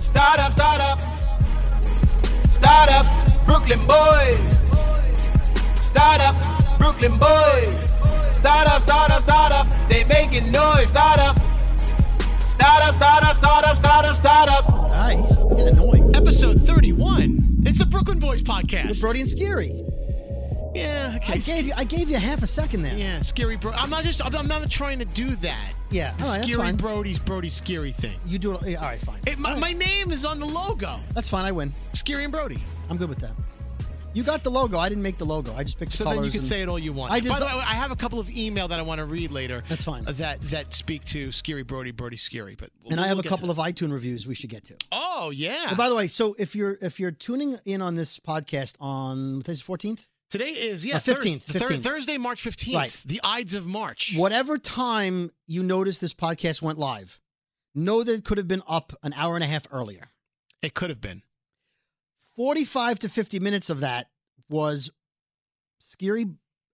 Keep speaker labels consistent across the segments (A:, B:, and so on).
A: Start up, start up. Start up, Brooklyn boys. Start up, Brooklyn boys. Start up, start up, start up. They making noise. Start up. Start up, start up, start up, start up, start up.
B: Nice. Get annoying.
C: Episode 31. It's the Brooklyn Boys podcast.
B: With Brody and Scary.
C: Yeah, okay.
B: I gave you I gave you half a second there.
C: yeah, scary bro. I'm not just. I'm, I'm not trying to do that.
B: Yeah,
C: The
B: all right, that's
C: scary
B: fine.
C: Brody's Brody scary thing.
B: You do it. yeah, all right, fine.
C: It, my,
B: All right.
C: my name is on the logo.
B: That's fine. I win.
C: Scary and Brody.
B: I'm good with that. You got the logo. I didn't make the logo. I just picked the
C: So
B: colors.
C: then you can
B: and-
C: say it all you want.
B: I
C: By
B: just-
C: the way, I have a couple of email that I want to read later. uh,
B: That's fine.
C: That that speak to Scary Brody, Brody Scary. But
B: And I have a couple of iTunes reviews we should get to.
C: Oh yeah.
B: And by the way, so if you're if you're tuning in on this podcast on what is it, 14th,
C: Today is yeah
B: Uh, 15th,
C: Thursday,
B: 15th.
C: Thursday, March fifteenth.
B: Right.
C: The Ides of March.
B: whatever time you notice this podcast went live, know that it could have been up an hour and a half earlier.
C: It could have been.
B: 45 to 50 minutes of that was scary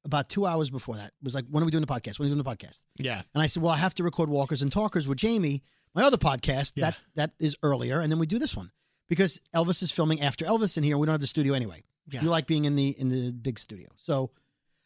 B: about two hours before that. It was like, when are we doing the podcast? When are we doing the podcast?
C: Yeah.
B: And I said, well, I have to record Walkers and Talkers with Jamie, my other podcast.
C: Yeah.
B: That that is earlier, and then we do this one because Elvis is filming after Elvis in here. We don't have the studio anyway.
C: Yeah.
B: You like being in the in the big studio, so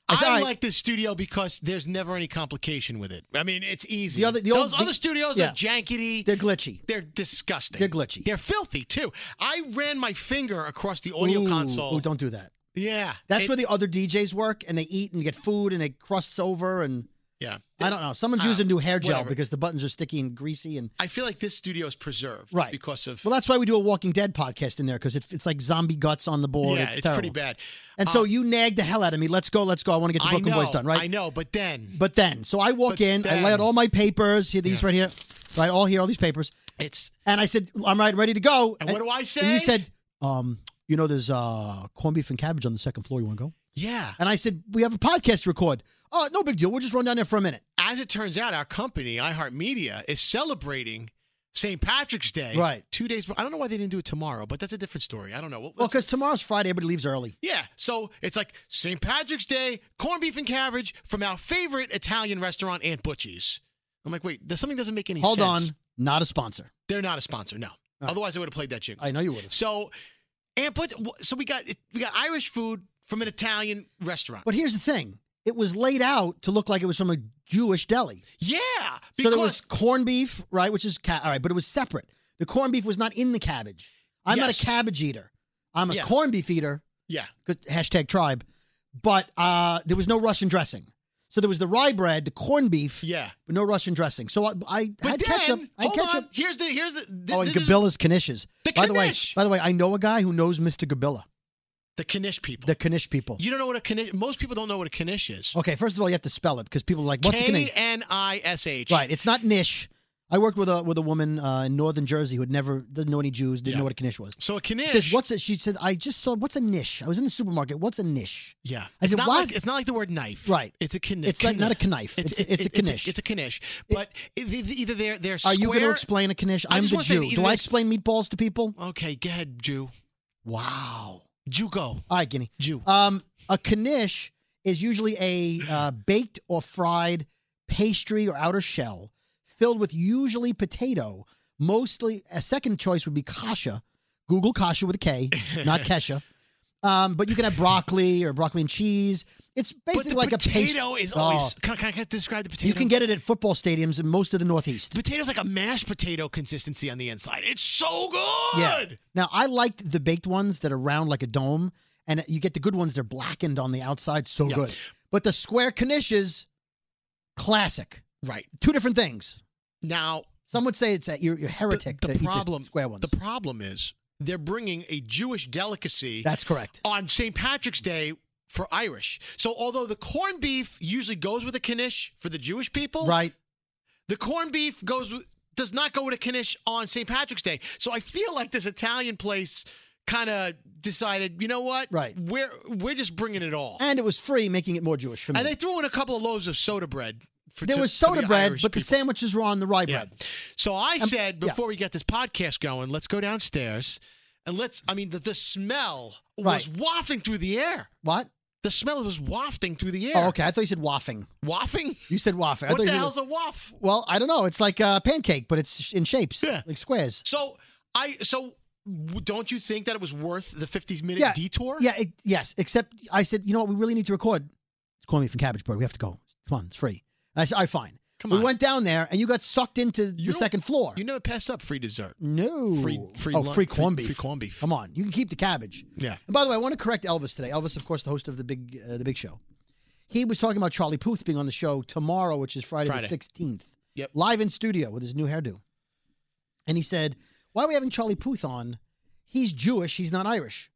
B: I said,
C: I,
B: "All right."
C: like this studio because there's never any complication with it. I mean, it's easy.
B: The other- the
C: Those
B: old-
C: other studios
B: yeah.
C: are jankety.
B: they're glitchy.
C: They're disgusting.
B: They're glitchy.
C: They're filthy too. I ran my finger across the audio
B: Ooh,
C: console.
B: ooh, don't do that.
C: yeah,
B: That's
C: It-
B: where the other DJs work, and they eat and get food, and it crusts over, and
C: yeah.
B: I don't know. Someone's
C: Ah,
B: using new hair gel
C: whatever.
B: because the buttons are sticky and greasy, and
C: I feel like this studio is preserved,
B: Right.
C: Because of
B: well, that's why we do a Walking Dead podcast in there because it, it's like zombie guts on the board.
C: yeah,
B: it's,
C: it's,
B: terrible.
C: pretty bad. Um,
B: And so you nagged the hell out of me. Let's go, let's go. I want to get the
C: I
B: Brooklyn
C: know,
B: Boys done, right?
C: I know, but then
B: But then, so I walk
C: But
B: in, I lay out
C: then-
B: all my papers here, these right here, right, all here, all these papers,
C: it's
B: and I said, "I'm right, ready to go."
C: And what do I
B: And you
C: say?
B: said, "Um, you know, there's uh corned beef and cabbage on the second floor. You want to go?"
C: yeah.
B: And I said, "We have a podcast to record. Oh, no big deal. We'll just run down there for a minute."
C: As it turns out, our company iHeartMedia is celebrating St. Patrick's Day,
B: Right.
C: Two days. I don't know why they didn't do it tomorrow, but that's a different story. I don't know. Well,
B: Well,
C: let's-
B: because tomorrow's Friday, everybody leaves early.
C: Yeah, so it's like St. Patrick's Day, corned beef and cabbage from our favorite Italian restaurant, Aunt Butchie's. I'm like, wait, this, something doesn't make any
B: Hold
C: sense.
B: on, not a sponsor.
C: they're not a sponsor. No,
B: right.
C: otherwise I would have played that jingle.
B: I know you would have.
C: So, Aunt But, so we got we got Irish food from an Italian restaurant.
B: But here's the thing: it was laid out to look like it was from a Jewish deli.
C: yeah,
B: So
C: because
B: there was corned beef, right? Which is ca- all right, but it was separate. The corned beef was not in the cabbage. I'm not
C: Yes.
B: a cabbage eater. I'm a
C: Yeah.
B: corned beef eater.
C: yeah,
B: 'cause- Hashtag tribe. But uh, there was no Russian dressing. So there was the rye bread, the corned beef,
C: yeah.
B: but no Russian dressing. So I, I
C: But
B: had
C: then,
B: ketchup. I had
C: hold
B: ketchup.
C: on. Here's the here's the th-
B: Oh, and
C: this is
B: Gabila's Knishes.
C: The
B: by the way,
C: Knish.
B: by the way, I know a guy who knows Mr. Gabilla,
C: the Kanish people.
B: the Knish people.
C: you don't know what a Kanish. Most people don't know what a Kanish is.
B: okay, first of all, you have to spell it because people are like, "What's a
C: K
B: Knish?"
C: N I S H.
B: Right, it's not Nish. I worked with a with a woman uh, in northern Jersey who had never didn't know any Jews, didn't
C: Yeah.
B: know what a Knish was.
C: So a Kanish.
B: She says, "What's it?" She said, "I just saw what's a niche. I was in the supermarket. What's a niche?"
C: Yeah,
B: I
C: it's
B: said,
C: not
B: "What?"
C: like it's not like the word knife,
B: Right.
C: It's a knish.
B: It's like- not a knife. It's- it's a knish.
C: It's, a knish. But e- e- either they're they're
B: Are
C: square.
B: you going to explain a knish?
C: I
B: I'm
C: just
B: the
C: wanna say
B: Jew.
C: that
B: Do I
C: there's-
B: explain meatballs to people?
C: Okay, go ahead, Jew.
B: Wow.
C: Jew, go,
B: All right, Guinea.
C: Jew.
B: Um, a knish is usually a uh, baked or fried pastry or outer shell filled with usually potato. Mostly, a second choice would be kasha. Google kasha with a K, not kesha. Um, but you can have broccoli or broccoli and cheese. It's
C: but the
B: basically like a
C: potato
B: pastry.
C: is always. Can, I- can I describe the potato?
B: You can get it at football stadiums in most of the Northeast.
C: the potato's like a mashed potato consistency on the inside. It's so good.
B: Yeah. Now I liked the baked ones that are round like a dome, and you get the good ones. They're blackened on the outside, so
C: Yeah.
B: good. But the square knishes, classic.
C: Right
B: Two different things.
C: now,
B: Some would say it's a, you're, you're heretic
C: the,
B: to
C: the problem.
B: eat the square ones.
C: The problem is they're bringing a Jewish delicacy.
B: That's correct.
C: on St. Patrick's Day for Irish. So although the corned beef usually goes with a knish for the Jewish people,
B: Right.
C: the corned beef goes with, does not go with a knish on St. Patrick's Day. So I feel like this Italian place kind of decided, you know what?
B: Right.
C: We're we're just bringing it all. And,
B: And it was free, making it more Jewish for me.
C: they threw in a couple of loaves of soda bread. For,
B: there
C: to-
B: was
C: for the
B: soda bread,
C: Irish
B: but the
C: people.
B: sandwiches were on the rye
C: Yeah.
B: bread. Um,
C: So I said
B: yeah.
C: before we get this podcast going, let's go downstairs and let's. I mean, the, the smell was
B: Right.
C: wafting through the air.
B: What?
C: The smell was wafting through the air.
B: Oh, okay. I thought you said waffing.
C: Waffing?
B: You said waffing. I
C: What
B: thought
C: the
B: you said-
C: hell's a waff?
B: well, I don't know. It's like a pancake, but it's in shapes,
C: Yeah.
B: like squares.
C: So I so w- don't you think that it was worth the 50 minute
B: Yeah,
C: detour?
B: Yeah, it, yes. Except I said, you know what? We really need to record. It's calling me from Cabbage Bird. We have to go. Come on, it's free. And I said, all right, fine.
C: Come
B: we
C: on.
B: went down there, and you got sucked into the
C: don't-
B: second floor.
C: You never passed up free dessert.
B: no,
C: Free free
B: oh,
C: lun-
B: free corned beef.
C: Free corned beef.
B: Come on, you can keep the cabbage.
C: Yeah.
B: And by the way, I want to correct Elvis today. Elvis, of course, the host of the big uh, the big show. He was talking about Charlie Puth being on the show tomorrow, which is Friday,
C: Friday.
B: the sixteenth.
A: Yep.
B: Live in studio with his new hairdo. And he said, "Why are we having Charlie Puth on? He's Jewish. He's not Irish.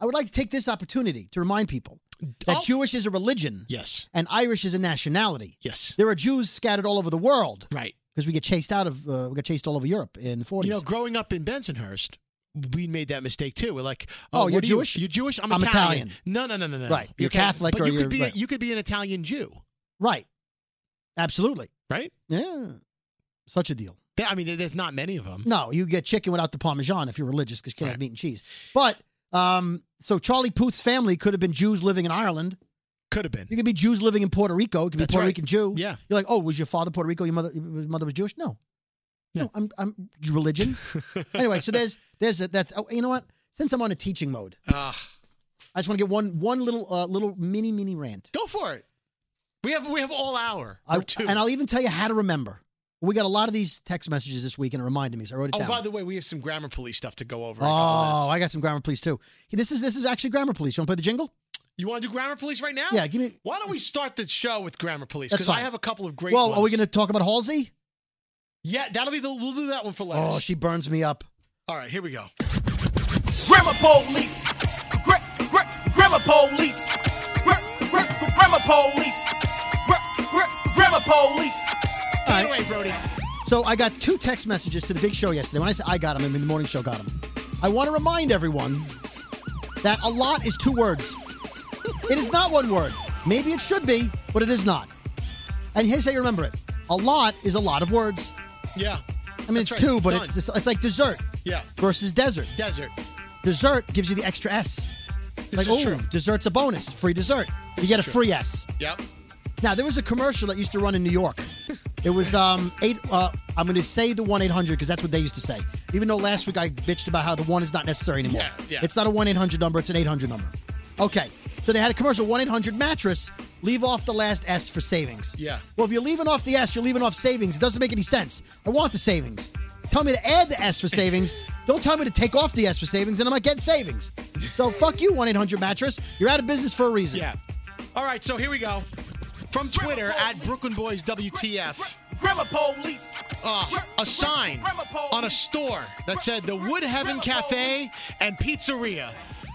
B: I would like to take this opportunity to remind people that
C: Oh.
B: Jewish is a religion
C: Yes.
B: and Irish is a nationality.
C: Yes.
B: There are Jews scattered all over the world
C: Right.
B: because we get chased out of uh, we got chased all over Europe in the
C: You
B: forties.
C: know, growing up in Bensonhurst, we made that mistake too. We're like,
B: Oh,
C: what
B: you're
C: are you-
B: Jewish?
C: You're Jewish. I'm,
B: I'm
C: Italian.
B: Italian.
C: No, no, no, no, no.
B: Right. You're
C: can't-
B: Catholic
C: but
B: or
C: you could
B: you're-
C: be
B: right.
C: you could be an Italian Jew,
B: right? Absolutely.
C: right?
B: Yeah, such a deal.
C: There- I mean, there- there's not many of them.
B: No, you get chicken without the parmesan if you're religious because you can't
C: Right.
B: have meat and cheese. But um, so Charlie Puth's family could have been Jews living in Ireland.
C: Could have been.
B: You could be Jews living in Puerto Rico. You could be
C: That's
B: Puerto
C: right.
B: Rican Jew.
C: Yeah.
B: You're like, oh, was your father Puerto Rico? Your mother, your mother was Jewish? No. No, I'm, I'm religion. anyway, so there's, there's a, that. Oh, you know what? Since I'm on a teaching mode,
C: Ah,
B: I just want to get one, one little, uh, little mini, mini rant.
C: go for it. We have we have all hour
B: I-
C: or two.
B: and I'll even tell you how to remember. We got a lot of these text messages this week, and it reminded me, so I wrote it
C: oh,
B: down.
C: by the way, we have some grammar police stuff to go over. in a couple minutes.
B: oh, I got some grammar police too. This is, this is actually grammar police. You want to play the jingle?
C: you want to do grammar police right now?
B: Yeah, give me.
C: Why don't we start the show with grammar police?
B: That's
C: Because I
B: fine.
C: have a couple of great.
B: Well,
C: ones.
B: are we going to talk about Halsey?
C: Yeah, that'll be the. We'll do that one for last.
B: Oh, she burns me up.
C: all right, here we go.
A: Grandma police. Gra- gra- grandma police. Gra- gra- grandma police. Gra- gra- grandma police.
C: Take it away, Brody.
B: So I got two text messages to the big show yesterday. When I say I got them, I mean the morning show got them. I want to remind everyone that a lot is two words. It is not one word. Maybe it should be, but it is not. And here's how you remember it: a lot is a lot of words.
C: Yeah.
B: I mean,
C: That's
B: it's
C: right.
B: two, but
C: Done.
B: it's it's like dessert
C: yeah.
B: versus desert.
C: Desert.
B: Dessert gives you the extra S. like,
C: This is
B: oh,
C: true.
B: dessert's a bonus, free dessert. you get a
C: true.
B: free S.
C: Yep.
B: Now there was a commercial that used to run in New York. It was um eight. Uh, I'm going to say the one eight hundred because that's what they used to say. Even though last week I bitched about how the one is not necessary anymore.
C: Yeah, yeah.
B: It's not a one eight hundred number. It's an eight hundred number. Okay. So they had a commercial one eight hundred mattress. Leave off the last S for savings.
C: Yeah.
B: Well, if you're leaving off the S, you're leaving off savings. It doesn't make any sense. I want the savings. Tell me to add the S for savings. Don't tell me to take off the S for savings, and I'm not getting savings. So fuck you, one eight hundred mattress. You're out of business for a reason.
C: Yeah. All right, so here we go. From Twitter at Brooklyn Boys WTF,
A: Grandma police.
C: uh, a sign on a store that said the Wood Heaven Cafe and Pizzeria.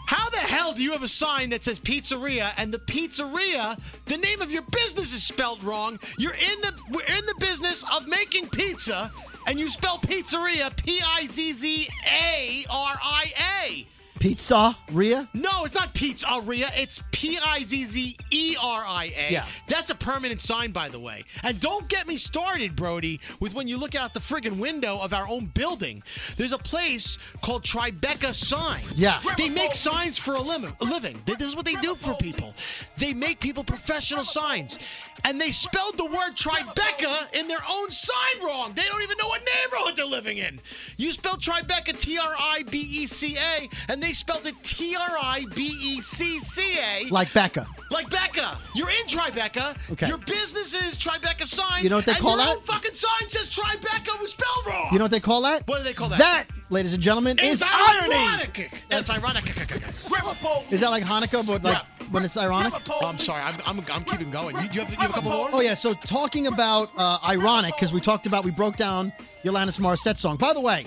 C: How the hell do you have a sign that says pizzeria and the pizzeria? The name of your business is spelled wrong. You're in the we're in the business of making pizza, and you spell pizzeria P I Z Z A R I A.
B: Pizza, Ria.
C: No, it's not pizzeria. It's P I Z Z E R I A.
B: Yeah.
C: That's a permanent sign, by the way. And don't get me started, Brody, with when you look out the friggin' window of our own building. There's a place called Tribeca Signs.
B: Yeah.
C: They make signs for a, lim- a living. Th- This is what they do for people. They make people professional signs. And they spelled the word Tribeca in their own sign wrong. They don't even know what neighborhood they're living in. You spelled Tribeca T R I B E C A, and they spelled it T R I B E C C A.
B: like Becca.
C: Like Becca, you're in Tribeca.
B: Okay.
C: Your business is Tribeca Signs.
B: You know what they
C: and
B: call
C: your own
B: that?
C: fucking sign says Tribeca was spelled wrong.
B: You know what they call that?
C: What do they call that?
B: That, ladies and gentlemen, is
C: it's
B: irony.
C: ironic. That's ironic.
A: Grandma police.
B: Is that like Hanukkah, but like
C: Yeah.
B: when it's ironic?
C: Oh, I'm sorry. I'm, I'm, I'm keeping going. You, you, have, you have a couple more?
B: Oh yeah. So talking about uh, ironic, because we talked about we broke down Yolanda's Morissette song. By the way,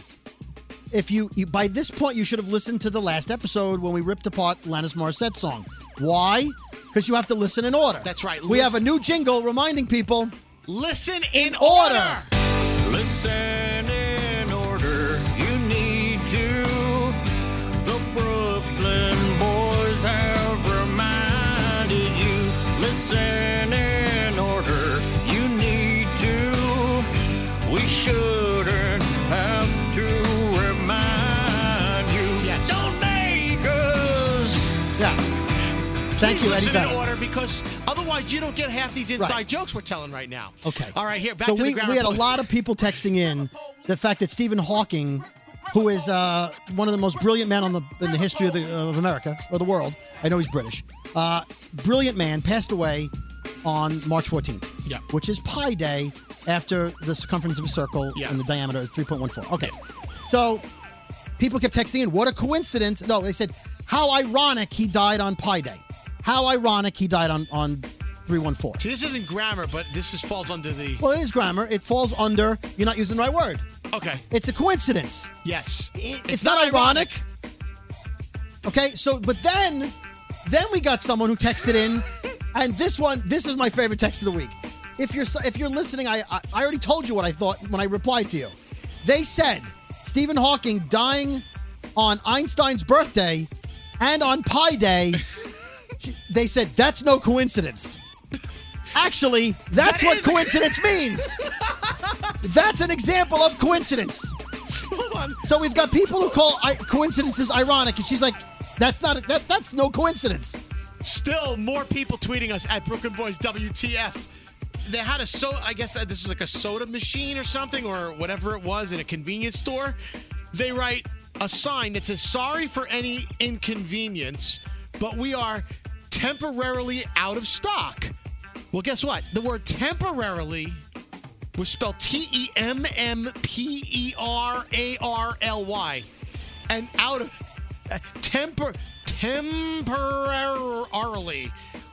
B: if you, you by this point you should have listened to the last episode when we ripped apart Alanis Morissette's song. Why? Because you have to listen in order.
C: That's right,
B: We have a
C: listen.
B: new jingle reminding people.
C: Listen in
B: order.
C: order.
D: Listen in order, you need to. The Brooklyn boys have reminded you. Listen in order, you need to. We shouldn't have to remind you.
C: Yes.
D: Don't make us.
B: Yeah. Thank
C: Please
B: you, Eddie
C: listen in
B: Vedder.
C: order because otherwise you don't get half these inside
B: Right.
C: jokes we're telling right now.
B: Okay.
C: All right, here back
B: so
C: to
B: we,
C: the grammar.
B: we had a
C: police.
B: lot of people texting in the fact that Stephen Hawking who is uh, one of the most brilliant men on the in the history of, the, of America or the world. I know he's British. Uh, brilliant man passed away on March 14th.
C: Yeah.
B: Which is Pi Day after the circumference of a circle
C: Yeah.
B: and the diameter is 3.14. Okay. So people kept texting in, what a coincidence. No, they said, how ironic he died on Pi Day. How ironic he died on, on 314.
C: See, this isn't grammar, but this is falls under the.
B: Well, it is grammar. It falls under you're not using the right word.
C: Okay.
B: It's a coincidence.
C: Yes.
B: It- it's, not, ironic. Okay, so but then then we got someone who texted in, and this one, this is my favorite text of the week. If you're if you're listening, I I, I already told you what I thought when I replied to you. They said Stephen Hawking dying on Einstein's birthday and on Pi Day. they said that's no coincidence. Actually, that's
C: That
B: what
C: is-
B: coincidence means. that's an example of coincidence.
C: Hold on.
B: So we've got people who call I- coincidences ironic, and she's like, "That's not that. That's no coincidence."
C: Still more people tweeting us at Brooklyn Boys WTF. They had a so I guess uh, this was like a soda machine or something or whatever it was in a convenience store. They write a sign that says sorry for any inconvenience, but we are temporarily out of stock. Well, guess what? The word temporarily was spelled T E M M P E R A R L Y. And out of uh, temper temporarily.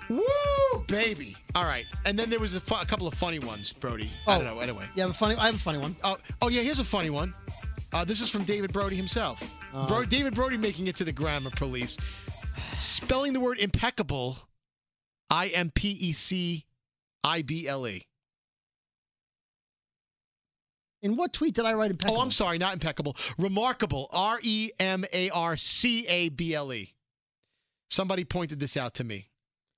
C: Woo, baby. All right. And then there was a, fu- a couple of funny ones, Brody. I don't know. Anyway.
B: you have a funny. I have a funny one.
C: Oh, oh yeah, here's a funny one. Uh, this is from David Brody himself.
B: Uh.
C: Bro, David Brody making it to the grammar police. Spelling the word impeccable, I M P E C I B L E.
B: In what tweet did I write impeccable?
C: Oh, I'm sorry, not impeccable. Remarkable. R E M A R C A B L E. Somebody pointed this out to me.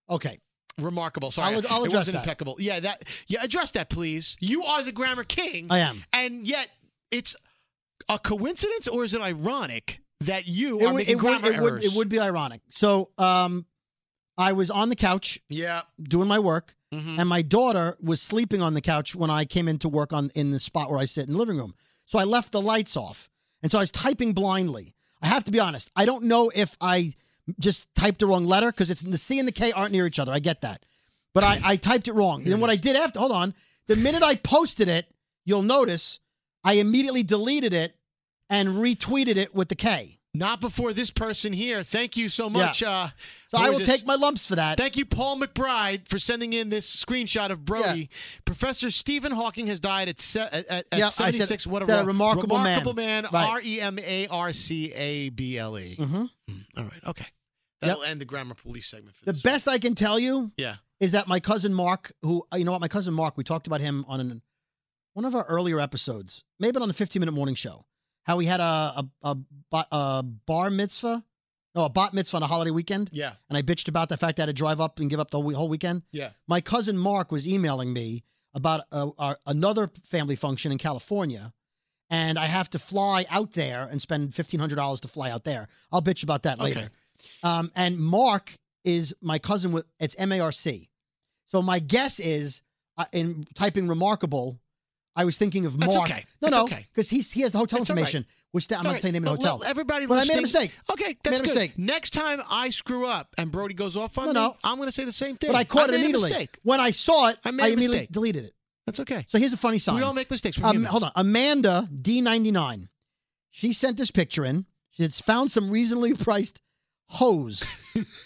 B: Okay,
C: Remarkable. Sorry,
B: I'll- I'll
C: it
B: address
C: wasn't
B: that.
C: impeccable. Yeah, that. Yeah, address that, please. You are the grammar king.
B: I am.
C: and yet it's a coincidence, or is it ironic that you
B: It
C: are
B: would,
C: making
B: it, would,
C: grammar
B: it, would,
C: errors?
B: it would be ironic. So, um, I was on the couch
C: Yeah.
B: doing my work,
C: Mhm.
B: and my daughter was sleeping on the couch when I came in to work on in the spot where I sit in the living room. So I left the lights off, and so I was typing blindly. I have to be honest. I don't know if I just typed the wrong letter because it's the C and the K aren't near each other. I get that, but I, I typed it wrong. And then what I did after, hold on, the minute I posted it, you'll notice I immediately deleted it and retweeted it with the K.
C: Not before this person here. Thank you so much. Uh,
B: So
C: who
B: I
C: is
B: will
C: this?
B: take my lumps for that.
C: Thank you, Paul McBride, for sending in this screenshot of Brody.
B: Yeah.
C: Professor Stephen Hawking has died at, se- at, at
B: Yeah, I said-
C: 76. what a,
B: said a
C: re-
B: remarkable man.
C: remarkable man.
B: Right.
C: R E M A R C A B L E.
B: Mhm.
C: All right. Okay. That'll end the grammar police segment for
B: The
C: this.
B: best I can tell you
C: Yeah.
B: is that my cousin Mark, who you know what, my cousin Mark, we talked about him on an, one of our earlier episodes, maybe on the 15 minute morning show, how he had a a, a, ba- a bar mitzvah, no, a bat mitzvah on a holiday weekend,
C: Yeah.
B: and I bitched about the fact that I had to drive up and give up the whole whole weekend.
C: Yeah.
B: My cousin Mark was emailing me about a, a, another family function in California. And I have to fly out there and spend fifteen hundred dollars to fly out there. I'll bitch about that later.
C: Okay.
B: Um, and Mark is my cousin with it's M A R C. So my guess is uh, in typing remarkable, I was thinking of
C: That's
B: Mark.
C: okay.
B: No,
C: That's
B: no,
C: okay.
B: because he's he has the hotel
C: That's all right.
B: information, which the, I'm
C: All
B: not
C: right.
B: saying name of the
C: Well,
B: hotel.
C: well, everybody
B: but I made a mistake.
C: listening- Okay, that's
B: Made a
C: good.
B: mistake.
C: Next time I screw up and Brody goes off on
B: No,
C: me,
B: no.
C: I'm going to say the same thing.
B: But I caught it
C: made a
B: immediately.
C: mistake.
B: When I saw it,
C: I
B: I,
C: made a
B: immediately
C: mistake.
B: deleted it.
C: That's okay.
B: So here's a funny sign.
C: We all make mistakes. We're
B: Um,
C: human.
B: hold on. Amanda D99. She sent this picture in. She's found some reasonably priced hose.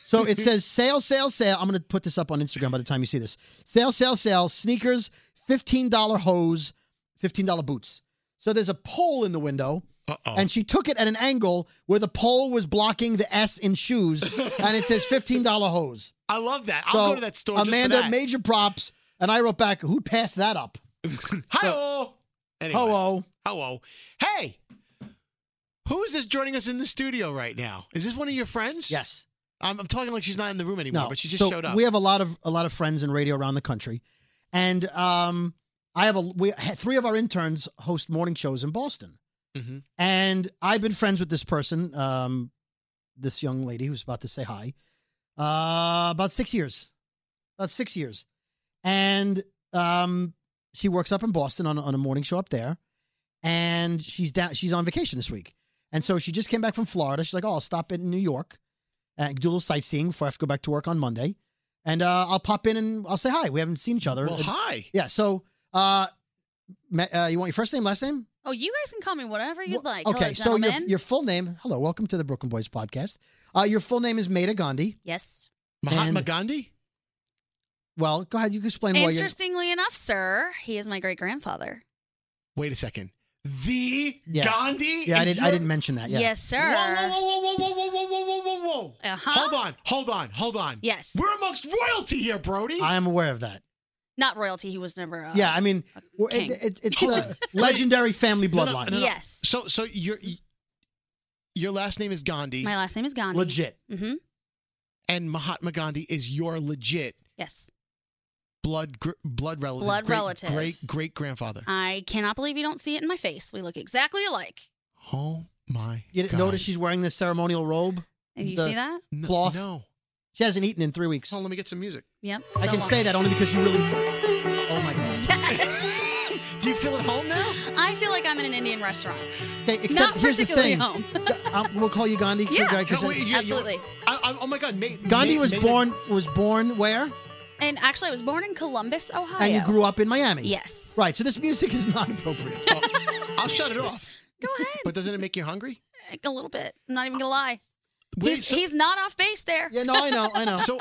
B: so it says sale, sale, sale. I'm going to put this up on Instagram by the time you see this. Sale, sale, sale. Sneakers, $15 hose, $15 boots. So there's a pole in the window.
C: Uh-oh.
B: And she took it at an angle where the pole was blocking the S in shoes, and it says fifteen dollar hose.
C: I love that. I'll
B: So
C: go to that store.
B: Amanda,
C: just for that.
B: major props. And I wrote back, "Who passed that up?"
C: Hi-oh. Anyway.
B: Ho-oh.
C: Hello. Hey, who is this joining us in the studio right now? Is this one of your friends?
B: Yes.
C: I'm, I'm talking like she's not in the room anymore,
B: No,
C: but she just
B: so
C: showed up.
B: We have a lot of a lot of friends in radio around the country, and um, I have a we ha- three of our interns host morning shows in Boston,
C: Mhm.
B: and I've been friends with this person, um, this young lady who's about to say hi, uh, about six years, about six years, and um, she works up in Boston on a, on a morning show up there, and she's down she's on vacation this week, And so she just came back from Florida. She's like, oh, I'll stop in New York and do a little sightseeing before I have to go back to work on Monday. And uh, I'll pop in and I'll say hi. We haven't seen each other.
C: Well, hi.
B: yeah. So uh, ma- uh, you want your first name, last name?
E: Oh, you guys can call me whatever you'd
B: Well,
E: like.
B: Okay,
E: Hello,
B: so your,
E: gentlemen.
B: your full name. Hello, welcome to the Brooklyn Boys podcast. Uh, your full name is Maida Gandhi.
E: yes.
C: Mahatma
B: And-
C: Gandhi?
B: Well, go ahead. You can explain why you're.
E: Interestingly enough, sir, he is my great grandfather.
C: Wait a second. The
B: Yeah.
C: Gandhi?
B: Yeah, I,
C: is
B: did, I
C: your-
B: didn't mention that. Uh, Yeah.
E: Yes, sir.
C: Whoa, whoa, whoa, whoa, whoa, whoa, whoa, whoa, whoa, whoa, whoa.
E: Uh-huh.
C: Hold on, hold on, hold on.
E: Yes.
C: We're amongst royalty here, Brody.
B: I am aware of that.
E: Not royalty. He was never. Uh,
B: yeah, I mean, we're-
E: king.
B: it, it, it's a legendary family
C: No, no,
B: bloodline.
C: no, no.
E: Yes.
C: So, so your your last name is Gandhi,
E: My last name is Gandhi.
B: Legit.
E: Mm-hmm.
C: and Mahatma Gandhi is your legit
E: Yes.
C: blood gr- blood relative,
E: Blood
C: great,
E: relative. Uh,
C: great great grandfather.
E: I cannot believe you don't see it in my face. We look exactly alike.
C: oh my!
B: You didn't
C: God.
B: notice she's wearing this ceremonial robe?
E: And you
B: The-
E: see that?
C: no,
B: cloth?
C: No.
B: She hasn't eaten in three weeks.
C: Hold on, let me get some music.
E: Yep.
B: I
E: so
B: can
E: long.
B: say that only because you really. Oh my God.
C: Do you feel at home now?
E: I feel like I'm in an Indian restaurant.
B: Okay, except
E: Not
B: here's the
E: particularly
B: thing.
E: home.
B: Um, we'll call you Gandhi.
E: Yeah.
B: Right, 'cause
C: No, wait,
B: I-
C: you- you-
E: Absolutely.
C: I, I, oh my God, Ma-
B: Gandhi
C: Ma-
B: was
C: Ma-
B: born was born where?
E: And actually, I was born in Columbus, Ohio.
B: And you grew up in Miami.
E: Oh, Yes.
B: Right. So this music is not appropriate.
C: I'll shut it off.
E: Go ahead.
C: But doesn't it make you hungry?
E: A little bit. I'm not even gonna lie.
C: Wait,
E: he's
C: so,
E: he's not off base there.
B: yeah. No, I know. I know.
C: so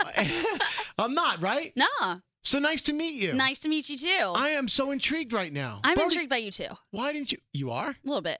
C: I'm not right.
E: Nah.
C: So nice to meet you.
E: Nice to meet you too.
C: I am so intrigued right now.
E: I'm
C: Brody,
E: intrigued by you too. A
C: Why didn't you? You are.
E: little bit.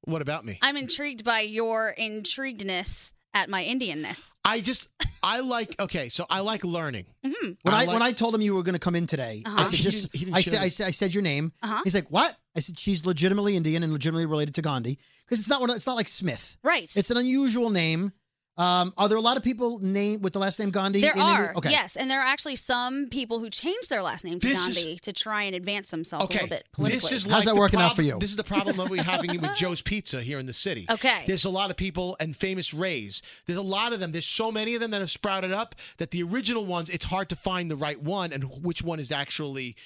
C: What about me?
E: I'm intrigued by your intriguedness at my Indianness.
C: I just I like okay, so I like learning.
E: hmm
B: When
C: I
B: I,
C: like-
B: when I told him you were going to come in today, I
E: Uh-huh.
B: said
C: He
B: just
C: didn't- he didn't
B: I
C: share
B: said, I
C: that.
B: said I said your name.
E: Uh-huh.
B: He's like, "What?" I said, "She's legitimately Indian and legitimately related to Gandhi because it's not one. of- It's not like Smith.
E: Right.
B: It's an unusual name. Um, are there a lot of people named with the last name Gandhi?
E: there
B: in India?
E: are yes, and there are actually some people who change their last name to
C: This is-
E: Gandhi to try and advance themselves a
C: Okay.
E: little bit politically.
C: This is
B: How's
C: like
B: that
C: the
B: working out
C: prob-
B: for you?
C: This is the problem that we're having with Joe's Pizza here in the city.
E: Okay.
C: There's a lot of people and famous Rays. There's a lot of them. There's so many of them that have sprouted up that the original ones, it's hard to find the right one and which one is actually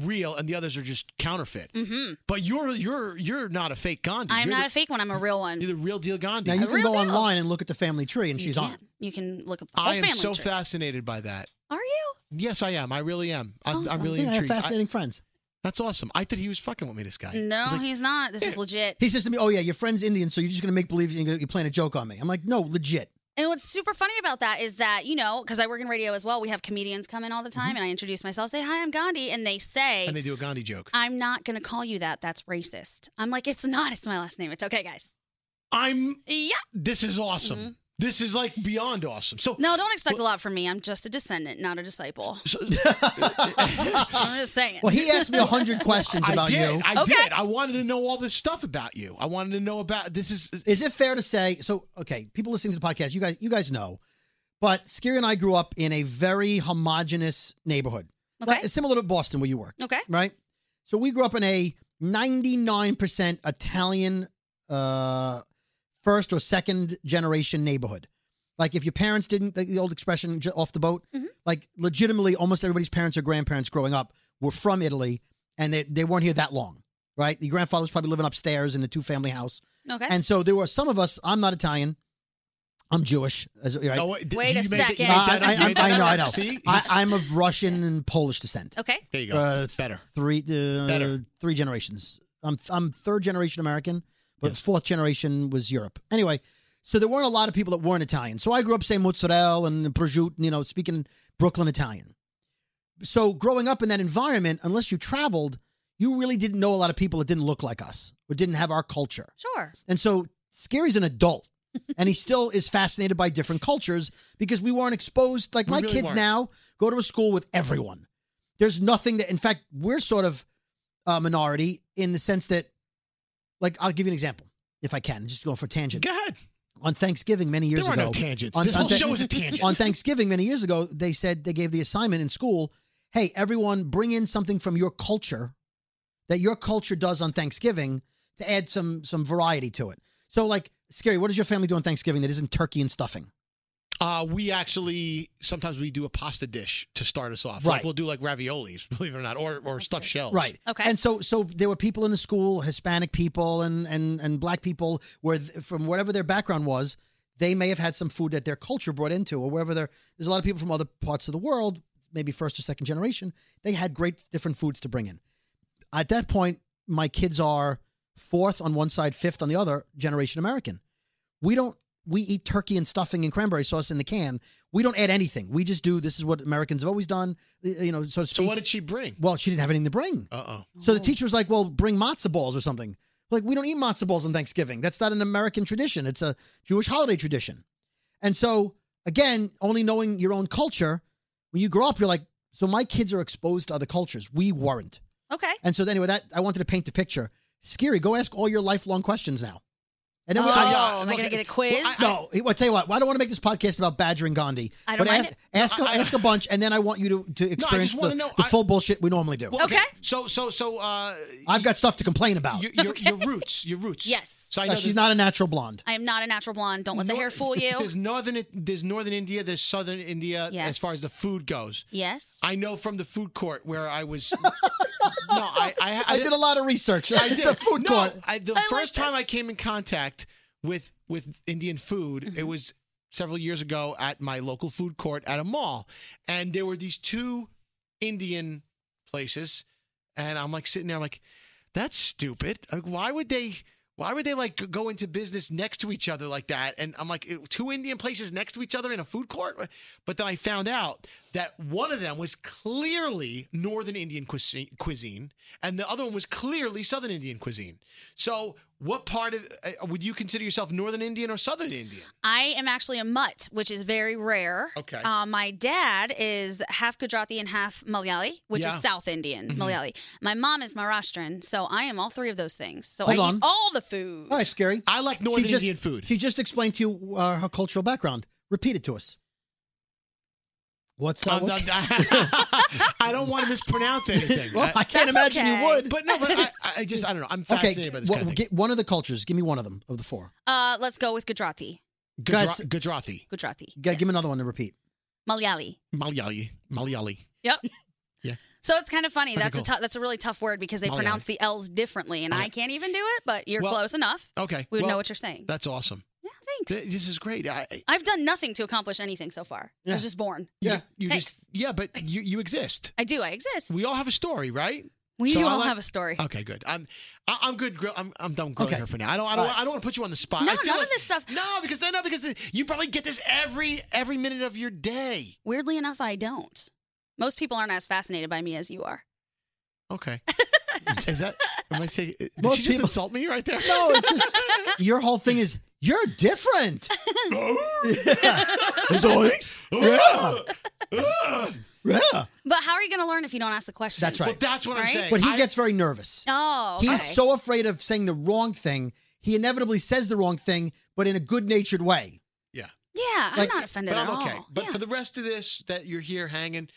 C: real and the others are just counterfeit. Mm-hmm. But you're you're you're not a fake Gandhi.
E: I'm
C: you're
E: not a
C: the,
E: fake one. I'm a real one.
C: you're the real deal Gandhi.
B: Now you
E: A
B: can
E: real
B: go
E: deal.
B: online and look at the family tree, and she's
E: you
B: on.
E: can- You can look up the whole
C: I am
E: family
C: so
E: tree.
C: fascinated by that.
E: Are you?
C: Yes, I am. I really am. I'm, I'm
E: Awesome.
C: really
B: Yeah, I have
C: intrigued. I-
B: fascinating friends.
C: That's awesome. I thought he was fucking with me, this guy.
E: No,
C: I was like,
E: he's not. This is legit.
B: He says to me, "Oh yeah, your friend's Indian, so you're just going to make believe you're, gonna, you're playing a joke on me." I'm like, "No, legit."
E: And what's super funny about that is that, you know, because I work in radio as well, we have comedians come in all
C: Mm-hmm.
E: the time and I introduce myself, say, Hi, I'm Gandhi. And they say,
C: and they do a Gandhi joke.
E: I'm not going to call you that. That's racist. I'm like, It's not. It's my last name. It's okay, guys.
C: I'm,
E: Yeah.
C: this is awesome.
B: Mm-hmm.
C: This is like beyond awesome. So,
E: No, don't expect a lot from me. I'm just a descendant, not a disciple. I'm just saying.
B: Well, he asked me a hundred questions
C: I
B: about
C: did.
B: you.
C: I
E: Okay.
C: did. I wanted to know all this stuff about you. I wanted to know about this is
B: Is it fair to say? So, okay, people listening to the podcast, you guys, you guys know, but Scary and I grew up in a very homogenous neighborhood,
E: Okay.
B: Like, similar to Boston where you work,
E: okay.
B: right? So we grew up in a ninety-nine percent Italian, uh, first or second generation neighborhood. Like if your parents didn't, the, the old expression j- off the boat, like legitimately, almost everybody's parents or grandparents growing up were from Italy, and they they weren't here that long, right? Your grandfather's probably living upstairs in a two-family house.
E: Okay.
B: And so there were some of us. I'm not Italian. I'm Jewish. As, right?
C: Oh, did-
E: Wait
C: you
E: a
C: made that- you
E: second.
C: made
B: Uh,
C: that up.
B: I,
C: You
B: I,
C: made
B: I,
C: that
B: know. I
C: up.
B: know.
C: See?
B: I, I'm of Russian and Polish descent.
E: okay.
C: there you go.
B: Uh,
C: Better.
B: Three, uh,
C: Better.
B: three generations. I'm I'm third generation American, but fourth generation was Europe. Anyway, so there weren't a lot of people that weren't Italian. So I grew up saying mozzarella and prosciutto, you know, speaking Brooklyn Italian. So growing up in that environment, unless you traveled, you really didn't know a lot of people that didn't look like us or didn't have our culture.
E: Sure.
B: And so Scary's an adult and he still is fascinated by different cultures because we weren't exposed. Like
C: We
B: my
C: really
B: kids
C: weren't.
B: now go to a school with everyone. There's nothing that, in fact, we're sort of a minority in the sense that, like, I'll give you an example if I can, just going for a tangent.
C: Go ahead.
B: On Thanksgiving many years
C: There are
B: ago,
C: no tangents.
B: on-
C: this
B: on
C: whole
B: that-
C: show is a tangent.
B: on Thanksgiving many years ago, they said they gave the assignment in school hey, everyone bring in something from your culture that your culture does on Thanksgiving to add some some variety to it. So, like, Scary, what does your family do on Thanksgiving that isn't turkey and stuffing?
C: Uh, we actually sometimes we do a pasta dish to start us off.
B: Right.
C: Like we'll do like raviolis, believe it or not, or or stuffed shells.
B: Right.
E: Okay.
B: And so, so there were people in the school, Hispanic people and and and black people, where th- from whatever their background was, they may have had some food that their culture brought into, or wherever they're. There's a lot of people from other parts of the world, maybe first or second generation. They had great different foods to bring in. At that point, my kids are fourth on one side, fifth on the other generation American. We don't. We eat turkey and stuffing and cranberry sauce in the can. We don't add anything. We just do. This is what Americans have always done. You know, so to
C: So
B: speak.
C: what did she bring?
B: well, she didn't have anything to bring.
C: Uh oh.
B: So the teacher was like, "Well, bring matzo balls or something." Like, we don't eat matzo balls on Thanksgiving. That's not an American tradition. It's a Jewish holiday tradition. And so, again, only knowing your own culture, when you grow up, you're like, "So my kids are exposed to other cultures. We weren't."
E: Okay.
B: And so, anyway, that I wanted to paint the picture. Scary. Go ask all your lifelong questions now. And then
E: Oh,
B: we
C: yeah,
E: am I
C: look,
E: gonna get a quiz?
C: well, I-
B: no, I, will tell you what. I don't want to make this podcast about badgering Gandhi.
E: I don't
B: but
E: mind
B: ask ask,
C: I- I-
B: ask a bunch, and then I want you to, to experience
C: wanna
B: the,
C: know.
B: the
C: I-
B: full bullshit we normally do.
C: Well,
E: Okay.
C: So so so uh,
B: I've got stuff to complain about.
C: your, your, your roots, your roots.
E: Yes.
C: So I
B: Uh,
C: know
B: she's
C: there's-
B: not a natural blonde.
E: I am not a natural blonde. Don't let the
C: Nor-
E: hair fool you.
C: There's northern, there's northern India, there's southern India
E: Yes.
C: as far as the food goes.
E: yes.
C: I know from the food court where I was. no, I, I,
B: I, did a lot of research at
C: did.
B: the food
C: No,
B: court.
C: I, the
E: I like
C: first time
E: this.
C: I came in contact with with Indian food,
B: Mm-hmm.
C: it was several years ago at my local food court at a mall, and there were these two Indian places, and I'm like sitting there, I'm like, that's stupid. Like, why would they? Why would they like go into business next to each other like that? And I'm like, "Ew, two Indian places next to each other in a food court. But then I found out that one of them was clearly Northern Indian cuisine, cuisine and the other one was clearly Southern Indian cuisine. So, what part of uh, would you consider yourself Northern Indian or Southern Indian?
E: I am actually a mutt, which is very rare.
C: Okay.
E: Uh, my dad is half Gujarati and half Malayali, which
C: Yeah. Mm-hmm.
E: is South Indian Malayali. My mom is Maharashtrian, so I am all three of those things. So
B: Hold
E: I
B: on.
E: eat all the food.
B: All right, scary.
C: I like Northern
B: she just,
C: Indian food.
B: She just explained to you uh, her cultural background. Repeat it to us. What's up?
C: I'm
B: What's,
C: done- I don't want to mispronounce anything.
B: well, I
C: I-
B: can't
E: That's
B: imagine
E: okay.
B: you would.
C: but no, but I, I just I don't know. I'm
B: okay,
C: fascinated by this
B: what-
C: kind of thing.
B: get one of the cultures. Give me one of them of the four.
E: Uh, let's go with Gujarati.
C: Gujra-
B: guys-
C: Gujarati,
E: Gujarati.
B: G-
E: Yes.
B: Give me another one to repeat.
E: Malayali.
C: Malayali, Malayali.
E: Yep.
C: Yeah.
E: So it's kind of funny.
C: Pretty
E: that's a
C: cool.
E: tou- that's a really tough word because they
C: Malayali.
E: pronounce the L's differently, and I can't even do it. But you're
C: Well-
E: close enough.
C: Okay,
E: We would
C: well,
E: know what you're saying.
C: That's awesome.
E: yeah. Thanks.
C: Th- This is great. I, I-
E: I've done nothing to accomplish anything so far. I
B: Yeah.
E: was just born.
B: Yeah.
C: you
E: Thanks.
C: just yeah, but you you exist.
E: I do. I exist.
C: We all have a story, right?
E: We
C: So
E: do
C: I
E: all
C: like-
E: have a story.
C: Okay, good. I'm I- I'm good. grill- I'm I'm done grilling
B: Okay.
C: her for now. I don't I don't
B: All right.
C: I don't want to put you on the spot.
E: No,
C: I feel
E: none of
C: like-
E: this stuff-
C: No, because no, because you probably get this every every minute of your day.
E: Weirdly enough, I don't. Most people aren't as fascinated by me as you are.
C: Okay. is that am I saying? Did
B: Most
C: she just
B: people-
C: insult me right there?
B: No, it's just your whole thing is you're different. yeah. There's always- Yeah. yeah.
E: But how are you going to learn if you don't ask the question?
B: That's
C: Well,
B: right.
C: that's what I'm
E: Right?
C: saying.
B: But he
C: I-
B: gets very nervous.
E: Oh, okay.
B: He's so afraid of saying the wrong thing, he inevitably says the wrong thing, but in a good natured way.
E: yeah.
B: like-
E: I'm not offended
C: but
E: at
C: I'm
E: all.
C: okay. But
E: Yeah.
C: for the rest of this that you're here hanging,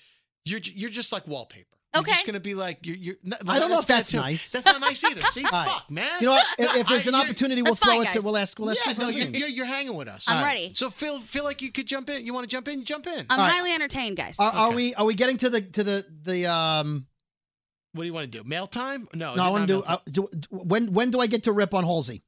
C: you're ju- you're just like wallpaper.
E: Okay.
C: You're just gonna be like you're. you're not,
B: I don't know if
C: bad,
B: that's
C: too.
B: nice.
C: That's not nice either. See,
B: right.
C: fuck, man.
B: You know what? If, if
C: No,
B: there's an
C: I- you're-
B: opportunity, we'll
E: That's
B: throw
E: fine,
B: it to
E: guys.
B: we'll ask we'll ask
C: yeah,
B: you for
C: no,
B: a
C: you're,
B: meeting.
C: you're, you're hanging with us.
E: I'm
B: All right.
E: ready. Uh,
C: So feel feel like you could jump in. You want to jump in? Jump in.
E: I'm
B: all right. Uh,
E: highly entertained, guys.
B: Are, are
C: okay.
B: we are we getting to the to the the um?
C: What do you want to do? Mail time?
B: no, I
C: No. Oh, not
B: want to do,
C: mail time.
B: uh, do do- when when do I get to rip on Halsey?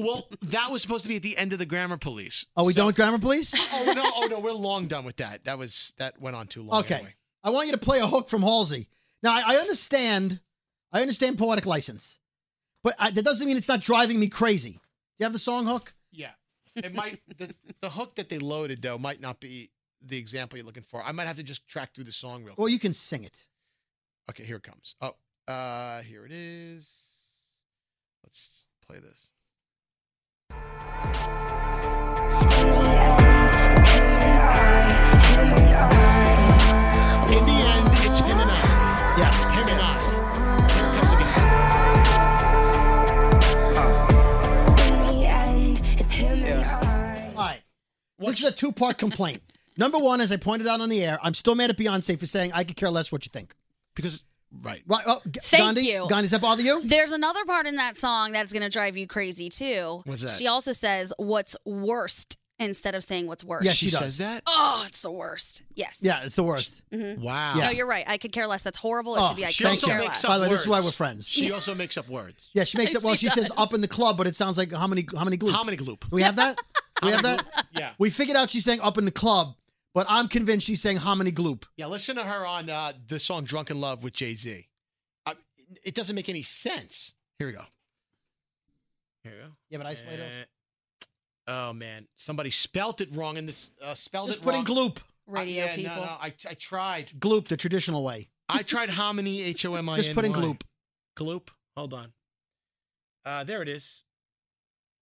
C: well, that was supposed to be at the end of the grammar police.
B: Are Oh, we
C: So-
B: done with grammar, please?
C: Oh no! Oh no! We're long done with that. That was that went on too long.
B: Okay,
C: anyway.
B: I want you to play a hook from Halsey. Now I, I understand, I understand poetic license, but I, that doesn't mean it's not driving me crazy. Do you have the song hook?
C: Yeah. It might the, the hook that they loaded though might not be the example you're looking for. I might have to just track through the song real quick.
B: Or you can sing it.
C: Okay, here it comes. Oh, uh here it is. Let's play this. In the end, it's him and I.
B: Yeah.
C: Him and I. Here it comes again.
B: All right. this is a two part complaint. Number one, as I pointed out on the air, I'm still mad at Beyonce for saying I could care less what you think.
C: Because right.
B: Right? Oh, G-
E: Thank
B: Gandhi,
E: you.
B: Gandhi, does that bother you?
E: There's another part in that song that's going to drive you crazy too.
C: What's that?
E: She also says, "What's worst instead of saying what's worse.
B: Yeah, she does.
C: says that.
E: Oh, it's the worst. Yes.
B: Yeah, it's the worst.
C: Wow.
E: No,
B: Yeah.
E: you're right. I could care less. That's horrible. It
B: Oh,
E: should be I
C: she
E: could
C: also
E: care
C: makes
E: less.
C: up-
B: By the way, this is why
C: words.
B: we're friends.
C: She also makes up words.
B: Yeah, she makes up. Well, she,
E: She
B: says
E: does.
B: up in the club, but it sounds like how many? How many glue?
C: How many gloop?
B: Do we have that? Do we have that?
C: Yeah.
B: We figured out she's saying up in the club, but I'm convinced she's saying how many gloop.
C: Yeah, listen to her on uh, the song Drunken Love with Jay Z. It doesn't make any sense. Here we go. Here we go.
B: Yeah, but isolate us.
C: Eh. Oh, man. Somebody spelt it wrong in this. Uh, spelled
B: Just
C: it
B: put in
C: wrong.
B: gloop.
C: I-
E: Radio
C: yeah,
E: people.
C: No, no, I, I tried.
B: Gloop, the traditional way.
C: I tried hominy, H O M I N.
B: Just put in gloop.
C: Gloop. Hold on. Uh, there it is.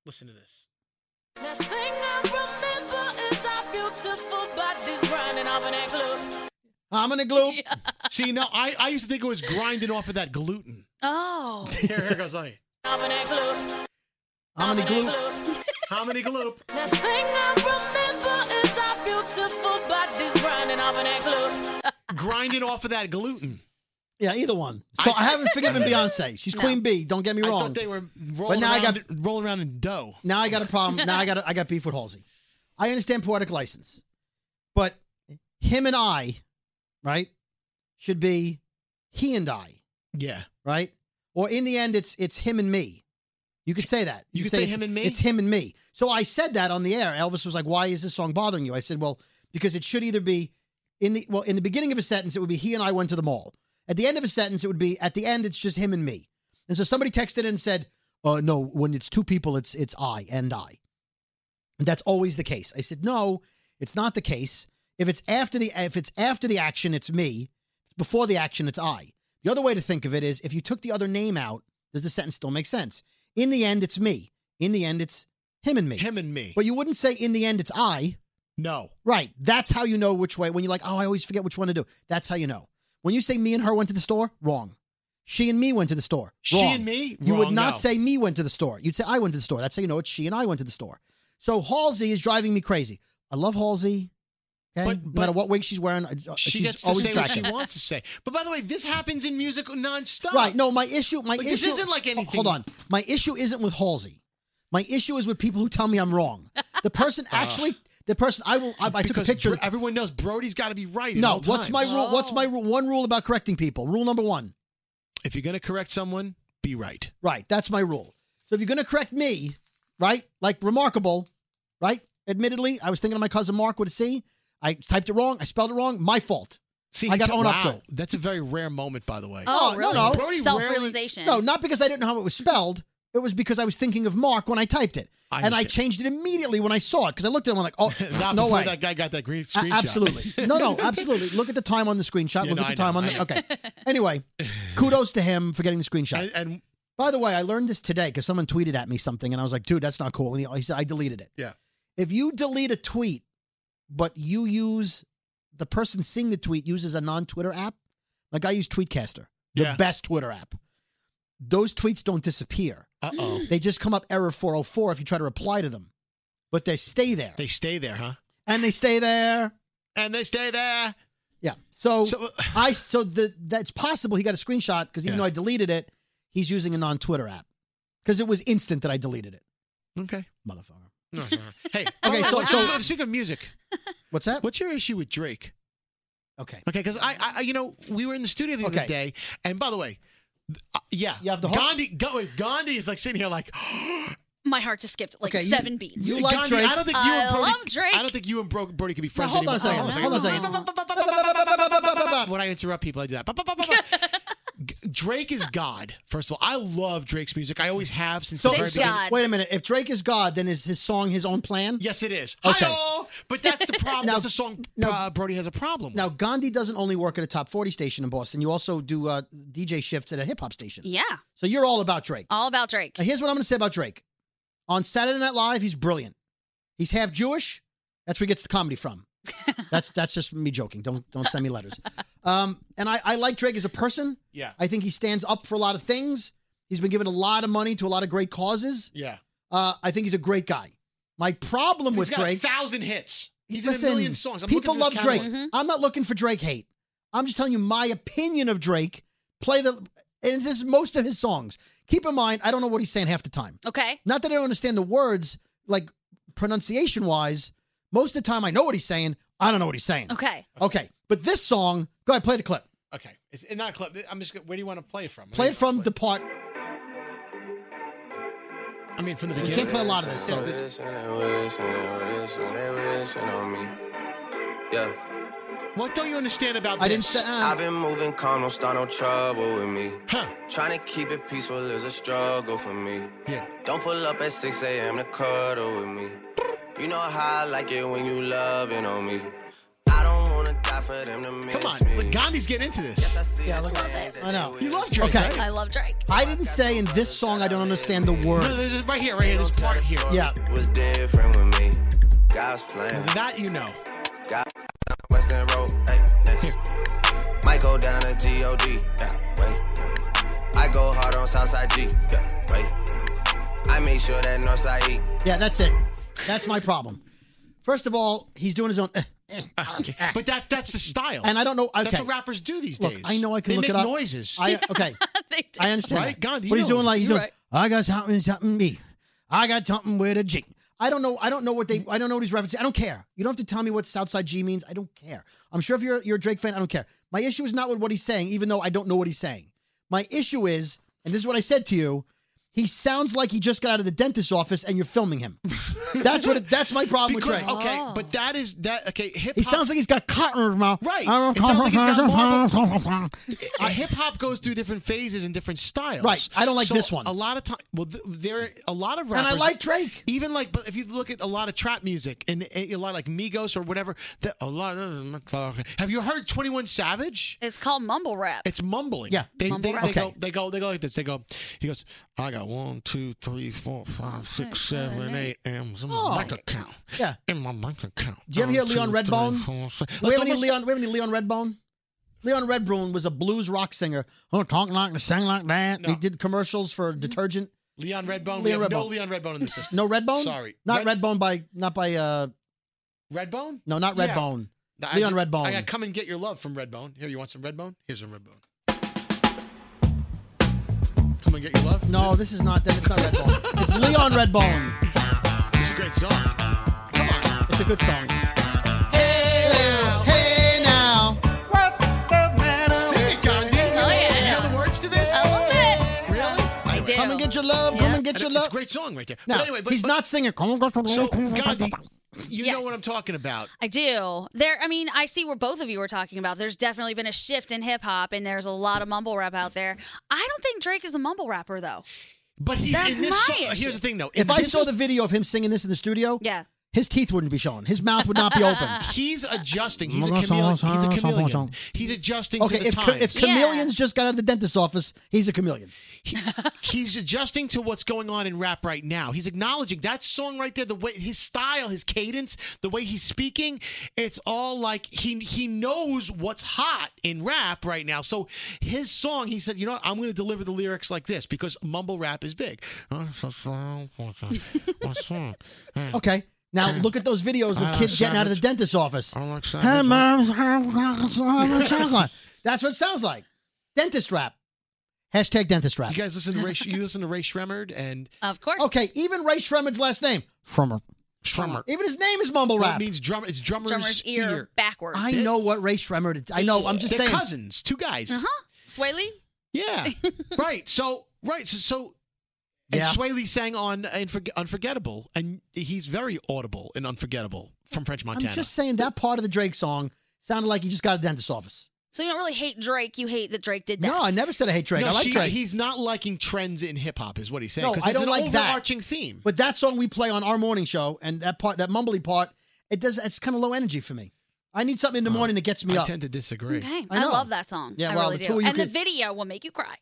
C: Listen to this.
F: Last thing I remember is our beautiful bodies grinding off of that glue.
B: I'm gonna gloop.
C: See, no, I, I used to think it was grinding off of that gluten.
E: Oh.
C: Here, here goes. Let me.
F: Off of that glue.
B: How many gloop.
C: Hominy gloop.
F: Last thing I remember is our beautiful bodies grinding off of that glue.
C: Grinding off of that gluten.
B: Yeah, either one. So I, haven't forgiven Beyonce. She's Queen B. Don't get me
C: I
B: wrong.
C: thought they were rolling,
B: now I
C: around,
B: got-
C: rolling around in dough.
B: Now I got a problem. Now I got a, I got beef with Halsey. I understand poetic license, but him and I, right, should be he and I,
C: Yeah.
B: right? Or in the end, it's it's him and me. You could say that.
C: You could say
B: it's-
C: him and me?
B: It's him and me. So I said that on the air. Elvis was like, "Why is this song bothering you?" I said, "Well, because it should either be in the well in the beginning of a sentence, it would be he and I went to the mall. At the end of a sentence, it would be at the end, it's just him and me." And so somebody texted in and said, "Uh, no, when it's two people, it's it's I and I." And that's always the case. I said, "No, it's not the case. If it's after the if it's after the action, it's me. Before the action, it's I." The other way to think of it is if you took the other name out, does the sentence still make sense? In the end, it's me. In the end, it's him and me.
C: Him and me.
B: But you wouldn't say in the end, it's I.
C: no.
B: Right. That's how you know which way. When you're like, oh, I always forget which one to do. That's how you know. When you say me and her went to the store, wrong. She and me went to the store.
C: She
B: wrong.
C: and me?
B: You would
C: Wrong,
B: not
C: no.
B: say me went to the store. You'd say I went to the store. That's how you know it's she and I went to the store. So Halsey is driving me crazy. I love Halsey. Okay?
C: But-
B: no
C: but-
B: matter what wig she's wearing, uh,
C: She
B: she's
C: gets to
B: always
C: say what
B: attractive.
C: she wants to say. But by the way, this happens in music nonstop.
B: Right. No, my issue. My
C: Like,
B: issue
C: this isn't like
B: Ho-
C: anything-
B: Hold on. My issue isn't with Halsey. My issue is with people who tell me I'm wrong. The person actually, the person I will. I, I took a
C: Uh. Because
B: picture.
C: Bro- everyone knows Brody's got to be right. at
B: no.
C: all
B: What's
C: times.
B: my rule? What's
E: Oh.
B: my rule? One rule about correcting people. Rule number one.
C: If you're going to correct someone, be right.
B: Right. That's my rule. So if you're going to correct me, right? Like remarkable, right? Admittedly, I was thinking of my cousin Mark with a C. I typed it wrong. I spelled it wrong. My fault.
C: See,
B: I
C: he
B: gotta
C: took-
B: own up to Uh,
C: wow, That's a very rare moment, by the way.
E: Oh,
B: no,
E: really?
B: no.
C: Brody
E: Self-realization.
B: No, not because I didn't know how it was spelled. It was because I was thinking of Mark when I typed it,
C: I
B: and I
C: understand.
B: changed it immediately when I saw it because I looked at it. and I'm like, oh,
C: Not
B: no
C: before
B: way.
C: that guy got that green
B: A-
C: screenshot.
B: absolutely. No, no, absolutely. Look at the time on the screenshot.
C: Yeah,
B: Look
C: no,
B: at the
C: I know,
B: time on
C: I
B: the.
C: know.
B: Okay. Anyway, kudos to him for getting the screenshot.
C: and, and
B: By the way, I learned this today because someone tweeted at me something, and I was like, "Dude, that's not cool." And he, he said, "I deleted it."
C: Yeah.
B: If you delete a tweet, but you use the person seeing the tweet uses a non-Twitter app, like I use Tweetcaster, the
C: Yeah.
B: best Twitter app. Those tweets don't disappear;
C: uh oh,
B: they just come up error four hundred four if you try to reply to them, but they stay there
C: they stay there, huh?
B: and they stay there.
C: And they stay there.
B: Yeah. So,
C: So-
B: I so the that's possible he got a screenshot because even
C: Yeah.
B: though I deleted it, he's using a non-Twitter app because it was instant that I deleted it,
C: Okay.
B: motherfucker.
C: hey. Oh,
B: Okay, so-
C: what's-
B: so-
C: speaking of music,
B: What's that?
C: what's your issue with Drake?
B: Okay.
C: Okay, because I, I, I- you know, we were in the studio the
B: Okay.
C: other day, and by the way, th- uh, yeah,
B: You have the whole-
C: Gandhi. Ga- wait, Gandhi is like sitting here like
E: My heart just skipped like
B: Okay, you-
E: seven beats.
B: You like
C: Gandhi,
B: Drake?
C: I don't think you and
E: I
C: Brody,
E: love Drake.
C: I don't think you and Bro- Brody could be
B: Now,
C: friends
B: hold on a second.
C: anymore.
E: Oh,
B: Hold on a second.
C: When I interrupt people, I do that. G- Drake is God. First of all, I love Drake's music. I always have since the
E: Six
C: very beginning.
E: God.
B: Wait a minute. If Drake is God, then is his song his own plan?
C: Yes, it is.
B: Okay.
C: Hi-oh! But that's the problem.
B: Now-
C: that's a song
B: now-
C: uh, Brody has a problem with.
B: Now Gandhi doesn't only work at a top forty station in Boston. You also do uh, DJ shifts at a hip hop station.
E: yeah. Uh,
B: So you're all about Drake.
E: All about Drake.
B: Now, here's what I'm going to say about Drake. On Saturday Night Live, he's brilliant. He's half Jewish. That's where he gets the comedy from. that's that's just me joking. Don't don't send me letters. Um, and I, I like Drake as a person.
C: yeah,
B: I think he stands up for a lot of things. He's been given a lot of money to a lot of great causes.
C: yeah.
B: Uh, I think he's a great guy. My problem with
C: he's got
B: Drake,
C: a thousand hits. He's
B: listen,
C: in a million songs. I'm
B: people love
C: looking at this
B: Drake.
C: catalog.
B: I'm not looking for Drake hate. I'm just telling you my opinion of Drake. Play the and this is most of his songs. Keep in mind, I don't know what he's saying half the time.
E: Okay.
B: Not that I don't understand the words, like pronunciation wise, most of the time I know what he's saying. I don't know what he's saying.
E: Okay.
B: Okay. But this song, go ahead, play the clip.
C: Okay, it's it's not a clip. I'm just. gonna- Where do you want to play it from?
B: Mm-hmm. Play it from the part.
C: I mean, from the
B: We
C: beginning.
B: can't play a lot of this, so
G: Yeah.
C: What don't you understand about
B: I didn't
C: this?
B: say.
G: I've
B: Uh,
G: been moving calm, don't start no trouble with me.
C: Huh?
G: Trying to keep it peaceful is a struggle for me.
C: Yeah.
G: Don't pull up at 6 a.m. to cuddle with me. You know how I like it when you loving on me. I don't wanna die for them to miss
C: Come on,
G: me.
C: look, Gandhi's getting into this.
G: I see
B: Yeah,
G: the
B: look-
G: plans that
B: I know.
G: they
C: You love
G: wish.
C: Drake.
B: Okay.
C: Right?
E: I love Drake.
B: I didn't say in this song I don't understand the
C: No, this
B: words.
C: is right here, right here. This part here.
B: Yeah.
G: Was different with me. God's plan.
C: That you know.
G: God, Western Road, hey, next. Might go down to G-O-D, yeah, wait. I go hard on Southside G, yeah, wait. I make sure that Northside E.
B: Yeah, that's it. That's my problem. First of all, he's doing his own. eh, eh, eh.
C: But that that's the style.
B: and I don't know. Okay.
C: That's what rappers do these
B: Look,
C: days.
B: I know I can
C: they
B: look
C: make
B: it up.
C: noises.
B: I, okay.
E: they do.
B: I understand. that.
C: Right? Gandhi,
B: but
C: you
B: he's
C: know
B: doing like he's
E: You're
B: doing. I got something, something me. I got something with a G. I don't know. I don't know what they. I don't know what he's referencing. I don't care. You don't have to tell me what Southside G means. I don't care. I'm sure if you're you're a Drake fan, I don't care. My issue is not with what he's saying, even though I don't know what he's saying. My issue is, and this is what I said to you. He sounds like he just got out of the dentist's office, and you're filming him. that's what. That's my problem with
C: because,
B: Drake.
C: okay,
E: Oh.
C: but that is that. Okay, hip.
B: He sounds like he's got cotton in his mouth. Uh,
C: Right. It sounds like he's got
B: It-
C: Uh, hip hop goes through different phases and different styles.
B: Right. I don't like
C: So
B: this one.
C: A lot of time, well, th- there a lot of rappers,
B: And I like Drake.
C: even like, but if you look at a lot of trap music and a a lot like Migos or whatever, that a lot of. Have you heard Twenty One Savage?
E: It's called mumble rap.
C: It's mumbling.
B: Yeah.
C: they,
E: Mumble
C: they,
E: rap.
C: they go,
B: Okay.
C: they go, they go like this. They go. He goes. I got one, two, three, four, five, six, seven, eight M's in my
B: Oh.
C: bank account.
B: Yeah.
C: in my bank account.
B: Do you ever hear Leon Redbone? Do we have any Leon? We have any Leon Redbone? Leon Redbone was a blues rock singer. Oh, talk like and sing like that.
C: No.
B: He did commercials for detergent.
C: Leon Redbone. we
B: Leon
C: have no
B: Redbone.
C: Leon Redbone in the system.
B: No Redbone.
C: Sorry.
B: not
C: Red-
B: Redbone by not by uh
C: Redbone.
B: no not
C: Yeah.
B: Redbone.
C: I
B: Leon
C: did-
B: Redbone.
C: I got come and get your love from Redbone. Here, you want some Redbone? Here's some Redbone. Come and get your love.
B: No, this is not that. It's not Redbone. it's Leon Redbone.
C: it's a great song. Come on.
B: It's a good song. Hey now, hey now.
C: Sing it, Gandhi.
E: Oh, yeah.
C: You know the words to this?
E: I love it.
C: Really? I
E: do.
B: Come and get your love. Come
E: Yeah.
B: and get
C: And
B: your
C: it's
B: love.
C: a great song right there.
B: No,
C: but anyway, but,
B: he's
C: but-
B: not singing. Come and get your
C: So
B: love. Come and get your
C: Gandhi,
B: love.
C: you know
E: Yes.
C: what I'm talking about.
E: I do. There, I mean, I see where both of you are talking about. There's definitely been a shift in hip hop, and there's a lot of mumble rap out there. I don't think Drake is a mumble rapper though.
C: But he's
E: That's
C: in this
E: my
C: song.
E: issue.
C: Here's the thing, though.
B: If
C: In
B: I
C: this-
B: saw the video of him singing this in the studio,
E: Yeah.
B: his teeth wouldn't be showing. His mouth would not be open.
C: He's adjusting. He's a
B: Song,
C: chameleon. He's
B: song,
C: a
B: song,
C: chameleon.
B: song.
C: He's adjusting
B: Okay,
C: to the
B: if,
C: times.
B: if
E: Yeah.
B: chameleons just got out of the dentist's office, he's a chameleon.
C: He- he's adjusting to what's going on in rap right now. He's acknowledging that song right there, the way his style, his cadence, the way he's speaking, it's all like he he knows what's hot in rap right now. So his song, he said, you know what, I'm going to deliver the lyrics like this because mumble rap is big. Uh, okay.
B: Okay, now
C: Hmm.
B: look at those videos of kids getting out of the dentist's office.
C: like
B: Hey,
C: savage.
B: mom, chocolate. That's what it sounds like. Dentist rap. Hashtag dentist rap.
C: You guys listen to Ray, you listen to Ray Shremmerd and
E: Of course.
B: Okay, even Ray Shremmerd's last name, Shremmer.
C: Shremmerd.
B: Even his name is mumble
C: Well, it
B: rap.
C: means drum. It's drummer's,
E: Drummer's ear, backwards.
B: I know what Ray Shremmerd. is. I know. I'm just
C: They're
B: saying.
C: cousins, two guys.
E: huh? Sway Lee?
C: Yeah. right. So right. So so and
B: Yeah.
C: Swaley sang on Unforg- Unforgettable, and he's very audible and unforgettable from French
B: I'm
C: Montana.
B: just saying that part of the Drake song sounded like he just got out of the dentist's office.
E: So you don't really hate Drake. You hate that Drake did that.
B: No, I never said I hate Drake.
C: No,
B: I like
C: she-
B: Drake.
C: He's not liking trends in hip hop, is what he's saying.
B: No,
C: 'cause
B: I
C: it's
B: don't
C: an
B: like that.
C: overarching theme.
B: But that song we play on our morning show, and that part, that mumbly part, it does. It's kind of low energy for me. I need something in the morning that gets me
C: Uh, I
B: up.
C: tend to disagree.
E: Okay.
B: I
E: I,
B: know.
E: love that song.
B: Yeah,
E: I
B: well,
E: really
B: the two
E: do.
B: of you
E: And the
B: could-
E: video will make you cry.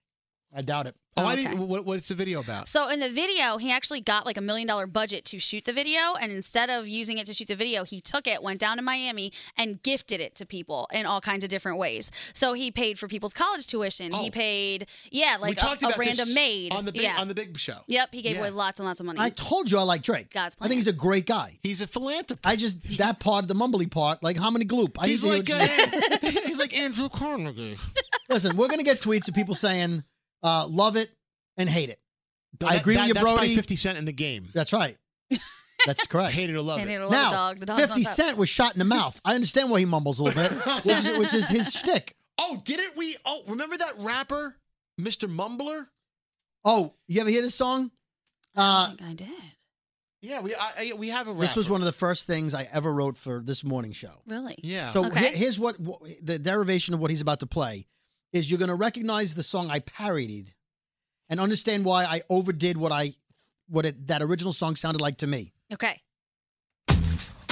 B: I doubt it. Um,
C: Oh, I
E: Okay.
C: didn't. What, what's the video about?
E: So in the video, he actually got like a million dollar budget to shoot the video, and instead of using it to shoot the video, he took it, went down to Miami, and gifted it to people in all kinds of different ways. So he paid for people's college tuition.
C: Oh.
E: He paid, yeah,
C: we
E: like
C: talked
E: a, a
C: about this
E: random maid.
C: on the big,
E: yeah.
C: on the big show.
E: yep, he gave
C: Yeah.
E: away lots and lots of money.
B: I told you I like Drake.
E: God's
B: I think
E: plan.
B: he's a great guy.
C: He's a philanthropist.
B: I just that part, the mumbly part, like how many gloop. I
C: He's
B: need to hear
C: like
B: what you-
C: uh, he's like Andrew Carnegie.
B: listen. We're gonna get tweets of people saying uh, love it and hate it.
C: No,
B: I
C: that-
B: agree
C: that-
B: with you,
C: that's by
B: Brody.
C: Fifty Cent in the game.
B: That's right. That's correct.
C: Hated to love
E: And
C: it.
E: it'll
B: Now,
E: dog. The dog's on
B: 50
E: top.
B: Cent was shot in the mouth. I understand why he mumbles a little bit, which is, which is his shtick.
C: Oh, didn't we? Oh, remember that rapper, Mr. Mumbler?
B: Oh, you ever hear this song?
E: I
B: Uh,
E: think I did.
C: Yeah, we I, I, we have a rapper.
B: this was one of the first things I ever wrote for this morning show.
E: Really?
C: Yeah.
B: So
E: Okay.
B: he- here's what, what the derivation of what he's about to play is you're going to recognize the song I parodied and understand why I overdid what I what it, that original song sounded like to me.
E: Okay.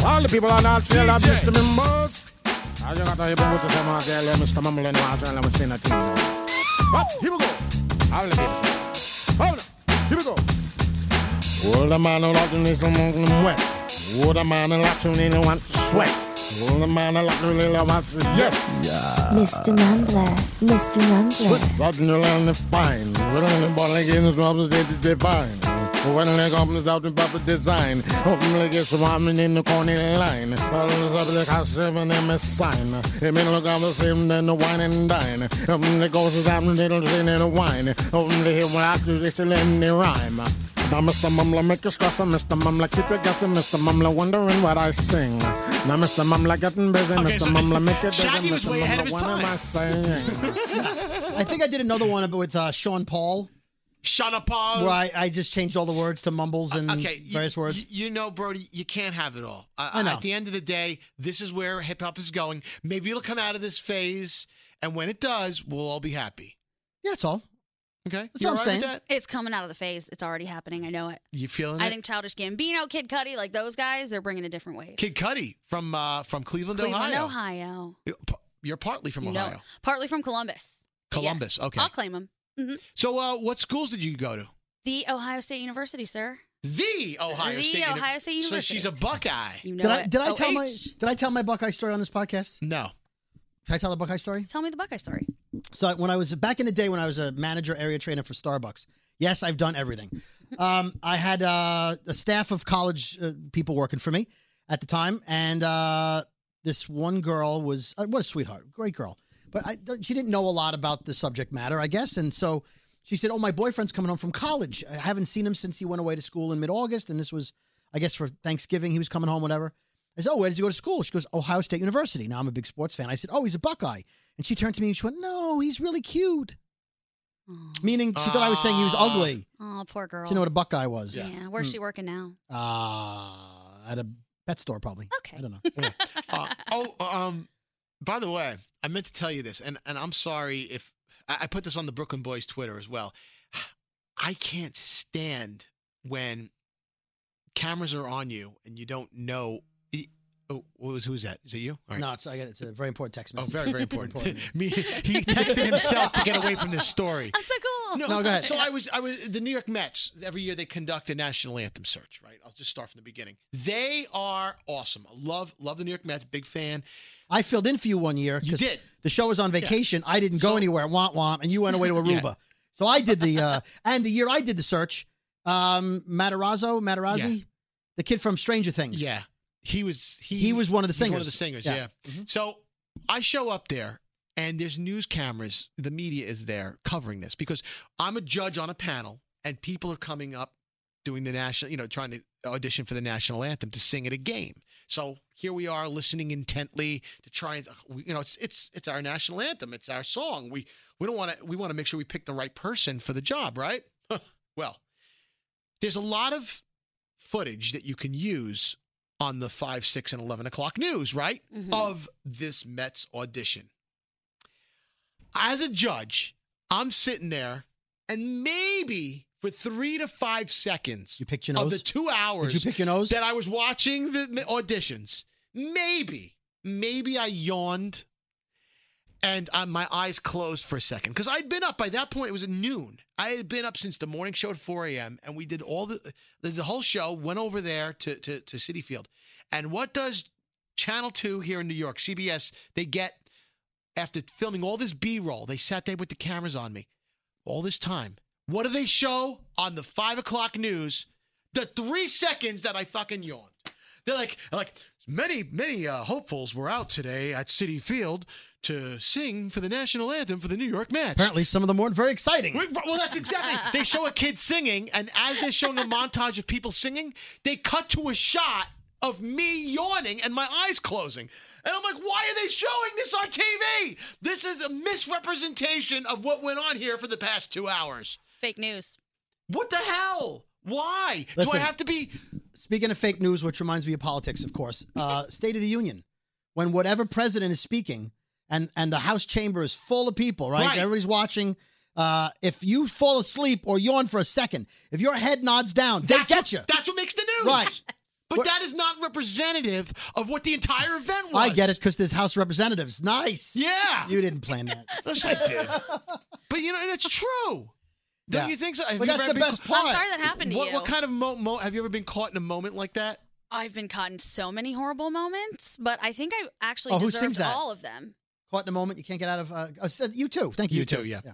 H: All the people are not filled up, Mr. Members. I just got to hear what you say, my girl, yeah, Mr. Mumble, and I'll tell them what's in the team. Up, here we go. All the people. Hold up, here we go. Old man, a lot of little among them wet. Old man, a lot of little want to sweat. Old man, a lot of little want to yes.
I: Mr. Mumbler, Mr. Mumbler,
H: Out in the land of fine. When only born again is robs they be divine. When only companies out in proper design. Open like it's swarming in the corny line. All the public has seven them a sign. It may look out the same than the wine and dine. Open the ghost is out and they don't see the wine. Open the hill where I do they still in the rhyme. Now Mr. Mumla make you stress, and Mr. Mumla keep you guessing, Mr. Mumla wondering what I sing. Now Mr. Mumla getting busy,
C: Okay,
H: Mr.
C: so
H: Mumla make it
C: Shaggy
H: busy,
C: was
H: Mr.
C: way ahead
H: Mumla,
C: of his
H: what am
C: time.
H: I saying?
B: I think I did another one with uh, Sean Paul
C: Shut up, Paul.
B: where I, I just changed all the words to mumbles and
C: Okay, you-
B: various words.
C: You, you know, Brody, you can't have it all. Uh,
B: I know.
C: At the end of the day, this is where hip hop is going. Maybe it'll come out of this phase, and when it does, we'll all be happy.
B: yeah, that's all.
C: Okay,
B: That's
C: you
B: what I'm
C: all right
B: saying.
C: With that?
E: It's coming out of the phase. It's already happening. I know it.
C: You feeling
E: I
C: it?
E: think Childish Gambino, Kid Cudi, like those guys, they're bringing a different wave.
C: Kid Cudi from uh, from Cleveland,
E: Cleveland,
C: Ohio.
E: Ohio.
C: You- p- You're partly from
E: You know,
C: Ohio.
E: partly from Columbus. But yes,
C: Columbus, okay.
E: I'll claim them.
C: So, uh, what schools did you go to?
E: The Ohio State University, sir.
C: The Ohio
E: The
C: State. Uni-
E: Ohio State
C: So
E: University.
C: she's a Buckeye.
E: You know
B: Did I
E: it.
B: did I tell
E: OH.
B: my did I tell my Buckeye story on this podcast?
C: No.
B: Did I tell the Buckeye story?
E: Tell me the Buckeye story.
B: So I- when I was back in the day when I was a manager area trainer for Starbucks, yes, I've done everything. Um, I had uh, a staff of college uh, people working for me at the time, and uh, this one girl was uh, what a sweetheart, great girl, but I, she didn't know a lot about the subject matter, I guess, and so she said, "Oh, my boyfriend's coming home from college. I haven't seen him since he went away to school in mid-August, and this was, I guess, for Thanksgiving. He was coming home, whatever." I said, "Oh, where does he go to school?" She goes, "Ohio State University." Now I'm a big sports fan. I said, "Oh, he's a Buckeye," and she turned to me and she went, "No, he's really cute," meaning she thought I was saying he was
C: Ah.
B: ugly.
E: Oh, poor girl.
B: She didn't know what a Hmm. Buckeye was.
E: yeah. where's she working now?
B: Ah, at a pet store probably.
E: Okay.
B: I don't know.
C: Uh, oh, um, by the way, I meant to tell you this, and, and I'm sorry if I, I put this on the Brooklyn Boys Twitter as well. I can't stand when cameras are on you and you don't know. e- Oh, what was who's that? Is it you? All right.
B: No, it's I got it's a very important text
C: Oh,
B: message.
C: very, very important. Me, he texted himself to get away from this story.
E: I'm so cool.
B: No, go ahead.
C: So I was, I was the New York Mets. Every year they conduct a national anthem search. Right. I'll just start from the beginning. They are awesome. I Love, love the New York Mets. Big fan.
B: I filled in for you one year.
C: You
B: 'cause
C: did.
B: The show was on vacation. I didn't go
C: So-
B: anywhere. Womp womp. And you went away to Aruba.
C: Yeah.
B: So I did the uh and the year I did the search, um Matarazzo, Matarazzi, the kid from Stranger Things.
C: Yeah. He was. He,
B: He was one of the
C: he's One of
B: singers.
C: the singers.
B: Yeah.
C: Yeah. Mm-hmm. So I show up there, and there's news cameras. The media is there covering this because I'm a judge on a panel, and people are coming up doing the national, you know, trying to audition for the national anthem to sing at a game. So here we are listening intently to try and uh, you know it's it's it's our national anthem, it's our song. We we don't want to we want to make sure we pick the right person for the job, right? well, there's a lot of footage that you can use on the five, six, and eleven o'clock news, right? Of this Mets audition. As a judge, I'm sitting there, and maybe for three to five seconds
B: You picked your
C: of the
B: nose.
C: two hours
B: Did you pick your nose?
C: that I was watching the m- auditions, maybe, maybe I yawned and uh, my eyes closed for a second because I'd been up by that point. It was at noon. I had been up since the morning show at 4 a.m. and we did all the the, the whole show. Went over there to, to to City Field, and what does Channel Two here in New York, CBS, they get after filming all this B-roll. They sat there with the cameras on me all this time. What do they show on the five o'clock news? The three seconds that I fucking yawned. They're like, like many many uh, hopefuls were out today at City Field to sing for the national anthem for the New York match.
B: Apparently, some of them weren't very exciting.
C: We- Well, that's exactly. They show a kid singing, and as they're showing a montage of people singing, they cut to a shot of me yawning and my eyes closing. And I'm like, why are they showing this on TV? This is a misrepresentation of what went on here for the past two hours.
E: Fake news.
C: What the hell? Why? Do
B: Listen.
C: I have to be.
B: Speaking of fake news, which reminds me of politics, of course, uh, State of the Union, when whatever president is speaking and, and the House chamber is full of people, right?
C: Right.
B: Everybody's watching. Uh, if you fall asleep or yawn for a second, if your head nods down, they
C: That's
B: get
C: what-
B: you.
C: That's what makes the news.
B: Right.
C: But that is not representative of what the entire event was.
B: I get it because there's House representatives. Nice.
C: Yeah.
B: You didn't plan that.
C: Yes, I did. but you know, and it's true. Don't
B: Yeah.
C: you think so? Have
B: But
C: you
B: that's
C: ever
B: the
C: been
B: best
C: ca-
B: part.
E: I'm sorry that happened to
C: What,
E: you.
C: what kind of mo- mo- have you ever been caught in a moment like that?
E: I've been caught in so many horrible moments, but I think I actually
B: Oh, who sings
E: deserved
B: that?
E: all of them.
B: Caught in a moment you can't get out of. Uh, oh, so- you too. Thank you.
C: You too, yeah. Yeah,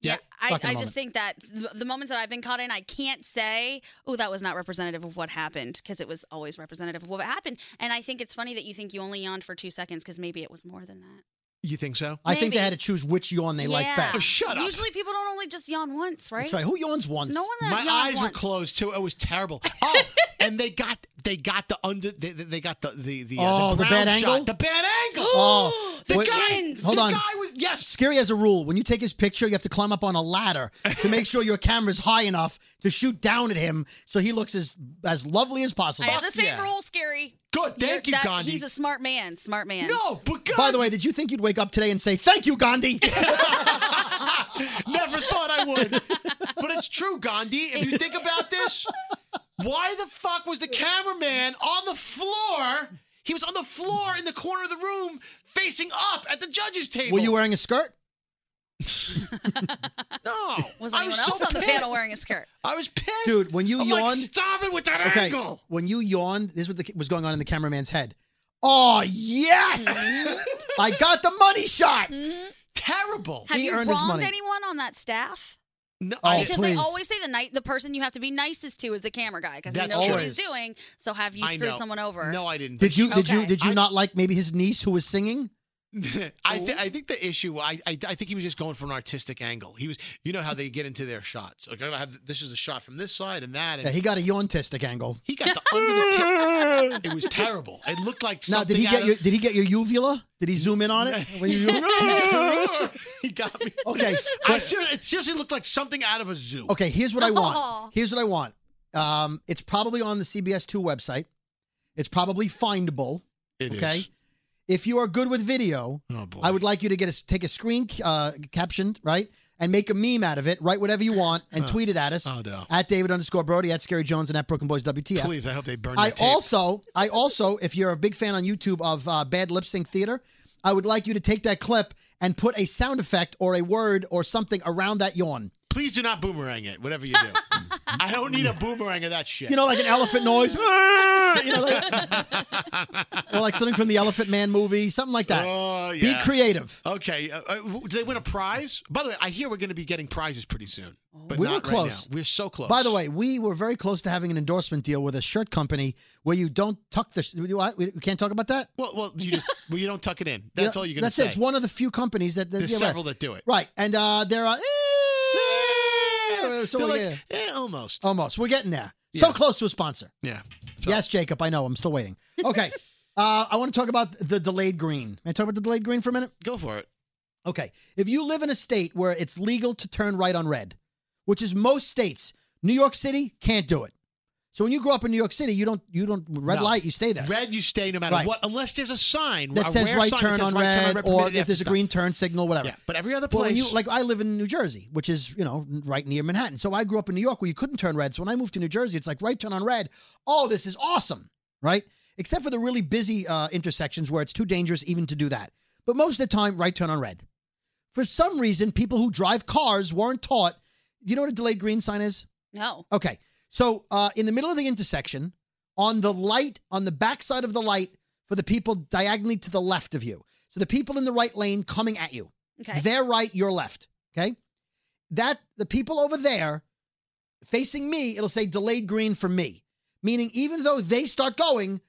E: Yeah, I,
B: fucking
E: I
B: moment.
E: just think that the, the moments that I've been caught in, I can't say, oh, that was not representative of what happened because it was always representative of what happened. And I think it's funny that you think you only yawned for two seconds because maybe it was more than that.
C: You think so?
B: I think they
E: Maybe.
B: had to choose which yawn they like
E: Yeah.
B: best.
C: Oh, shut up.
E: Usually people don't only just yawn once, right?
B: That's right. Who yawns once?
E: No one that
C: My
E: yawns
C: eyes were
E: once.
C: closed too. It was terrible. Oh, and they got they got the under they, they they got the the the, uh,
B: Oh, the bad
C: ground shot.
B: angle?
C: the bad angle.
B: Oh,
C: the
B: wait,
C: guy,
B: hold
C: the
B: on.
C: guy was yes.
B: Scary has a rule. When you take his picture, you have to climb up on a ladder to make sure your camera's high enough to shoot down at him so he looks as as lovely as
E: I
B: possible.
E: have the same
C: yeah.
E: rule, Scary.
C: Good, thank you,
E: You're- that-
C: Gandhi.
E: He's a smart man. Smart man.
C: no, but God,
B: By the way, did you think you'd wake up today and say, Thank you, Gandhi?
C: Never thought I would. but it's true, Gandhi. If you think about this, why the fuck was the cameraman on the floor? He was on the floor in the corner of the room, facing up at the judges' table.
B: Were you wearing a skirt?
C: No.
E: Was
C: I
E: anyone
C: so
E: else on the
C: pissed.
E: panel wearing a skirt?
C: I was pissed,
B: Dude, when you
C: I'm like,
B: yawned-
C: stop it with that
B: Okay.
C: angle.
B: When you yawned, this is what the, was going on in the cameraman's head. Oh, yes!
C: Mm-hmm.
B: I got the money shot!
C: Terrible.
E: Have
B: He
E: you
B: earned
E: wronged
B: his money.
E: anyone on that staff?
C: No,
B: Oh,
C: I,
E: Because
B: please.
E: they always say the night the person you have to be nicest to is the camera guy because he
C: That's
E: knows what
B: always-
E: he's doing. So have you
C: I
E: screwed
C: know.
E: someone over?
C: No, I didn't.
B: Did you did you
E: Okay.
B: did you
C: I-
B: not like maybe his niece who was singing?
C: I, th- I think the issue. I, I I think he was just going for an artistic angle. He was. You know how they get into their shots. Like I have this is a shot from this side and that. And
B: Yeah, he got a yawn-tistic angle.
C: He got the under the tip. It was terrible. It looked like
B: Now,
C: something.
B: did he
C: out
B: get
C: of-
B: your did he get your uvula? Did he zoom in on it? When you-
C: he got me.
B: okay,
C: I ser- it seriously looked like something out of a zoo.
B: Okay, here's what I
E: Aw.
B: want. Here's what I want. Um, it's probably on the CBS2 website. It's probably findable.
C: It
B: okay.
C: is.
B: If you are good with video,
C: Oh, boy.
B: I would like you to get a, take a screen uh, captioned, right? And make a meme out of it. Write whatever you want and tweet it at us.
C: oh, no.
B: At David underscore Brody, at Scary Jones, and at Brooklyn Boys WTF.
C: Please, I hope they burn.
B: I
C: that tape.
B: also, I also, if you're a big fan on YouTube of uh, Bad Lip Sync Theater, I would like you to take that clip and put a sound effect or a word or something around that yawn.
C: please do not boomerang it. Whatever you do, I don't need a boomerang of that shit.
B: you know, like an elephant noise, you know, like, or like something from the Elephant Man movie, something like that.
C: Oh,
B: Be
C: yeah.
B: creative.
C: Okay. Uh, uh, w- did they win a prize? By the way, I hear we're going to be getting prizes pretty soon. But
B: Oh. We
C: not
B: were
C: right
B: close.
C: now. We're so close.
B: By the way, we were very close to having an endorsement deal with a shirt company where you don't tuck the. Sh- you know what? we can't talk about that.
C: well, well, you just well, you don't tuck it in. That's
B: You know,
C: all you're going to
B: That's
C: say.
B: it. It's one of the few companies that. that
C: There's
B: yeah, right.
C: several that do it.
B: Right, and uh, there are so
C: They're
B: we're
C: like,
B: there.
C: eh, almost.
B: almost. We're getting there.
C: Yeah.
B: So close to a sponsor.
C: Yeah.
B: Yes, Jacob. I know. I'm still waiting. Okay. Uh, I want to talk about the delayed green. May I talk about the delayed green for a minute?
C: Go for it.
B: Okay. If you live in a state where it's legal to turn right on red, which is most states, New York City can't do it. So when you grow up in New York City, you don't you don't red
C: No.
B: light, you stay there.
C: Red, you stay no matter
B: Right.
C: what, unless there's a sign
B: that
C: a
B: says
C: rare
B: right
C: sign
B: turn
C: that says
B: on
C: right turn
B: red,
C: red
B: or
C: permitted
B: if
C: after
B: there's a
C: stop.
B: green turn signal, whatever.
C: Yeah, but every other
B: Well,
C: place.
B: when you like, I live in New Jersey, which is you know right near Manhattan. So I grew up in New York where you couldn't turn red. So when I moved to New Jersey, it's like right turn on red. Oh, this is awesome, right? Except for the really busy uh, intersections where it's too dangerous even to do that. But most of the time, right turn on red. For some reason, people who drive cars weren't taught. You know what a delayed green sign is?
E: No.
B: Okay. So uh, in the middle of the intersection, on the light, on the backside of the light for the people diagonally to the left of you. So the people in the right lane coming at you.
E: Okay.
B: Their right, your left. Okay. That the people over there facing me, it'll say delayed green for me. Meaning, even though they start going,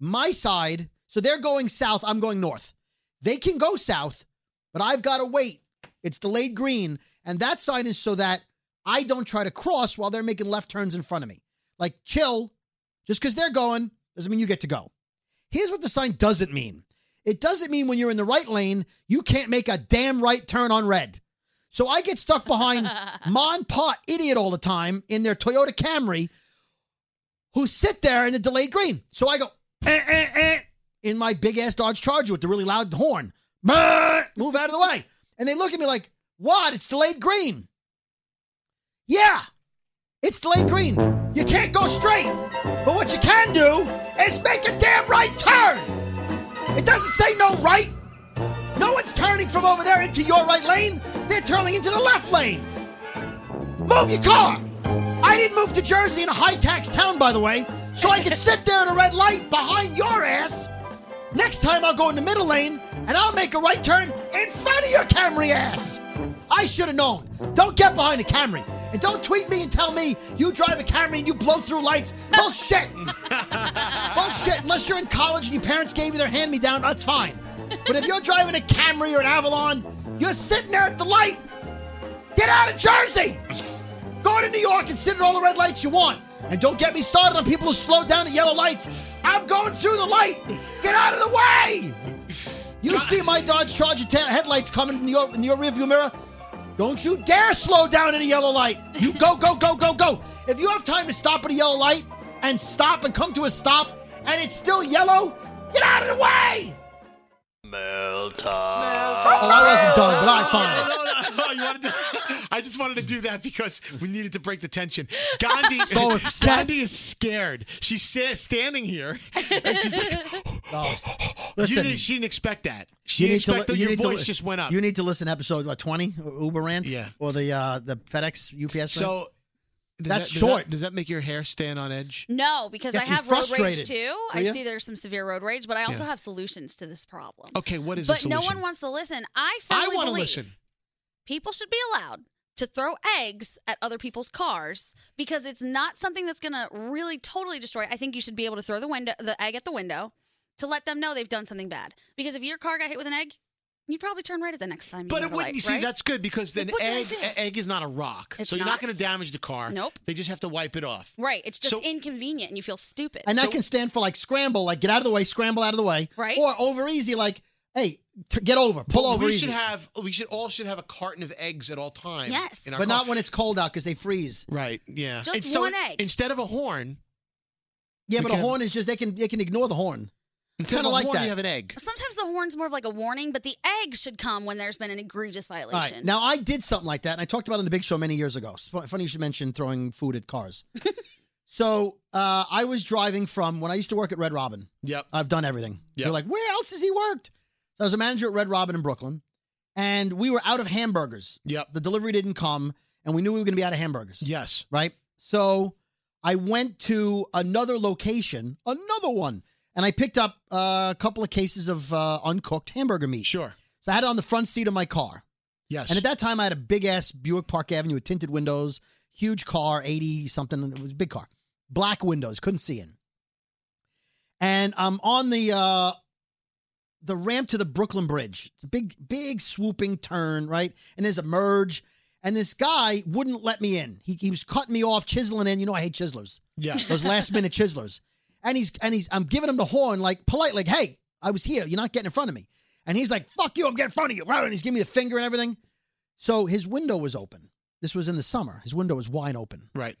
B: My side, so they're going south, I'm going north. They can go south, but I've got to wait. It's delayed green. And that sign is so that I don't try to cross while they're making left turns in front of me. Like, chill. Just because they're going doesn't mean you get to go. Here's what the sign doesn't mean it doesn't mean when you're in the right lane, you can't make a damn right turn on red. So I get stuck behind Mon Pa idiot all the time in their Toyota Camry who sit there in a delayed green. So I go eh, eh, eh, in my big ass Dodge Charger with the really loud horn. Bah! Move out of the way. And they look at me like, what? It's delayed green. Yeah, it's delayed green. You can't go straight. But what you can do is make a damn right turn. It doesn't say no right. No one's turning from over there into your right lane. They're turning into the left lane. Move your car. I didn't move to Jersey in a high tax town, by the way, so I could sit there at a red light behind your ass. Next time I'll go in the middle lane and I'll make a right turn in front of your Camry ass. I should have known. Don't get behind a Camry. And don't tweet me and tell me you drive a Camry and you blow through lights. Bullshit. Bullshit. Unless you're in college and your parents gave you their hand me down, that's fine. But if you're driving a Camry or an Avalon, you're sitting there at the light. Get out of Jersey. Go to New York and sit at all the red lights you want. And don't get me started on people who slow down at yellow lights. I'm going through the light. Get out of the way. You see my Dodge Charger ta- headlights coming in your, in your rearview mirror. Don't you dare slow down at a yellow light. You go, go, go, go, go. If you have time to stop at a yellow light and stop and come to a stop and it's still yellow, get out of the way. Oh, I wasn't done, but I fine.
C: No, no, you wanted to- I just wanted to do that because we needed to break the tension. Gandhi,
B: So upset.
C: Gandhi is scared. She's sa- standing here, and she's like,
B: Oh,
C: you
B: listen,
C: didn't, "She didn't expect that. She didn't
B: li-
C: expect that. Your
B: need to
C: voice
B: li-
C: just went up."
B: You need to listen to episode what twenty Uber rant,
C: Yeah.
B: or the uh, the FedEx UPS. rant.
C: so
B: That's
C: does that- does
B: short.
C: That, does that make your hair stand on edge?
E: No, because I
B: Gets me
E: have road rage
B: frustrated.
E: too. I
B: ya?
E: see there's some severe road rage, but I also
C: Yeah.
E: have solutions to this problem.
C: Okay, what is the
E: But
C: solution?
E: no one wants to listen. I
C: I
E: firmly
C: want to
E: believe
C: listen.
E: people should be allowed to throw eggs at other people's cars because it's not something that's going to really totally destroy. I think you should be able to throw the window the egg at the window to let them know they've done something bad. Because if your car got hit with an egg, you'd probably turn right at the next time. you
C: But
E: had
C: it
E: a
C: wouldn't.
E: light,
C: You see,
E: right?
C: that's good because
E: Like,
C: an
E: what's an
C: egg
E: idea?
C: a- egg is not a rock,
E: It's
C: so you're not
E: not.
C: going to damage the car.
E: Nope.
C: They just have to wipe it off.
E: right. It's just
C: So-
E: inconvenient and you feel stupid.
B: and that can stand for like scramble, like get out of the way, scramble out of the way,
E: Right.
B: Or over easy, like hey, t- get over, pull
C: But
B: over
C: We
B: easy.
C: should have. We should all should have a carton of eggs at all times.
E: Yes.
C: in our
B: but
C: car.
B: not when it's cold out because they freeze.
C: Right. Yeah.
E: Just
C: And so
E: one
C: in-
E: egg.
C: instead of a horn.
B: Yeah,
C: We
B: but
C: can-
B: a horn is just they can they can ignore the horn.
C: Instead of
B: Kinda
C: a
B: like
C: horn,
B: that.
C: you have an egg.
E: Sometimes the horn's more of like a warning, but the egg should come when there's been an egregious violation.
B: All right. Now I did something like that, and I talked about it on the Big Show many years ago. It's fu- Funny you should mention throwing food at cars. so uh, I was driving from when I used to work at Red Robin.
C: Yep.
B: I've done everything.
C: Yep.
B: You're like, where else has he worked? So I was a manager at Red Robin in Brooklyn, and we were out of hamburgers.
C: Yep.
B: The delivery didn't come, and we knew we were going to be out of hamburgers.
C: Yes.
B: Right? So I went to another location, another one, and I picked up uh, a couple of cases of uh, uncooked hamburger meat.
C: Sure.
B: So I had it on the front seat of my car.
C: Yes.
B: And at that time, I had a big ass Buick Park Avenue with tinted windows, huge car, 80 something. It was a big car, black windows, couldn't see in. And I'm on the uh, the ramp to the Brooklyn Bridge. It's a big, big swooping turn, right? And there's a merge. And this guy wouldn't let me in. He, he was cutting me off, chiseling in. You know, I hate chiselers,
C: yeah.
B: those last minute chiselers. And he's and he's I'm giving him the horn like polite, like, hey, I was here. You're not getting in front of me. And he's like, fuck you, I'm getting in front of you. And he's giving me the finger and everything. So his window was open. This was in the summer. His window was wide open.
C: Right.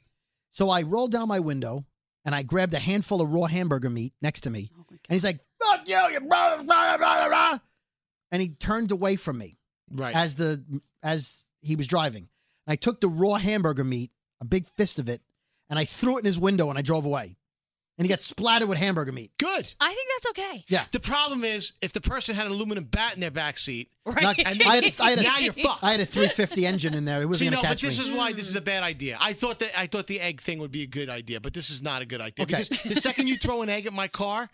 B: So I rolled down my window and I grabbed a handful of raw hamburger meat next to me. and he's like, fuck you, you blah, blah, blah, blah, blah. And he turned away from me
C: Right.
B: as the as he was driving. And I took the raw hamburger meat, a big fist of it, and I threw it in his window and I drove away. And he got splattered with hamburger meat.
C: Good.
E: I think that's okay.
C: The problem is if the person had an aluminum bat in their back seat,
E: Right.
B: Knocked- I had a, I had a,
C: now you're fucked.
B: I had a 350 engine in there. It
C: See,
B: wasn't
C: no,
B: going to
C: but
B: catch me.
C: this is why this is a bad idea. I thought that I thought the egg thing would be a good idea, but this is not a good idea.
B: Okay.
C: Because the second you throw an egg at my car,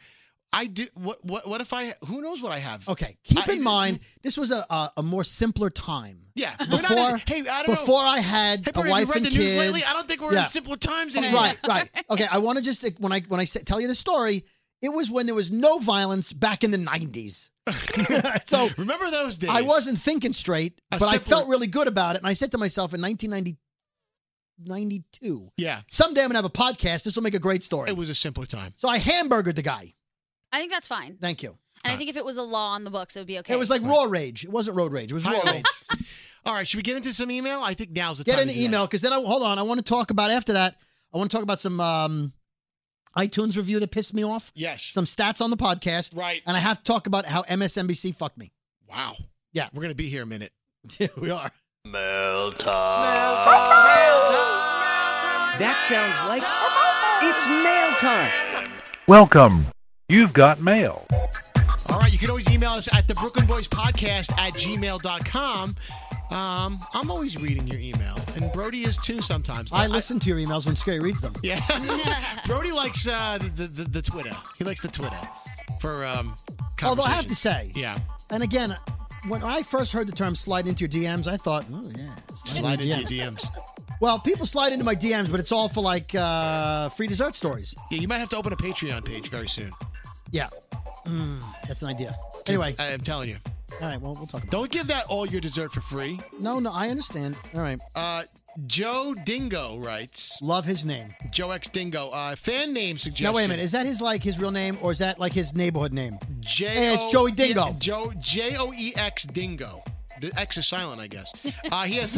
C: I do what what what if I who knows what I have?
B: Okay. Keep
C: I-
B: in mind, this was a, a, a more simpler time.
C: Yeah. we're not in-
B: Before,
C: hey, I don't
B: before
C: know.
B: I had
C: Hey,
B: a
C: Bernie, have
B: wife
C: you read
B: and
C: the
B: kids.
C: news lately? I don't think we're
B: Yeah.
C: in simpler times anymore.
B: Right, right. Okay, I want to just when I when I say, tell you the story, It was when there was no violence back in the 90s. so
C: Remember those days?
B: I wasn't thinking straight,
C: A
B: but I
C: separate-
B: felt really good about it. And I said to myself in 1992,
C: Yeah,
B: someday I'm going to have a podcast. This will make a great story.
C: it was a simpler time.
B: so I hamburgered the guy.
E: I think that's fine.
B: Thank you.
E: And I think if it was a law on the books, it would be okay.
B: It was like raw rage. It wasn't road rage. It was raw
C: Hi-
B: rage.
C: All right, should we get into some email? I think now's the
B: Get
C: time.
B: an
C: to do that.
B: email because then I hold on. I want to talk about after that. I want to talk about some um, iTunes review that pissed me off.
C: Yes.
B: Some stats on the podcast.
C: Right.
B: And I have to talk about how MSNBC fucked me.
C: Wow.
B: Yeah.
C: We're gonna be here a minute.
B: Yeah, we are.
D: That sounds like it's mail time.
J: Welcome. You've got mail.
C: All right, you can always email us at the Brooklyn Boys Podcast at gmail.com. Um, I'm always reading your email, and Brody is too sometimes.
B: I listen to your emails when Scary reads them.
C: Yeah. Brody likes uh, the, the, the Twitter. He likes the Twitter for um,
B: Although I have to
C: conversations.
B: say,
C: Yeah.
B: and again, when I first heard the term slide into your DMs, I thought, oh, yeah.
C: Slide
B: into
C: into
B: your
C: your DMs.
B: Well, people slide into my DMs, but it's all for like uh, free dessert stories.
C: Yeah, you might have to open a Patreon page very soon.
B: Yeah. Mm, that's an idea. Anyway,
C: I- I'm telling you.
B: all right, well, we'll talk about
C: Don't give that all your dessert for free.
B: it. No, no, I understand. All right.
C: Uh, Joe Dingo writes,
B: Love his name.
C: Joe X Dingo, uh, fan name suggestion.
B: Now, wait a minute. Is that his like his real name or is that like his neighborhood name?
C: J-
B: Hey, it's Joey Dingo.
C: Yeah, Joe J O E X Dingo. The X is silent, I guess. Uh, he has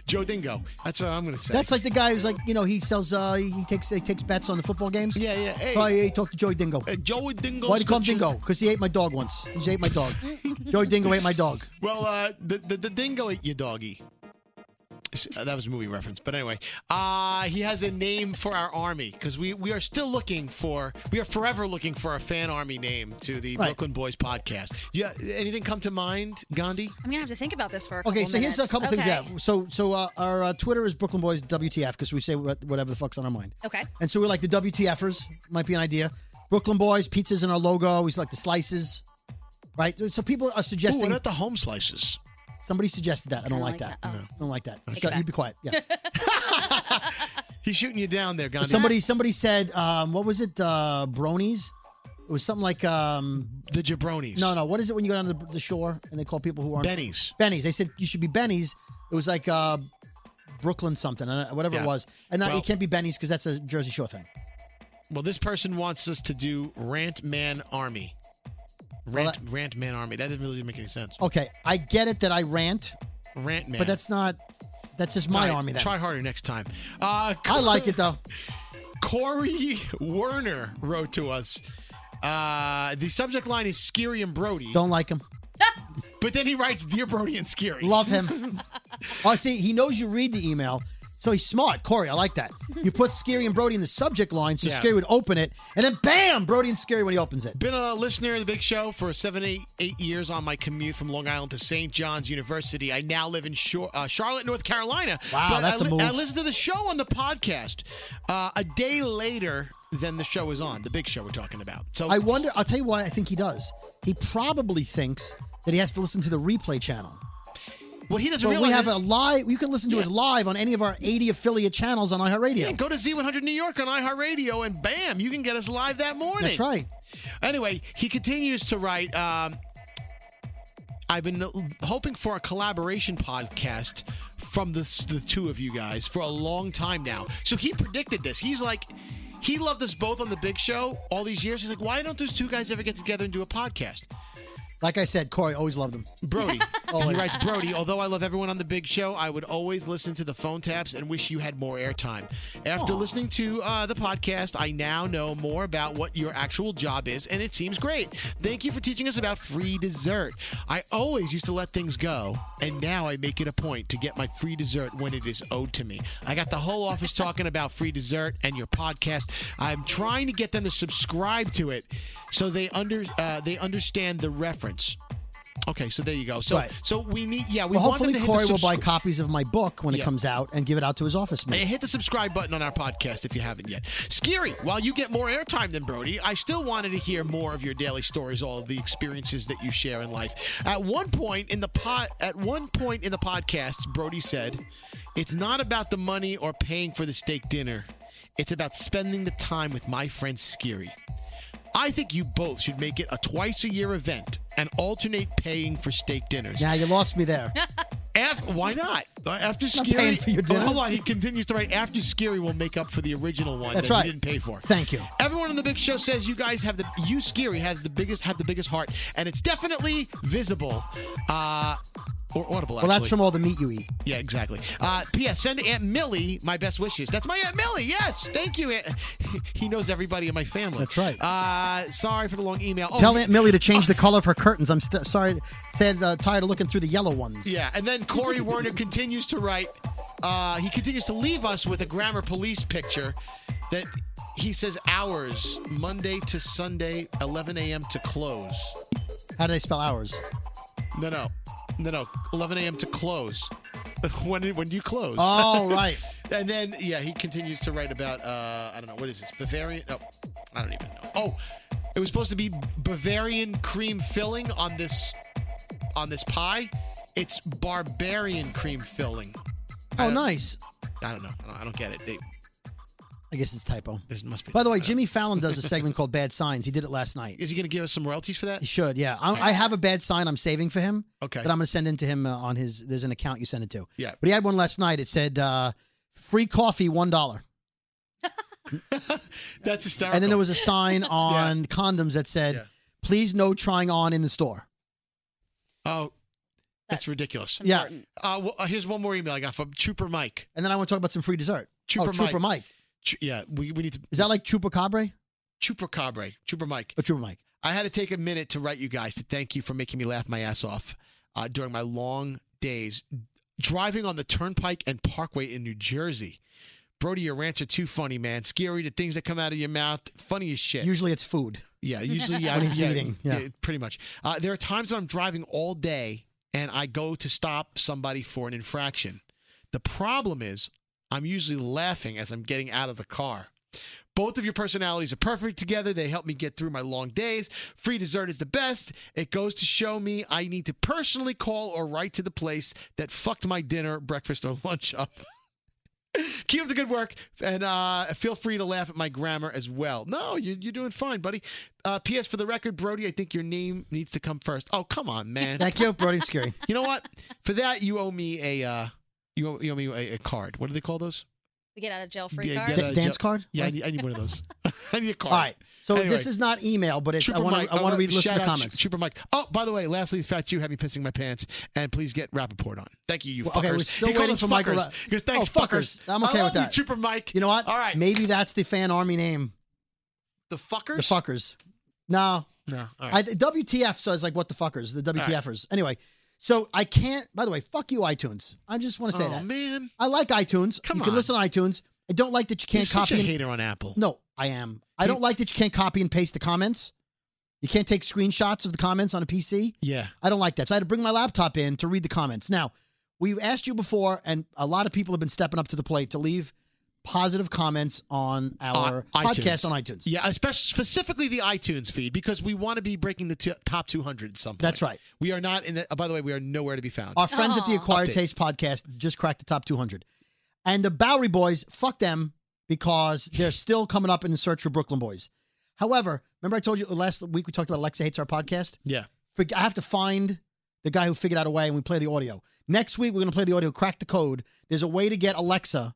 C: Joe Dingo. That's what I'm gonna say.
B: That's like the guy who's like, you know, he sells, uh he takes he takes bets on the football games.
C: yeah, yeah. Hey,
B: Oh, yeah, he talked to Joey Dingo.
C: uh, Joey Dingo.
B: Why'd he call him Dingo? Because he ate my dog once. He ate my dog. Joey Dingo ate my dog.
C: Well, uh, the, the the Dingo ate your doggy. S- uh, That was a movie reference, but anyway, uh, he has a name for our army because we, we are still looking for we are forever looking for a fan army name to the
B: Right.
C: Brooklyn Boys podcast. Yeah, anything come to mind, Gandhi?
E: I'm gonna have to think about this for a couple
B: Okay, so here's a
E: minutes.
B: couple things.
E: Okay.
B: Yeah. So, so uh, our uh, Twitter is Brooklyn Boys WTF because we say what- whatever the fuck's on our mind.
E: Okay.
B: And so we're like the WTFers might be an idea. Brooklyn Boys pizzas in our logo. We like the slices, right? So- So people are
C: Ooh, what
B: suggesting.
C: about the home slices?
B: somebody suggested that. I don't like, that.
E: Oh.
B: I don't like that. Shut, you be quiet. Yeah.
C: He's shooting you down there, Gandhi.
B: somebody, somebody said, um, what was it? Uh, bronies. It was something like, um,
C: the jabronis.
B: no, no. What is it when you go down to the, the shore and they call people who aren't
C: Benny's.
B: Benny's. They said you should be Benny's. It was like uh, Brooklyn something, and uh, whatever
C: Yeah.
B: it was. And now
C: Well-
B: it can't be Benny's because that's a Jersey Shore thing.
C: Well, this person wants us to do Rant Man Army.
B: Well,
C: Rant, Rant Man Army. That doesn't really make any sense.
B: Okay, I get it that I rant,
C: Rant Man.
B: but that's not. That's just
C: All
B: my
C: right,
B: army. Then
C: Try harder next time. Uh,
B: I like it though.
C: Corey Werner wrote to us. Uh, the subject line is Skiri and Brody,
B: Don't like him.
C: but then he writes Dear Brody and Skiri.
B: Love him. oh, see, he knows you read the email. So he's smart, Corey. I like that. You put Scary and Brody in the subject line, so
C: Yeah.
B: Scary would open it, and then bam, Brody and Scary when he opens it.
C: Been a listener of the Big Show for seven, eight, eight years on my commute from Long Island to St. John's University. I now live in Shor- uh, Charlotte, North Carolina.
B: Wow,
C: but
B: that's
C: I
B: a move.
C: and I listened to the show on the podcast uh, a day later than the show is on. The Big Show we're talking about. So
B: I wonder. I'll tell you what I think he does. He probably thinks that he has to listen to the replay channel.
C: well, he doesn't
B: But
C: realize
B: we have
C: it.
B: a live. You can listen to us live on any of our 80 affiliate channels on
C: Yeah,
B: iHeartRadio.
C: Go to Z100 New York on iHeartRadio, and bam, you can get us live that morning.
B: That's right.
C: Anyway, he continues to write. Um, I've been hoping for a collaboration podcast from the the two of you guys for a long time now. So he predicted this. He's like, he loved us both on the Big Show all these years. He's like, why don't those two guys ever get together and do a podcast?
B: Like I said, Corey always loved them.
C: Brody. He writes Brody, although I love everyone on the big show, I would always listen to the phone taps and wish you had more airtime. After listening to uh, the podcast, I now know more about what your actual job is, and it seems great. Thank you for teaching us about free dessert. I always used to let things go, and now I make it a point to get my free dessert when it is owed to me. I got the whole office talking about free dessert and your podcast. I'm trying to get them to subscribe to it so they under uh, they understand the reference. Okay, so there you go. So
B: Right.
C: so we need yeah, we
B: Well,
C: want
B: hopefully
C: them to
B: Corey
C: hit the
B: will buy
C: subscri-
B: copies of my book when it
C: Yeah.
B: comes out and give it out to his office
C: Hey,
B: mates.
C: Hit the subscribe button on our podcast if you haven't yet. Scary, while you get more airtime than Brody, I still wanted to hear more of your daily stories, all of the experiences that you share in life. At one point in the pot at one point in the podcast, Brody said, It's not about the money or paying for the steak dinner. It's about spending the time with my friend Scary. I think you both should make it a twice a year event and alternate paying for steak dinners.
B: Yeah, you lost me there.
C: Af- why not? Uh, After
B: Not
C: Scary,
B: paying for your dinner.
C: Oh, hold on. He continues to write. After Scary, will make up for the original one
B: That's
C: that
B: right.
C: he didn't pay for.
B: Thank you.
C: Everyone on the big show says you guys have the you Scary has the biggest have the biggest heart, and it's definitely visible, uh, or audible.
B: Well, that's
C: actually.
B: from all the meat you eat.
C: Yeah, exactly. Uh, P.S. Send Aunt Millie my best wishes. That's my Aunt Millie. Yes, thank you. Aunt. He knows everybody in my family.
B: That's right.
C: Uh, sorry for the long email. Oh,
B: Tell Aunt Millie to change the color of her curtains. I'm st- sorry, fed, uh, tired of looking through the yellow ones.
C: Yeah, and then Corey Werner continues to write. Uh, he continues to leave us with a grammar police picture that he says hours Monday to Sunday, 11 a.m. to close.
B: How do they spell ours?
C: No, no, no, no, 11 a.m. to close. when when do you close?
B: Oh, right.
C: and then yeah, he continues to write about uh, I don't know what is this Bavarian? Oh, I don't even know. Oh, it was supposed to be Bavarian cream filling on this on this pie. It's barbarian cream filling.
B: Oh,
C: I don't-
B: nice.
C: I don't know. I don't, I don't get it. They,
B: I guess it's typo.
C: this must be.
B: By the way, Jimmy Fallon does a segment called Bad Signs. He did it last night.
C: is he going to give us some royalties for that? um,
B: He should, yeah. I, I have a bad sign I'm saving for him
C: Okay.
B: that I'm going to send in to him uh, on his. There's an account you send it to.
C: Yeah.
B: But he had one last night. It said uh, free coffee, $1.
C: That's hysterical.
B: And then there was a sign on condoms that said,
C: Yeah.
B: please no trying on in the store.
C: Oh, that's ridiculous.
B: Yeah.
C: Uh, well, uh, here's one more email I got from Trooper Mike.
B: And then I want to talk about some free dessert.
C: Chupa
B: oh, Trooper Mike.
C: Mike. Ch- yeah, we, we need to.
B: Is that like Chupacabra?
C: Trooper Cabre, Trooper Mike.
B: Or Trooper Mike?
C: I had to take a minute to write you guys to thank you for making me laugh my ass off uh, during my long days driving on the Turnpike and Parkway in New Jersey. Brody, your rants are too funny, man. Scary, the things that come out of your mouth, funny as shit.
B: Usually it's food.
C: Yeah, usually yeah,
B: When he's
C: yeah,
B: eating, yeah.
C: pretty much. Uh, there are times when I'm driving all day and I go to stop somebody for an infraction. The problem is I'm usually laughing as I'm getting out of the car. Both of your personalities are perfect together. They help me get through my long days. Free dessert is the best. It goes to show me I need to personally call or write to the place that fucked my dinner, breakfast, or lunch up. Keep up the good work, and uh, feel free to laugh at my grammar as well. No, you, you're doing fine, buddy. Uh, P.S. For the record, Brody, I think your name needs to come first. Oh, come on, man.
B: Thank you, Brody and Scary.
C: you know what? For that, you owe me a uh, you, owe, you owe me a, a card. What do they call those?
E: The get out of jail free
C: Yeah,
E: card.
C: get
B: Da-
C: a-
B: dance
C: yeah,
B: card?
C: Yeah, I need, I need one of those. I need a card.
B: All right. So
C: Anyway.
B: this is not email, but it's I
C: Trooper
B: want
C: Mike-
B: to I want to
C: uh,
B: read listen
C: shout
B: to
C: out
B: comments.
C: Trooper Mike. Oh, by the way, lastly, Fat Jew had me pissing my pants, and please get Rappaport on. Thank you, you
B: Well,
C: fuckers.
B: okay, we're still
C: He called
B: waiting
C: us
B: for Michael
C: fuckers.
B: Ra-
C: He goes, Thanks,
B: Oh, fuckers. I'm
C: I
B: okay
C: love
B: with
C: you,
B: that.
C: Trooper Mike.
B: you know what?
C: All right.
B: Maybe that's the fan army name.
C: the fuckers.
B: The fuckers. No.
C: No. All right.
B: I, the WTF so it's like what the fuckers, the WTFers. Anyway, so I can't by the way, fuck you iTunes. I just want to say
C: oh
B: that.
C: man,
B: I like iTunes.
C: Come
B: you can
C: on.
B: listen to iTunes. I don't like that you can't
C: You're
B: copy
C: such a
B: and
C: hater on Apple.
B: No, I am. I don't like that you can't copy and paste the comments. You can't take screenshots of the comments on a PC.
C: Yeah.
B: I don't like that. So I had to bring my laptop in to read the comments. Now, we asked you before, and a lot of people have been stepping up to the plate to leave positive comments on our
C: On iTunes.
B: podcast on iTunes.
C: Yeah, especially specifically the iTunes feed because we want to be breaking the t- top 200 at some point.
B: That's right.
C: We are not in the. oh, by the way, we are nowhere to be found.
B: Our friends at the
E: Aw.
B: Acquired
C: Update.
B: Taste podcast just cracked the top 200. And the Bowery Boys, fuck them because they're still coming up in the search for Brooklyn Boys. However, remember I told you last week we talked about Alexa hates our podcast?
C: yeah.
B: Forg- I have to find the guy who figured out a way, and we play the audio. Next week, we're going to play the audio, crack the code. There's a way to get Alexa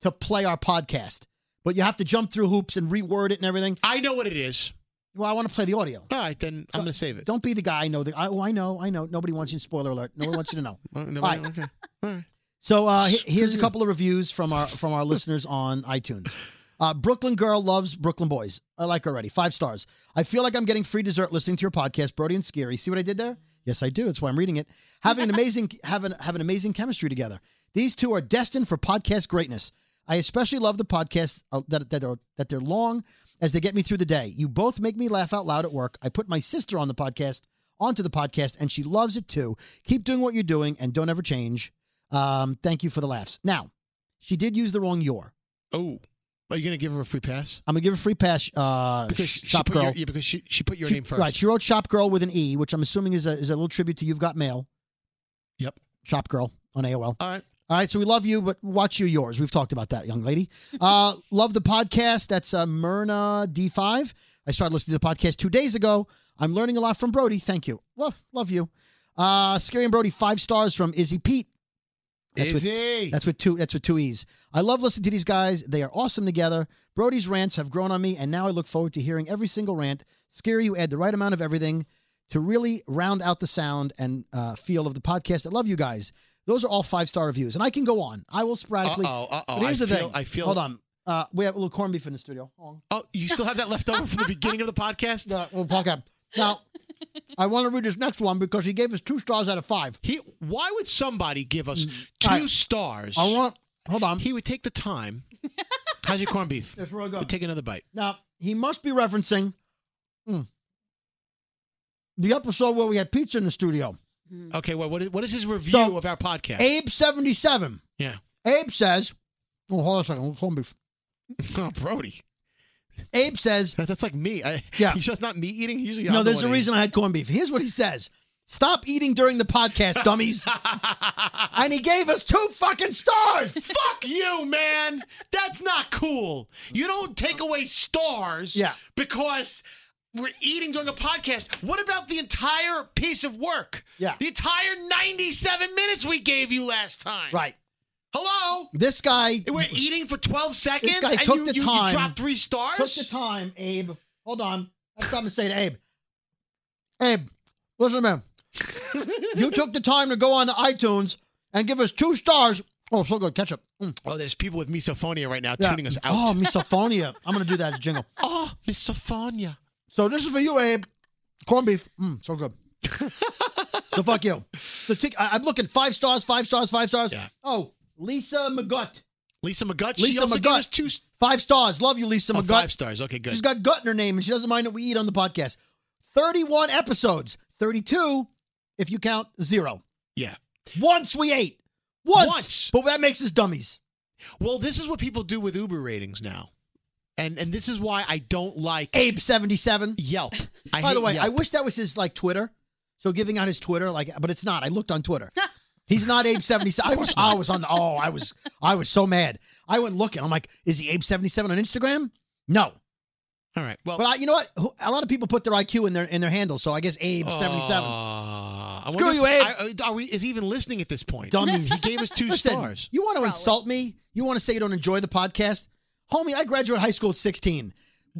B: to play our podcast, but you have to jump through hoops and reword it and everything.
C: I know what it is.
B: Well, I want to play the audio.
C: All right, then I'm going to save it.
B: Don't be the guy. I know the. I, oh, I know. I know. Nobody wants you. Spoiler alert. Nobody wants you to know.
C: Oh, no,
B: All right.
C: okay. All right.
B: So uh, he- here's a
C: you.
B: couple of reviews from our from our listeners on iTunes. Uh, Brooklyn girl loves Brooklyn boys. I like already five stars. I feel like I'm getting free dessert listening to your podcast, Brody and Scary. See what I did there? Yes, I do. That's why I'm reading it. Having an amazing have an, have an amazing chemistry together. These two are destined for podcast greatness. I especially love the podcasts uh, that that are that they're long as they get me through the day. You both make me laugh out loud at work. I put my sister on the podcast onto the podcast, and she loves it too. Keep doing what you're doing, and don't ever change. Um, thank you for the laughs. Now, she did use the wrong your.
C: Oh, are you going to give her a free pass?
B: I'm gonna give a free pass. Uh,
C: Because
B: sh-
C: she
B: shop
C: put
B: girl.
C: Your, yeah, because she, she put your
B: She-
C: name first.
B: Right. She wrote shop girl with an e, which I'm assuming is a is a little tribute to you've got mail.
C: Yep.
B: Shop girl on AOL.
C: All right.
B: All right, so we love you, but watch you yours. We've talked about that, young lady. Uh, love the podcast. That's uh, Myrna D5. I started listening to the podcast two days ago. I'm learning a lot from Brody. Thank you. Love, love you. Uh, Scary and Brody, five stars from Izzy Pete.
C: Izzy.
B: With, that's with two. That's with two e's. I love listening to these guys. They are awesome together. Brody's rants have grown on me, and now I look forward to hearing every single rant. Scary, you add the right amount of everything to really round out the sound and uh, feel of the podcast. I love you guys. Those are all five star reviews, and I can go on. I will sporadically.
C: Uh-oh, uh-oh.
B: But here's
C: I
B: the
C: feel-
B: thing.
C: I feel-
B: Hold on. Uh, we have a little corned beef in the studio. Hold on.
C: Oh, you still have that left over from the beginning of the podcast?
B: No, we'll plug up. Now, I want to read this next one because he gave us two stars out of five.
C: He. Why would somebody give us two
B: I-
C: stars?
B: Mm. I want. Hold on.
C: He would take the time. How's your corned beef?
B: That's real good.
C: Take another bite.
B: Now, he must be referencing mm, the episode where we had pizza in the studio.
C: Okay. Well, what is, what is his review
B: Mm. So,
C: of our podcast?
B: Abe77.
C: yeah.
B: Abe says, oh, hold on a second. Corned beef.
C: Oh, Brody.
B: Abe says,
C: That, that's like me. I,
B: Yeah.
C: He's just not me eating. He's usually.
B: no,
C: I'm the
B: there's a
C: one
B: reason I had corned beef. Here's what he says Stop eating during the podcast, dummies. and he gave us two fucking stars.
C: eating. Fuck you, man. That's not cool. You don't take away stars.
B: Yeah.
C: Because. We're eating during a podcast. What about the entire piece of work?
B: Yeah.
C: The entire 97 minutes we gave you last time.
B: Right.
C: Hello?
B: This guy
C: We're eating for 12 seconds
B: guy
C: and
B: took
C: you,
B: the
C: you,
B: time-
C: you dropped three stars?
B: took the time, Abe. Hold on. I have something to say to Abe. Abe, listen to me. you took the time to go on to iTunes and give us two stars. Oh, so good. Ketchup. Mm,
C: oh, there's people with misophonia right now
B: yeah.
C: tuning us out.
B: Oh, misophonia. I'm going to do that as a jingle.
C: Oh, misophonia.
B: So this is for you, Abe. Corned beef. Mm, so good. so fuck you. So tick- I- I'm looking five stars, five stars, five stars.
C: Yeah.
B: Oh, Lisa McGutt.
C: Lisa McGutt. she
B: Lisa
C: also gave
B: McGutt.
C: us two s-
B: Five stars. Love you, Lisa
C: oh,
B: McGutt.
C: five stars. Okay, good.
B: She's got gut in her name, and she doesn't mind that we eat on the podcast. Thirty-one episodes, thirty-two if you count zero.
C: yeah.
B: Once we ate, once,
C: Once.
B: but that makes us dummies.
C: Well, this is what people do with Uber ratings now. And and this is why I don't like
B: Abe seventy-seven.
C: Yelp. I
B: By the
C: hate
B: way,
C: Yelp.
B: I wish that was his like Twitter. So giving out his Twitter, like, but it's not. I looked on Twitter. He's not Abe seventy seven. I was, I was on. the- Oh, I was, I was so mad. I went looking. I'm like, is he Abe seventy seven on Instagram? No.
C: All right. Well,
B: But I, you know what? Who- A lot of people put their IQ in their in their handle. So I guess Abe seventy
C: Oh.
B: seven.
C: Aw, I
B: Screw
C: wonder
B: you,
C: if- I- are we, is he even listening at this point?
B: Dummies.
C: He gave us two
B: Listen,
C: stars.
B: You want to insult me? You want to say you don't enjoy the podcast? Homie, I graduated high school at 16.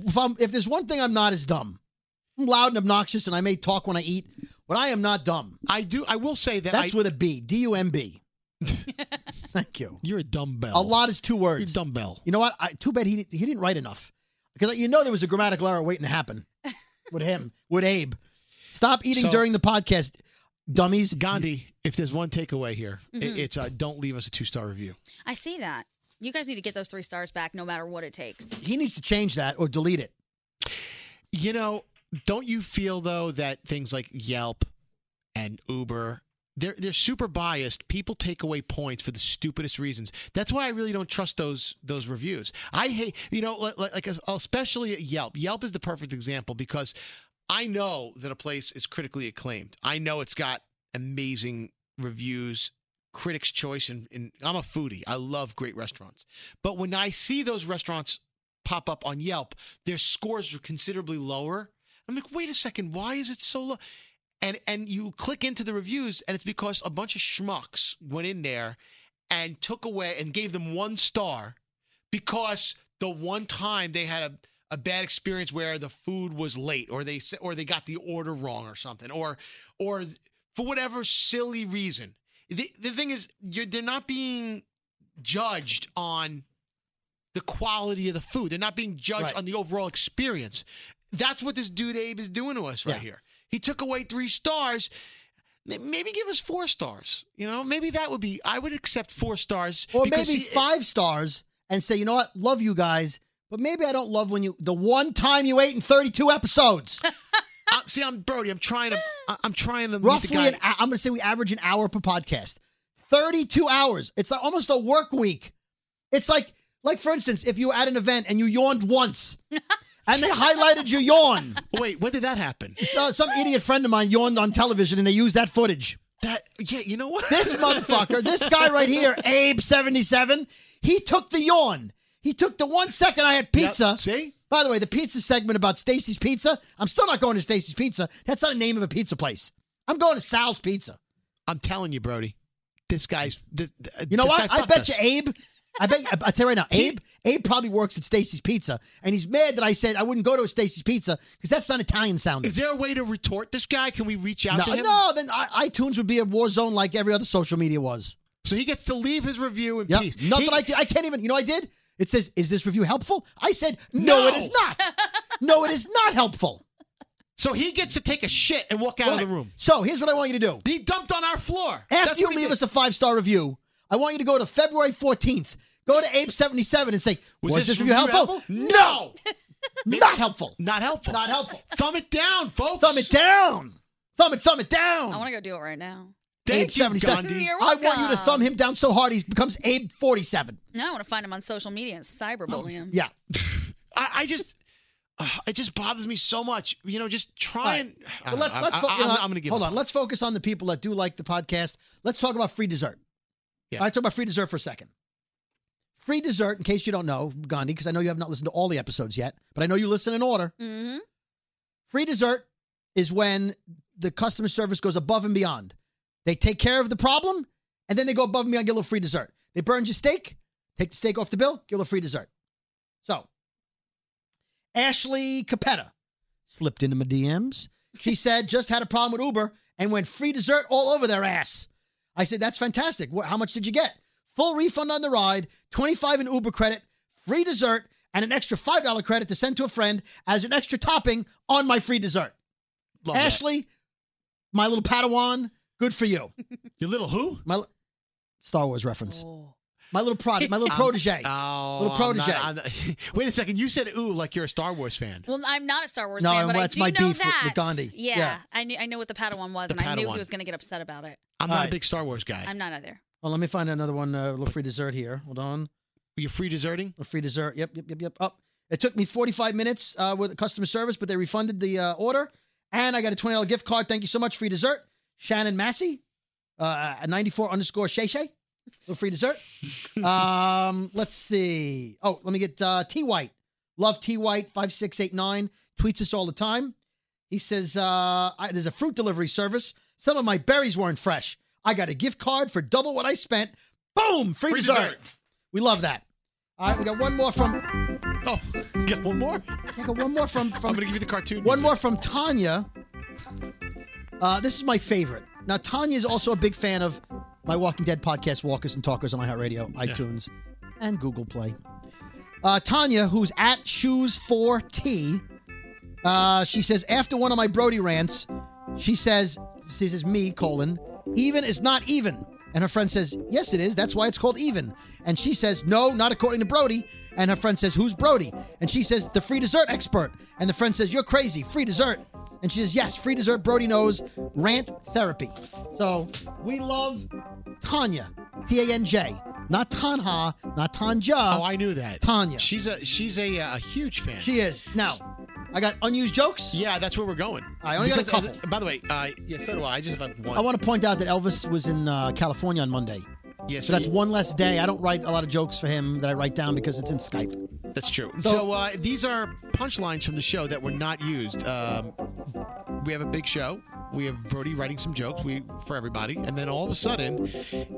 B: If, I'm, if there's one thing I'm not, is dumb. I'm loud and obnoxious, and I may talk when I eat, but I am not dumb.
C: I do. I will say that
B: That's
C: I,
B: with a B, D U M B. Thank you.
C: you're a dumbbell.
B: A lot is two
C: You're a
B: words.
C: dumbbell.
B: You know what? I, too bad he didn't- he didn't write enough because you know there was a grammatical error waiting to happen with him with Abe. Stop eating
C: So-
B: during the podcast, dummies.
C: Gandhi, if there's one takeaway here,
B: Mm-hmm.
C: i- it's uh, don't leave us a two star review.
E: I see that. You guys need to get those three stars back, no matter what it takes.
B: He needs to change that or delete it.
C: You know, don't you feel though that things like Yelp and Uber, they're they're super biased. People take away points for the stupidest reasons. That's why I really don't trust those those reviews. I hate, you know, like, like especially Yelp. Yelp is the perfect example because I know that a place is critically acclaimed. I know it's got amazing reviews, critics' choice, and, and I'm a foodie. I love great restaurants. But when I see those restaurants pop up on Yelp, their scores are considerably lower. I'm like, wait a second, why is it so low? And and you click into the reviews, and it's because a bunch of schmucks went in there and took away and gave them one star because the one time they had a a bad experience where the food was late or they s- or they got the order wrong or something or or for whatever silly reason. The, the thing is you're, they're not being judged on the quality of the food. They're not being judged
B: Right.
C: on the overall experience. That's what this dude Abe is doing to us right
B: Yeah.
C: here. He took away three stars. M- Maybe give us four stars. You know, maybe that would be. I would accept four stars.
B: or
C: because
B: maybe
C: he-
B: five stars and say, you know what, love you guys, but maybe I don't love when you the one time you ate in 32 episodes,
C: I, see, I'm Brody. I'm trying to. I- I'm trying to meet the
B: roughly.
C: guy.
B: An, I'm going to say we average an hour per podcast, 32 hours. It's like almost a work week. It's like like for instance, if you were at an event and you yawned once, and they highlighted your yawn.
C: Wait, when did that happen?
B: So, some idiot friend of mine yawned on television, and they used that footage.
C: That yeah, you know what?
B: This motherfucker, this guy right here, Abe seventy seven, he took the yawn. He took the one second I had pizza.
C: see?
B: By the way, the pizza segment about Stacy's Pizza. I'm still not going to Stacy's Pizza. That's not a name of a pizza place. I'm going to Sal's Pizza.
C: I'm telling you, Brody, this guy's. This,
B: You know what? I bet you Abe. I bet. I, I tell you right now, Abe. Abe probably works at Stacy's Pizza, and he's mad that I said I wouldn't go to a Stacy's Pizza because that's not Italian sounding.
C: Is there a way to retort this guy? Can we reach out
B: no,
C: to him?
B: no, then I, iTunes would be a war zone like every other social media was.
C: So he gets to leave his review in
B: Yep.
C: peace.
B: Nothing
C: He-
B: I, can- I can't even, you know, what I did? It says, is this review helpful? I said, no,
C: No.
B: it is not. no, it is not helpful.
C: So he gets to take a shit and walk out
B: Right.
C: of the room.
B: So here's what I want you to do.
C: He dumped on our floor.
B: After
C: That's
B: you
C: what he
B: leave
C: did.
B: us a five star review, I want you to go to February 14th. Go to Ape77 and say, was, this, review helpful?
C: No,
B: Not helpful.
C: not helpful.
B: Not helpful.
C: Thumb it down, folks.
B: Thumb it down. Thumb it, thumb it
E: I
B: down.
E: want to go do it right now.
C: Thank you, Gandhi.
E: You're
B: I want you to
E: welcome.
B: thumb him down so hard he becomes Abe47.
E: No, I want to find him on social media and cyberbully him.
B: Yeah.
C: I, I just. Uh, it just bothers me so much, you know. Just try and.
B: But
C: I don't
B: let's
C: know.
B: let's
C: Uh,
B: fo-
C: I, I,
B: you know,
C: am going to give.
B: hold
C: up.
B: on. Let's focus on the people that do like the podcast. Let's talk about free dessert.
C: Yeah.
B: All right, talk about free dessert for a second. Free dessert, in case you don't know, Gandhi, because I know you have not listened to all the episodes yet, but I know you listen in order.
E: Mm-hmm.
B: Free dessert is when the customer service goes above and beyond. They take care of the problem, and then they go above and beyond, get a little free dessert. They burned your steak, take the steak off the bill, get a little free dessert. So, Ashley Capetta slipped into my DMs. She said, just had a problem with Uber and went free dessert all over their ass. I said, that's fantastic. What, how much did you get? Full refund on the ride, 25 in Uber credit, free dessert, and an extra $5 credit to send to a friend as an extra topping on my free dessert.
C: Love that.
B: Ashley, my little Padawan, good for you.
C: Your little who?
B: My li- Star Wars reference. My little prodigy, my little
C: I'm-
B: protege.
C: Oh,
B: Little
C: I'm not-
B: protege.
C: I'm not- wait a second. You said ooh like you're a Star Wars fan.
E: Well, I'm not a Star Wars
B: No,
E: fan, but I
B: that's
E: do
B: my
E: know
B: beef with-
E: that.
B: with Gandhi.
E: Yeah,
B: Yeah.
E: I knew I knew what the Padawan was,
C: The
E: and I knew
C: Padawan.
E: he was going to get upset about it.
C: I'm not
B: Alright.
C: a big Star Wars guy.
E: I'm not either.
B: well, let me find another one, uh, little free dessert here. Hold on.
C: You're free deserting.
B: A free dessert. Yep, yep, yep, yep. Up. It took me 45 minutes uh, with customer service, but they refunded the uh, order. And I got a $20 gift card. Thank you so much. Free dessert. Shannon Massey, uh, a 94 underscore Shay Shay. Little free dessert. um, let's see. Oh, let me get uh, T White. Love T White, 5689. Tweets us all the time. He says, uh, I, there's a fruit delivery service. Some of my berries weren't fresh. I got a gift card for double what I spent. Boom! Free,
C: Free
B: dessert.
C: dessert.
B: We love that. All right, we got one more from.
C: Oh, you got one more.
B: I got one more from
C: I'm
B: from
C: gonna give you the cartoon.
B: one
C: music.
B: more from Tanya. Uh, this is my favorite. Now Tanya is also a big fan of my Walking Dead podcast, Walkers and Talkers on iHeartRadio, iTunes, and Google Play. Uh, Tanya, who's at shoes4t, uh, she says after one of my Brody rants, she says she says me colon even is not even. And her friend says, Yes, it is. That's why it's called even. And she says, No, not according to Brody. And her friend says, Who's Brody? And she says, The free dessert expert. And the friend says, You're crazy. Free dessert. And she says, Yes, free dessert. Brody knows. Rant therapy. So we love Tanya, T A N J. Not Tanha, not Tanja.
C: Oh, I knew that.
B: Tanya.
C: She's a she's a, uh, a huge fan.
B: She is. Now, I got unused jokes.
C: Yeah, that's where we're going.
B: I only got a
C: Because-
B: couple.
C: By the way, uh, yeah, so do I. I just have one.
B: I want to point out that Elvis was in uh, California on Monday.
C: yeah,
B: So that's one less day. I don't write a lot of jokes for him that I write down because it's in Skype.
C: That's true. So, uh, these are punchlines from the show that were not used. Um, we have a big show. We have Brody writing some jokes we, for everybody, and then all of a sudden,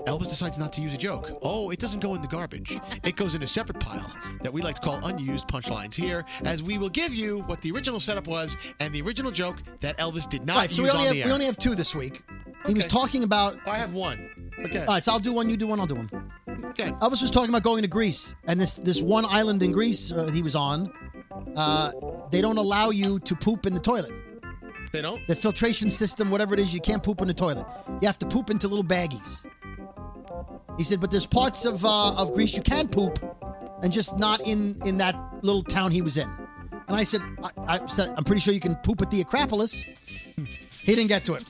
C: Elvis decides not to use a joke. Oh, it doesn't go in the garbage. it goes in a separate pile that we like to call unused punchlines here, as we will give you what the original setup was and the original joke that Elvis did not
B: All right,
C: use
B: so we only
C: on
B: have
C: the air.
B: we only have two this week. He was
C: Okay.
B: talking about.
C: I have one. Okay.
B: All right, so I'll do one. You do one. I'll do one.
C: Okay.
B: Elvis was talking about going to Greece and this this one island in Greece uh, he was on. Uh, they don't allow you to poop in the toilet.
C: They don't.
B: The filtration system, whatever it is, you can't poop in the toilet. You have to poop into little baggies. He said, but there's parts of uh, of Greece you can poop, and just not in in that little town he was in. And I said, I, I said, I'm pretty sure you can poop at the Acropolis. he didn't get to it.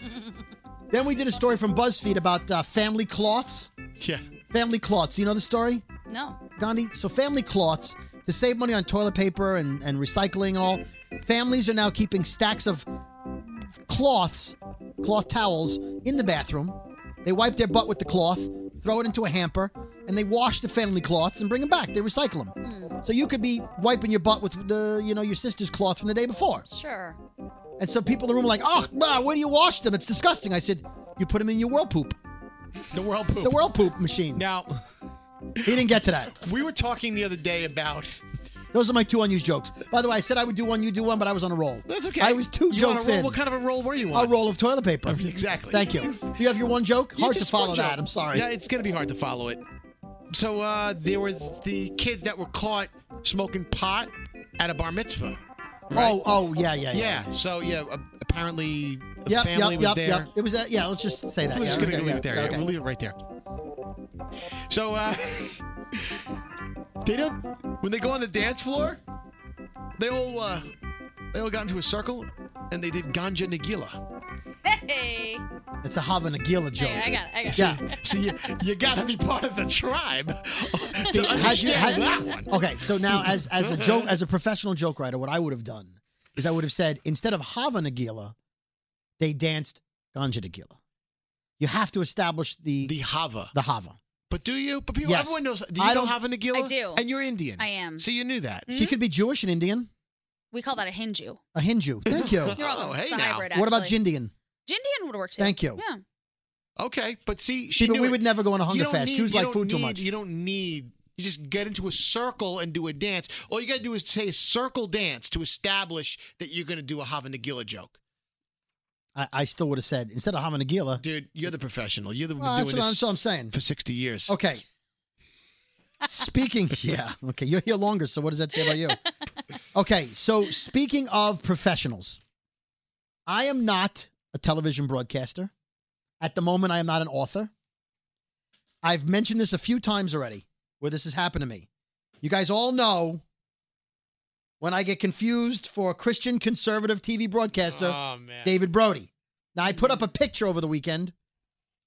B: then we did a story from BuzzFeed about uh, family cloths.
C: Yeah.
B: Family cloths. You know the story?
E: No.
B: Gandhi, so family cloths to save money on toilet paper and, and recycling and all. Families are now keeping stacks of cloths, cloth towels in the bathroom They wipe their butt with the cloth, throw it into a hamper, and they wash the family cloths and bring them back. They recycle them.
C: Hmm.
B: So you could be wiping your butt with the, you know, your sister's cloth from the day before.
E: Sure.
B: And so people in the room were like, "Oh, bah, where do you wash them? It's disgusting." I said, "You put them in your whirl poop." The
C: whirl poop.
B: The whirl poop machine.
C: Now,
B: he didn't get to that.
C: We were talking the other day about.
B: Those are my two unused jokes. By the way, I said I would do one, you do one, but I was on a roll.
C: That's okay.
B: I was two
C: You on a
B: jokes
C: roll?
B: in.
C: What kind of a roll were you
B: A
C: on?
B: roll of toilet paper.
C: Exactly.
B: Thank you. You have your one joke.
C: You
B: Hard to
C: just one
B: follow
C: joke.
B: that. I'm sorry.
C: Yeah, it's gonna be hard to follow it. So uh, there was the kids that were caught smoking pot at a bar mitzvah.
B: Oh, oh, yeah, yeah, yeah.
C: Yeah. So yeah, a- apparently a
B: Yep, yep,
C: family was
B: yep,
C: there.
B: yep. It was a, yeah. Let's just say that.
C: We're
B: yeah,
C: just gonna
B: okay,
C: leave
B: yeah,
C: it there.
B: okay.
C: Yeah, we'll leave it right there. So uh, they don't when they go on the dance floor, they all uh, they all got into a circle and they did ganja nagila.
E: Hey.
B: It's a Hava Nagila joke.
E: Hey, I got it. I got it.
B: Yeah.
C: So you, you got to be part of the tribe to
B: Had you-
C: understand
B: had-
C: that one.
B: Okay, so now as as a joke as a professional joke writer, what I would have done is I would have said instead of Hava Nagila, they danced Ganja Nagila. You have to establish the
C: The hava.
B: the Hava.
C: But do you? But people,
B: Yes.
C: everyone knows. Do you
B: I
C: know
B: don't-
C: hava nagila?
E: I do.
C: And you're Indian.
E: I am. Mm,
C: So you knew that.
B: She could be Jewish and Indian,
E: We call that a Hindu.
B: a Hindu. Thank you.
E: You're welcome.
C: Oh, hey
E: it's a
C: now.
E: hybrid,
B: what about
E: actually.
B: Jindian?
E: Jindian would work too.
B: Thank you.
E: Yeah.
C: Okay, but see, she
B: See, but
C: knew
B: we
C: it.
B: would never go on a
C: You
B: hunger
C: don't
B: fast.
C: need-
B: Jews
C: you
B: like
C: don't
B: food too
C: need-
B: much.
C: You don't need. You just get into a circle and do a dance. All you got to do is say a circle dance to establish that you're going to do a hava nagila joke.
B: I, I still would have said instead of Hava Nagila.
C: Dude, you're the professional. You're the one
B: Well, that's
C: doing
B: what I'm,
C: this
B: so I'm saying.
C: for 60 years.
B: Okay. Speaking, yeah, okay, you're here longer, so what does that say about you? Okay, so speaking of professionals, I am not a television broadcaster. At the moment, I am not an author. I've mentioned this a few times already where this has happened to me. You guys all know when I get confused for Christian conservative TV broadcaster,
C: Oh, man.
B: David Brody. Now, I put up a picture over the weekend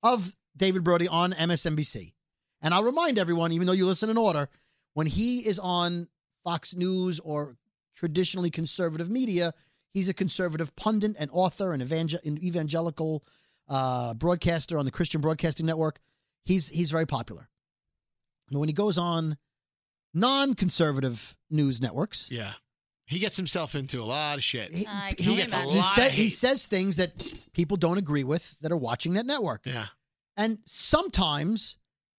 B: of David Brody on MSNBC. And I'll remind everyone, even though you listen in order, when he is on Fox News or traditionally conservative media, he's a conservative pundit and author and evangel- an evangelical uh, broadcaster on the Christian Broadcasting Network. He's he's very popular. And when he goes on non-conservative news networks,
C: Yeah. He gets himself into a lot of shit.
B: he,
E: I can
B: he,
E: only imagine.
B: he, said- he
C: Lie.
B: says things that people don't agree with that are watching that network.
C: yeah.
B: And sometimes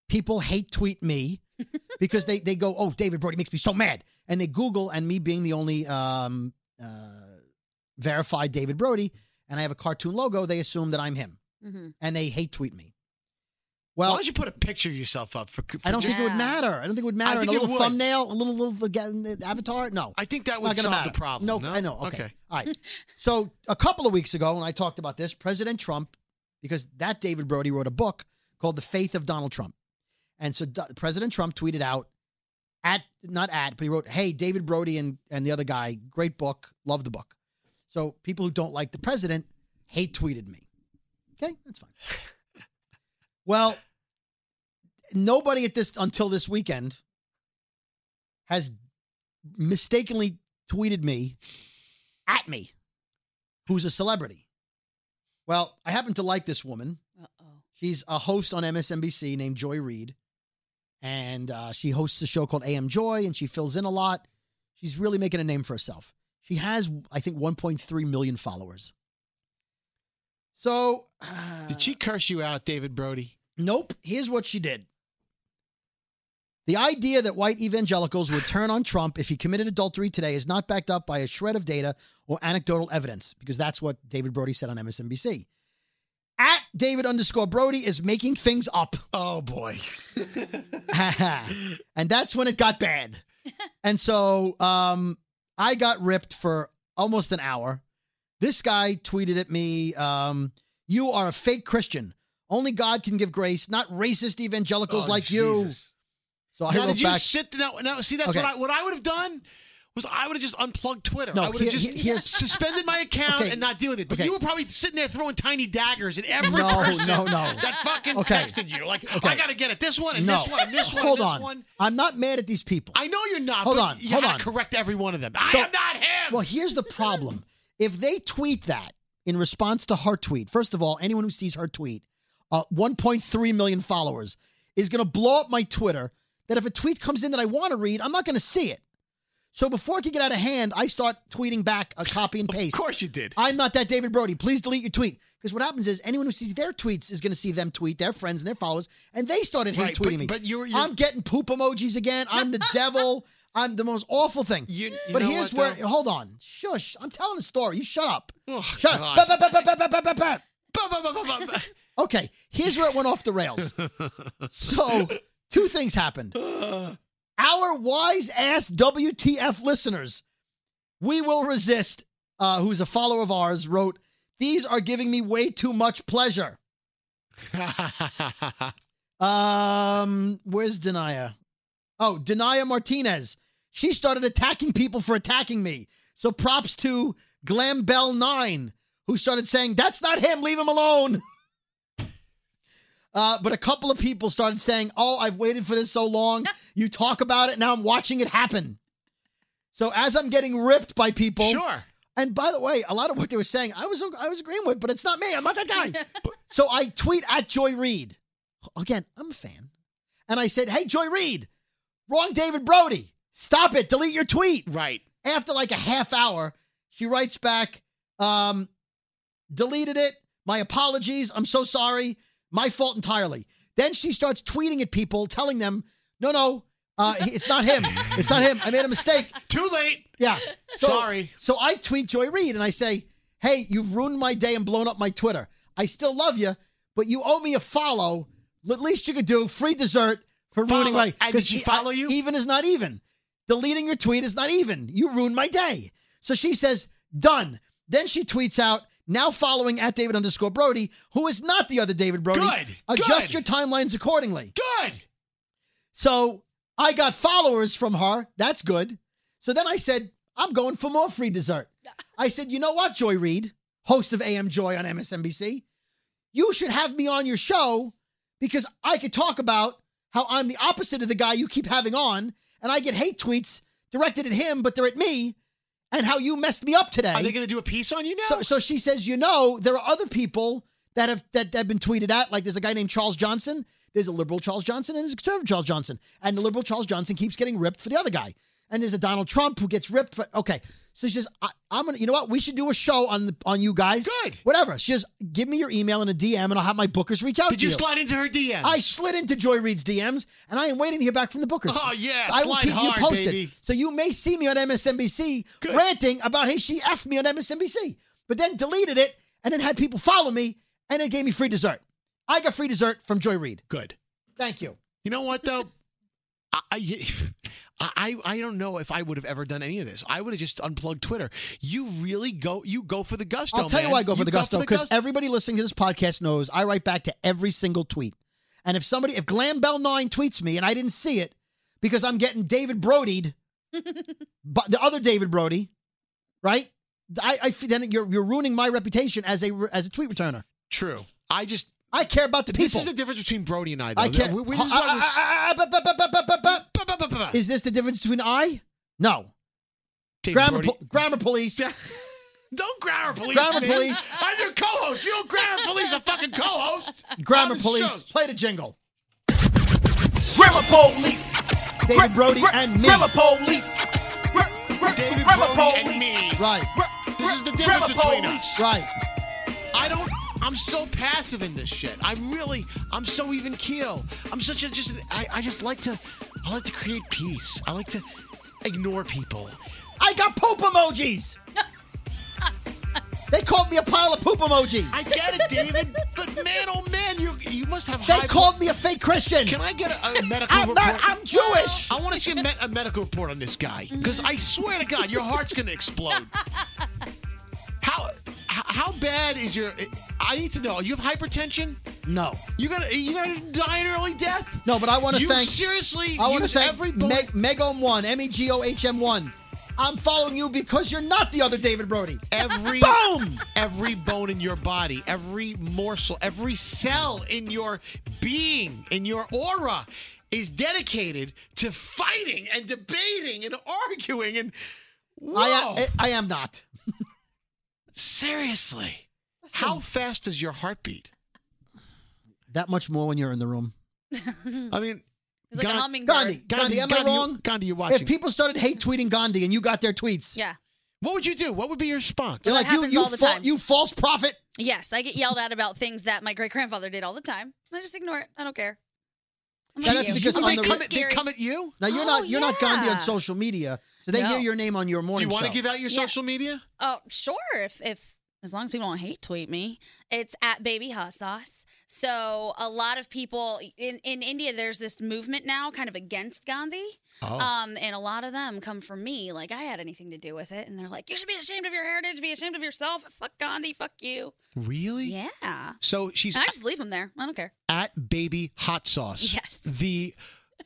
B: people hate tweet me because they, they go, oh, David Brody makes me so mad. And they Google, and me being the only um, uh, verified David Brody, and I have a cartoon logo, they assume that I'm him.
E: Mm-hmm.
B: And they hate tweet me.
C: Why
B: Well,
C: don't you put a picture of yourself up for, for
B: I don't
C: just-
B: think it would
E: Yeah.
B: matter. I don't think it would matter. And
C: think
B: a
C: it
B: little
C: would.
B: thumbnail, a little little again, avatar. No,
C: I think that
B: it's
C: would
B: not going
C: solve
B: to matter.
C: the problem.
B: No,
C: No,
B: I know. Okay. All right. So a couple of weeks ago, when I talked about this, President Trump, because that David Brody wrote a book called "The Faith of Donald Trump," and so Do- President Trump tweeted out at not at, but he wrote, "Hey, David Brody and and the other guy, great book, love the book." So people who don't like the president hate tweeted me. Okay, that's fine. well, nobody at this until this weekend has mistakenly tweeted me at me, who's a celebrity. Well, I happen to like this woman.
E: Uh oh.
B: She's a host on MSNBC named Joy Reid, and uh, she hosts a show called AM Joy, and she fills in a lot. She's really making a name for herself. She has, I think, 1.3 million followers. So, uh,
C: Did she curse you out, David Brody?
B: Nope. Here's what she did. The idea that white evangelicals would turn on Trump if he committed adultery today is not backed up by a shred of data or anecdotal evidence, because that's what David Brody said on MSNBC. At David underscore Brody is making things up.
C: Oh, boy.
B: and that's when it got bad. And so um, I got ripped for almost an hour. This guy tweeted at me, um, You are a fake Christian. Only God can give grace, not racist evangelicals like you. So I
C: Oh, Now,
B: wrote
C: did you
B: back.
C: sit now? Now, see, that's
B: Okay.
C: what I what I would have done was I would have just unplugged Twitter.
B: No,
C: I would have
B: here-
C: just
B: here- here's-
C: suspended my account
B: Okay.
C: and not deal with it. But
B: Okay.
C: you were probably sitting there throwing tiny daggers at every
B: No,
C: person
B: no, no.
C: that fucking
B: Okay.
C: texted you. Like,
B: Okay.
C: I got to get at this one and
B: no.
C: this one and this one
B: Hold
C: and this
B: on.
C: one.
B: I'm not mad at these people.
C: I know you're not.
B: Hold
C: but
B: on,
C: You
B: hold
C: gotta
B: on.
C: correct every one of them.
B: So-
C: I am not him.
B: Well, here's the problem. If they tweet that in response to her tweet, first of all, anyone who sees her tweet, uh, 1.3 million followers, is going to blow up my Twitter. That if a tweet comes in that I want to read, I'm not going to see it. So before it can get out of hand, I start tweeting back a copy and paste.
C: Of course you did.
B: I'm not that David Brody. Please delete your tweet. Because what happens is anyone who sees their tweets is going to see them tweet their friends and their followers, and they started hate
C: Right,
B: tweeting
C: but-
B: me.
C: but you're- you're-
B: I'm getting poop emojis again. I'm the devil. I'm the most awful thing.
C: You- you
B: but
C: know
B: here's
C: what,
B: where.
C: though?
B: Hold on. Shush. I'm telling a story. You shut up.
C: Oh,
B: shut up.
C: God.
B: Ba- ba- ba- ba- ba- ba- ba- ba.
C: Ba, ba, ba, ba, ba, ba.
B: Okay. Here's where it went off the rails. So two things happened. Our wise ass WTF listeners, we will resist. Uh, who's a follower of ours wrote, "These are giving me way too much pleasure." Um, where's Denia? Oh, Denia Martinez. She started attacking people for attacking me. So props to Glam Bell Nine, who started saying, "That's not him. Leave him alone." Uh, but a couple of people started saying, "Oh, I've waited for this so long. You talk about it now. I'm watching it happen." So as I'm getting ripped by people,
C: sure.
B: and by the way, a lot of what they were saying, I was I was agreeing with, but it's not me. I'm not that guy. so I tweet at Joy Reid. Again, I'm a fan. And I said, Hey, Joy Reid, wrong David Brody. Stop it. Delete your tweet.
C: Right.
B: After like a half hour, she writes back, um, deleted it. My apologies. I'm so sorry. My fault entirely. Then she starts tweeting at people, telling them, No, no, uh, he- it's not him. It's not him. I made a mistake.
C: Too late.
B: Yeah. So-
C: Sorry.
B: So I tweet Joy Reid and I say, "Hey, you've ruined my day and blown up my Twitter. I still love you, but you owe me a follow. The least you could do, free dessert for ruining
C: Follow.
B: my.
C: And
B: because
C: did she
B: e-
C: follow
B: I-
C: you?
B: Even is not even. Deleting your tweet is not even. You ruined my day. So she says, "Done." Then she tweets out. Now following at David underscore Brody, who is not the other David Brody.
C: Good.
B: Adjust
C: Good.
B: your timelines accordingly.
C: Good.
B: So I got followers from her. That's good. So then I said, I'm going for more free dessert. I said, you know what, Joy Reid, host of AM Joy on MSNBC, you should have me on your show because I could talk about how I'm the opposite of the guy you keep having on and I get hate tweets directed at him, but they're at me and how you messed me up today.
C: Are they going to do a piece on you now?
B: So, so she says, you know, there are other people that have that, that have been tweeted at. Like there's a guy named Charles Johnson. There's a liberal Charles Johnson and there's a conservative Charles Johnson. And the liberal Charles Johnson keeps getting ripped for the other guy. And there's a Donald Trump who gets ripped for. Okay, so she says, I, I'm gonna. You know what? We should do a show on the, on you guys.
C: Good.
B: Whatever. She says, give me your email and a DM, and I'll have my bookers reach out
C: Did
B: to
C: you
B: you.
C: slide into her DMs?
B: I slid into Joy Reid's DMs, and I am waiting to hear back from the bookers.
C: Oh, yeah,
B: So I will
C: slide
B: keep
C: hard,
B: you posted.
C: baby.
B: So you may see me on MSNBC
C: Good.
B: ranting about hey she effed me on MSNBC, but then deleted it and then had people follow me and it gave me free dessert. I got free dessert from Joy Reid.
C: Good.
B: Thank you.
C: You know what though? I, I I I don't know if I would have ever done any of this. I would have just unplugged Twitter. You really go you go for the gusto.
B: I'll tell you
C: man.
B: why I go for the gusto because
C: gusto.
B: everybody listening to this podcast knows I write back to every single tweet. And if somebody, if Glam Bell Nine tweets me and I didn't see it because I'm getting David Brodied, but the other David Brody, right? I, I f- then you're you're ruining my reputation as a as a tweet returner.
C: true. I just
B: I care about the
C: this
B: people.
C: is the difference between Brody and I. Though.
B: I care.
C: We- we-
B: Ah,
C: this is why we're-
B: ah, ah, ah, ah, ba- ba- ba- ba- ba- ba-
C: Ba- ba- ba- ba- ba.
B: Is this the difference between I? No.
C: David
B: Grammar,
C: Brody-
B: po- grammar police.
C: Don't grammar police.
B: Grammar
C: man.
B: police.
C: I'm your co-host. You don't grammar police a fucking co-host.
B: Grammar
C: I'm
B: police.
C: shocked.
B: Play the jingle.
A: Grammar police. Gra-
B: David Brody
A: gra-
B: and me.
A: Grammar police. Gra- gra-
C: David
A: grammar
C: Brody and
A: police.
C: me.
B: Right.
A: Gra-
C: This is the
A: gra-
C: difference
A: grammar
C: between
A: police.
C: us.
B: Right.
C: I don't. I'm so passive in this shit. I'm really. I'm so even keel. I'm such a just. I, I just like to. I like to create peace. I like to ignore people.
B: I got poop emojis. they called me a pile of poop emoji.
C: I get it, David. but man, oh man, you you must have.
B: They
C: high
B: called me a fake Christian.
C: Can I get a, a medical
B: I'm
C: report?
B: not- I'm Jewish.
C: I want to see a, me- a medical report on this guy because I swear to God, your heart's gonna explode. How h- how bad is your? I need to know. You have hypertension.
B: no.
C: You gotta you gotta die an early death.
B: No, but I want to
C: you
B: thank.
C: seriously.
B: I want to
C: use
B: thank
C: every bullet-
B: Meg- Megom One, M E G O H M One. I'm following you because you're not the other David Brody.
C: every
B: Boom!
C: every bone in your body, every morsel, every cell in your being, in your aura, is dedicated to fighting and debating and arguing and. Whoa,
B: I uh, am, I am not.
C: seriously, how fast is your heartbeat?
B: that much more when you're in the room.
C: I mean,
E: It's like a hummingbird.
B: Gandhi, Gandhi, am I
C: Gandhi, you-
B: wrong?
C: Gandhi, you're watching.
B: If people started hate tweeting Gandhi and you got their tweets,
E: Yeah.
C: What would you do? What would be your response?
B: they're
E: Well,
B: like,
E: that
B: you,
E: happens
B: you,
E: all the
B: fal-
E: time.
B: you false prophet.
E: Yes, I get yelled at about things that my great grandfather did all the time. I just ignore it. I don't care. I'm
B: Yeah,
E: like
B: that's
E: you.
B: because
E: I'm
B: on
E: like,
B: the
E: "Be
B: right-
C: They
E: scary."
C: come at you?
B: Now you're
E: Oh,
B: not you're not Gandhi on
E: yeah.
B: social media, so they
E: No.
B: hear your name on your
C: Do
B: morning
C: you want
B: show.
C: to give out your
E: Yeah.
C: social media?
E: Oh, sure. If if as long as people don't hate tweet me, it's at baby hot sauce. So a lot of people in in India, there's this movement now, kind of against Gandhi. Um, and a lot of them come from me, like I had anything to do with it, and they're like, "You should be ashamed of your heritage, be ashamed of yourself. Fuck Gandhi, fuck you."
C: Really?
E: Yeah, and
C: So she's
E: I just leave them there. I don't care.
C: at baby hot sauce.
E: Yes.
C: The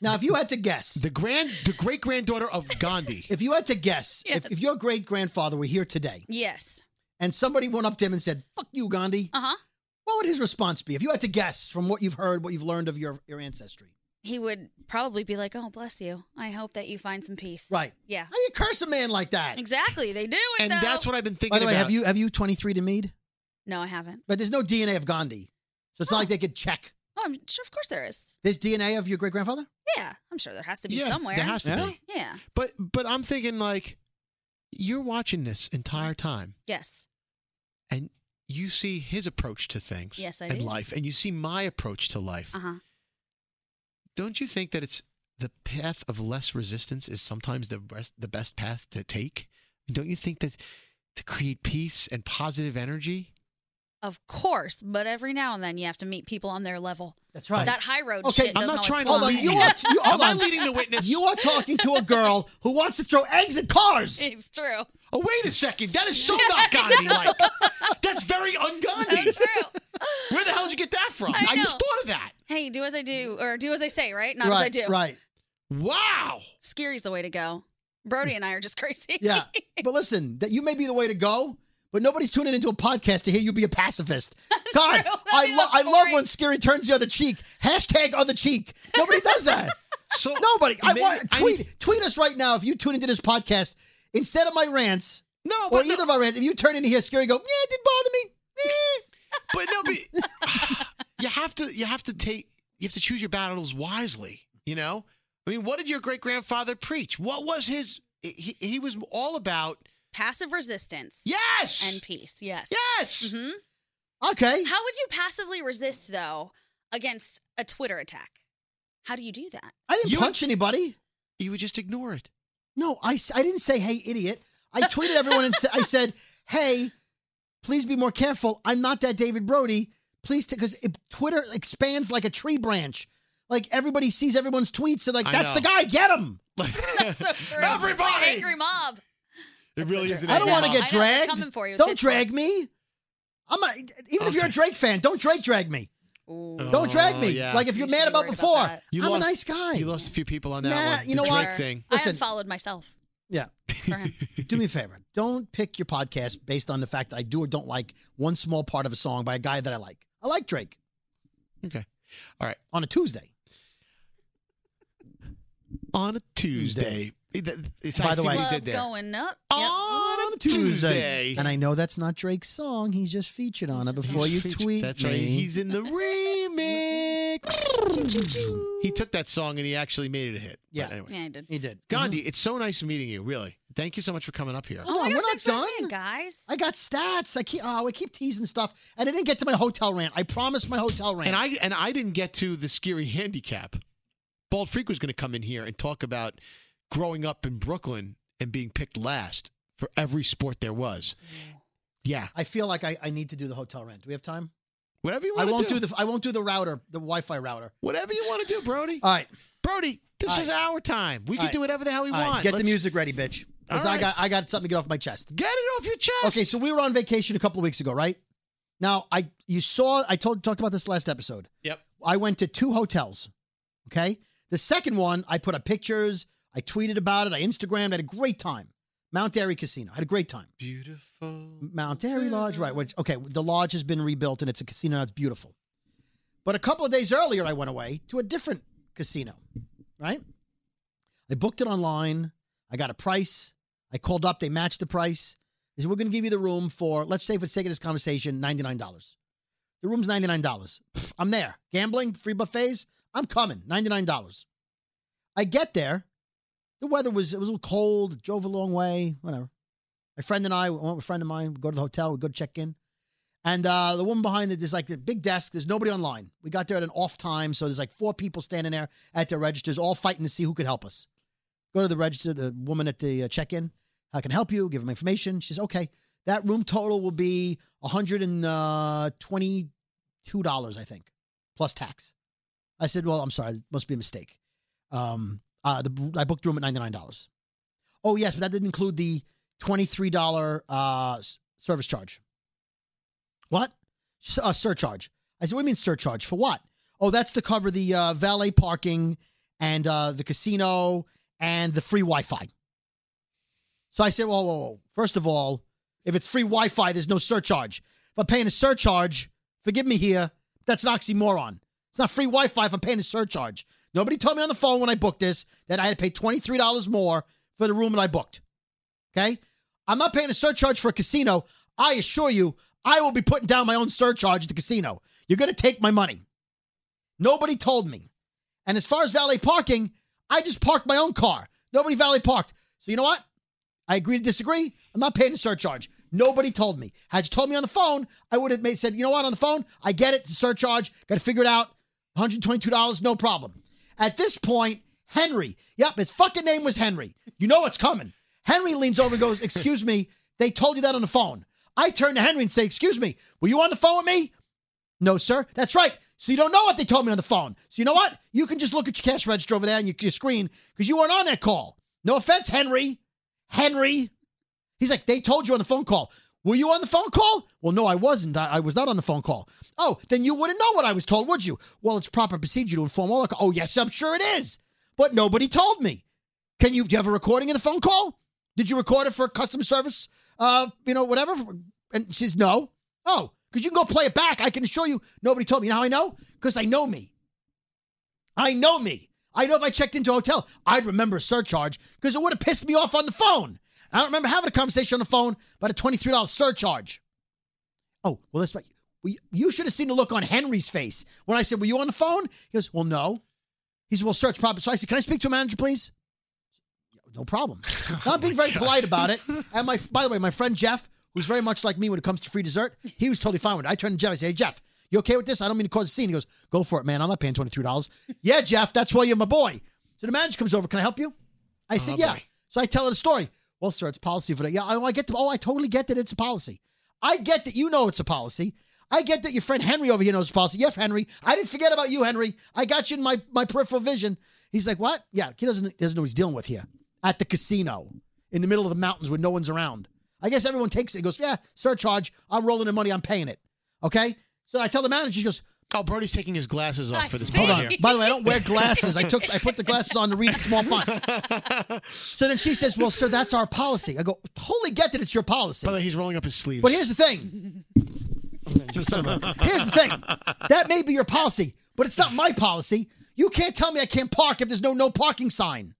B: now, if you had to guess,
C: the grand the great granddaughter of Gandhi.
B: if you had to guess, if,
E: Yes.
B: if your great grandfather were here today
E: Yes.
B: and somebody went up to him and said, "Fuck you, Gandhi,"
E: Uh huh.
B: what would his response be? If you had to guess from what you've heard, what you've learned of your your ancestry,
E: He would probably be like, "Oh, bless you. I hope that you find some peace."
B: right?
E: Yeah.
B: How do you curse a man like that?
E: Exactly. They do it
C: and
E: though.
C: that's what I've been thinking
B: By the way,
C: about.
B: have you have you 23 to mead?
E: No, I haven't.
B: But there's no DNA of Gandhi, so it's not like they could check.
E: Oh, I'm sure. Of course, there is.
B: There's DNA of your great grandfather.
E: Yeah, I'm sure there has to be
C: yeah,
E: somewhere.
C: There has to
B: Yeah.
C: be.
E: yeah.
C: But but I'm thinking like you're watching this entire time
E: Yes.
C: and you see his approach to things
E: Yes, I
C: and
E: do.
C: life and you see my approach to life.
E: Uh huh.
C: Don't you think that it's the path of less resistance is sometimes the best, the best path to take? Don't you think that to create peace and positive energy?
E: Of course, but every now and then you have to meet people on their level.
B: That's right.
E: That high road
B: Okay,
E: shit
B: I'm
E: doesn't
C: not
E: always
C: trying to
E: fly.
B: Hold on,
C: lead
B: you
C: you.
B: are you, hold
C: Am I
B: on.
C: leading the witness?
B: You are talking to a girl who wants to throw eggs at cars.
E: It's true.
C: Oh, wait a second. That is so not Gandhi like. That's very un Gandhi.
E: It's true.
C: Where the hell did you get that from?
E: I
C: I just
E: know.
C: thought of that.
E: hey, do as I do, or do as I say, right? Not
B: right,
E: as I do.
B: right.
C: Wow.
E: Scary's the way to go. Brody and I are just crazy.
B: Yeah. But listen, that you may be the way to go, but nobody's tuning into a podcast to hear you be a pacifist. God,
E: true. That'd
B: I,
E: be
B: lo- I
E: the
B: love
E: story.
B: when Scary turns the other cheek. Hashtag other cheek. Nobody does that.
C: So
B: Nobody. I
C: Maybe
B: want
C: I
B: tweet
C: need-
B: tweet us right now if you tune into this podcast instead of my rants
C: no,
B: or
C: but
B: either
C: no,
B: of our rants. If you turn in to hear Scary go, yeah, it didn't bother me. Eh.
C: but no, but you have to you have to take you have to choose your battles wisely. You know, I mean, what did your great grandfather preach? What was his? He, he was all about
E: Passive resistance
C: yes
E: and peace. Yes.
C: yes.
E: hmm
B: Okay.
E: How would you passively resist though against a Twitter attack? How do you do that?
B: I didn't
C: You-
B: punch anybody.
C: You would just ignore it.
B: No, I, s- I didn't say, hey, idiot. I tweeted everyone and sa- I said, hey, please be more careful. I'm not that David Brody. Please, because Twitter expands like a tree branch. Like everybody sees everyone's tweets. So, like,
C: I
B: that's the
C: know.
B: guy. Get him.
E: That's so true.
C: Everybody!
E: Like angry mob.
C: It
E: That's
C: really
E: so
C: is.
E: true.
C: an
B: I don't want to
E: know.
B: get
E: I know, they're
B: dragged.
E: coming for you with
B: don't
E: pitchforks.
B: drag me. I'm not, even if you're a
C: Okay.
B: Drake fan, don't Drake drag me.
E: Ooh.
B: Don't drag
C: Oh,
B: me.
C: yeah.
B: Like if you're
E: You should
B: mad
E: be
B: about
E: worried about
B: before,
E: that.
C: You
B: I'm a
C: lost-
B: nice guy.
C: You lost a few people on that
B: Nah,
C: one.
B: you know
C: the
B: what?
C: Drake thing.
E: I
B: Listen.
E: unfollowed myself
B: yeah.
E: for him.
B: do me a favor. Don't pick your podcast based on the fact that I do or don't like one small part of a song by a guy that I like. I like Drake
C: Okay. All right.
B: on a Tuesday.
C: On a Tuesday. It- that- It's
B: By
C: I
B: the
C: see
B: way-
C: what he
E: Love
C: did there.
E: going up. Yep.
C: On a Tuesday.
B: And I know that's not Drake's song. He's just featured on
E: He's
B: it
E: just
B: before you
C: He's featured-
B: tweet.
C: That's
B: me.
C: right. He's in the remix. he took that song and he actually made it a hit. But
B: Yeah.
C: anyway.
E: Yeah, I did.
B: He did. Mm-hmm.
C: Gandhi, it's so nice meeting you. Really. Thank you so much for coming up here.
B: Hold on,
E: my
B: we're
E: gosh,
B: not
E: thanks for
B: done?
E: playing, guys.
B: I got stats. I keep oh, I keep teasing stuff. And I didn't get to my hotel rant. I promised my hotel rant.
C: And I and I didn't get to the scary handicap. Bald Freak was going to come in here and talk about growing up in Brooklyn and being picked last for every sport there was. Yeah,
B: I feel like I, I need to do the hotel rant. Do we have time?
C: whatever you
B: I
C: want.
B: won't
C: do
B: do the I won't do the router, the Wi-Fi router.
C: Whatever you want to do, Brody.
B: All right.
C: Brody, this
B: Uh, All
C: is
B: right.
C: our time. We
B: All
C: can
B: right.
C: do whatever the hell we
B: All right,
C: want.
B: get the
C: Let's-
B: music ready, bitch. Because
C: All
B: I
C: right.
B: got I got something to get off my chest.
C: Get it off your chest.
B: Okay, so we were on vacation a couple of weeks ago, right? Now I you saw I told talked about this last episode.
C: Yep.
B: I went to two hotels. Okay. The second one, I put up pictures, I tweeted about it, I Instagrammed, I had a great time. Mount Airy Casino. I had a great time.
C: Beautiful.
B: Mount Airy Lodge, right? Which, okay, the lodge has been rebuilt and it's a casino now. It's beautiful. But a couple of days earlier, I went away to a different casino, right? I booked it online. I got a price. I called up. They matched the price. They said, "We're going to give you the room for, let's say, for the sake of this conversation, ninety nine dollars." The room's $99. Pfft, I'm there. Gambling, free buffets. I'm coming. $99. I get there. The weather was, it was a little cold. Drove a long way, whatever. My friend and I, I went with a friend of mine, we go to the hotel, we go to check in. And uh, the woman behind it, there's like the big desk. There's nobody online. We got there at an off time, so there's like four people standing there at their registers, all fighting to see who could help us. Go to the register, the woman at the uh, check-in. I can help you. Give them information. She says, okay, that room total will be uh, $122, I think, plus tax. I said, well, I'm sorry, it must be a mistake. Um, uh, the, I booked the room at $99. Oh yes, but that didn't include the $23 uh, s- service charge. What? S- uh, surcharge. I said, what do you mean surcharge? For what? Oh, that's to cover the uh, valet parking and uh, the casino and the free Wi Fi. So I said, whoa, whoa, whoa. First of all, if it's free Wi Fi, there's no surcharge. If I'm paying a surcharge, forgive me here, that's an oxymoron. It's not free Wi Fi if I'm paying a surcharge. Nobody told me on the phone when I booked this that I had to pay $23 more for the room that I booked. Okay? I'm not paying a surcharge for a casino. I assure you, I will be putting down my own surcharge at the casino. You're going to take my money. Nobody told me. And as far as valet parking, I just parked my own car. Nobody valet parked. So you know what? I agree to disagree. I'm not paying a surcharge. Nobody told me. Had you told me on the phone, I would have made, said, you know what, on the phone, I get it, it's a surcharge, got to figure it out. $122, no problem. At this point, Henry, yep, his fucking name was Henry. You know what's coming. Henry leans over and goes, excuse me, they told you that on the phone. I turn to Henry and say, excuse me, were you on the phone with me? No, sir. That's right. So you don't know what they told me on the phone. So you know what? You can just look at your cash register over there and your, your screen because you weren't on that call. No offense, Henry. Henry. He's like, they told you on the phone call. Were you on the phone call? Well, no, I wasn't. I, I was not on the phone call. Oh, then you wouldn't know what I was told, would you? Well, it's proper procedure to inform all. The, oh, yes, I'm sure it is. But nobody told me. Can you, do you have a recording of the phone call? Did you record it for customer service? Uh, you know, whatever. And she says, no. Oh, because you can go play it back. I can assure you, nobody told me. You know how I know? Because I know me. I know me. I know if I checked into a hotel, I'd remember a surcharge because it would have pissed me off on the phone. I don't remember having a conversation on the phone about a $23 surcharge. Oh, well, that's right. We, you should have seen the look on Henry's face when I said, Were you on the phone? He goes, Well, no. He said, Well, search problem. So I said, Can I speak to a manager, please? No problem. Not being very polite about it. And my, by the way, my friend Jeff, who's very much like me when it comes to free dessert, he was totally fine with it. I turned to Jeff. I said, "Hey Jeff, you okay with this? I don't mean to cause a scene." He goes, "Go for it, man. I'm not paying twenty three dollars." yeah, Jeff, that's why you're my boy. So the manager comes over. Can I help you? I said, "Yeah." So I tell her the story. Well, sir, it's policy for that. Yeah, I, I get. The, oh, I totally get that it's a policy. I get that you know it's a policy. I get that your friend Henry over here knows the policy. Yes, Henry. I didn't forget about you, Henry. I got you in my, my peripheral vision. He's like, what? Yeah, he doesn't doesn't know what he's dealing with here at the casino in the middle of the mountains where no one's around. I guess everyone takes it and goes, yeah, surcharge. I'm rolling the money. I'm paying it. Okay. So I tell the manager, she goes,
C: Oh, Brody's taking his glasses off for this.
B: Hold
C: part
B: on.
C: here.
B: By the way, I don't wear glasses. I took I put the glasses on to read small font. So then she says, "Well, sir, that's our policy." I go, "Totally get that it's your policy." By the
C: way, he's rolling up his sleeves.
B: But here's the thing. Here's the thing. That may be your policy, but it's not my policy. You can't tell me I can't park if there's no no parking sign.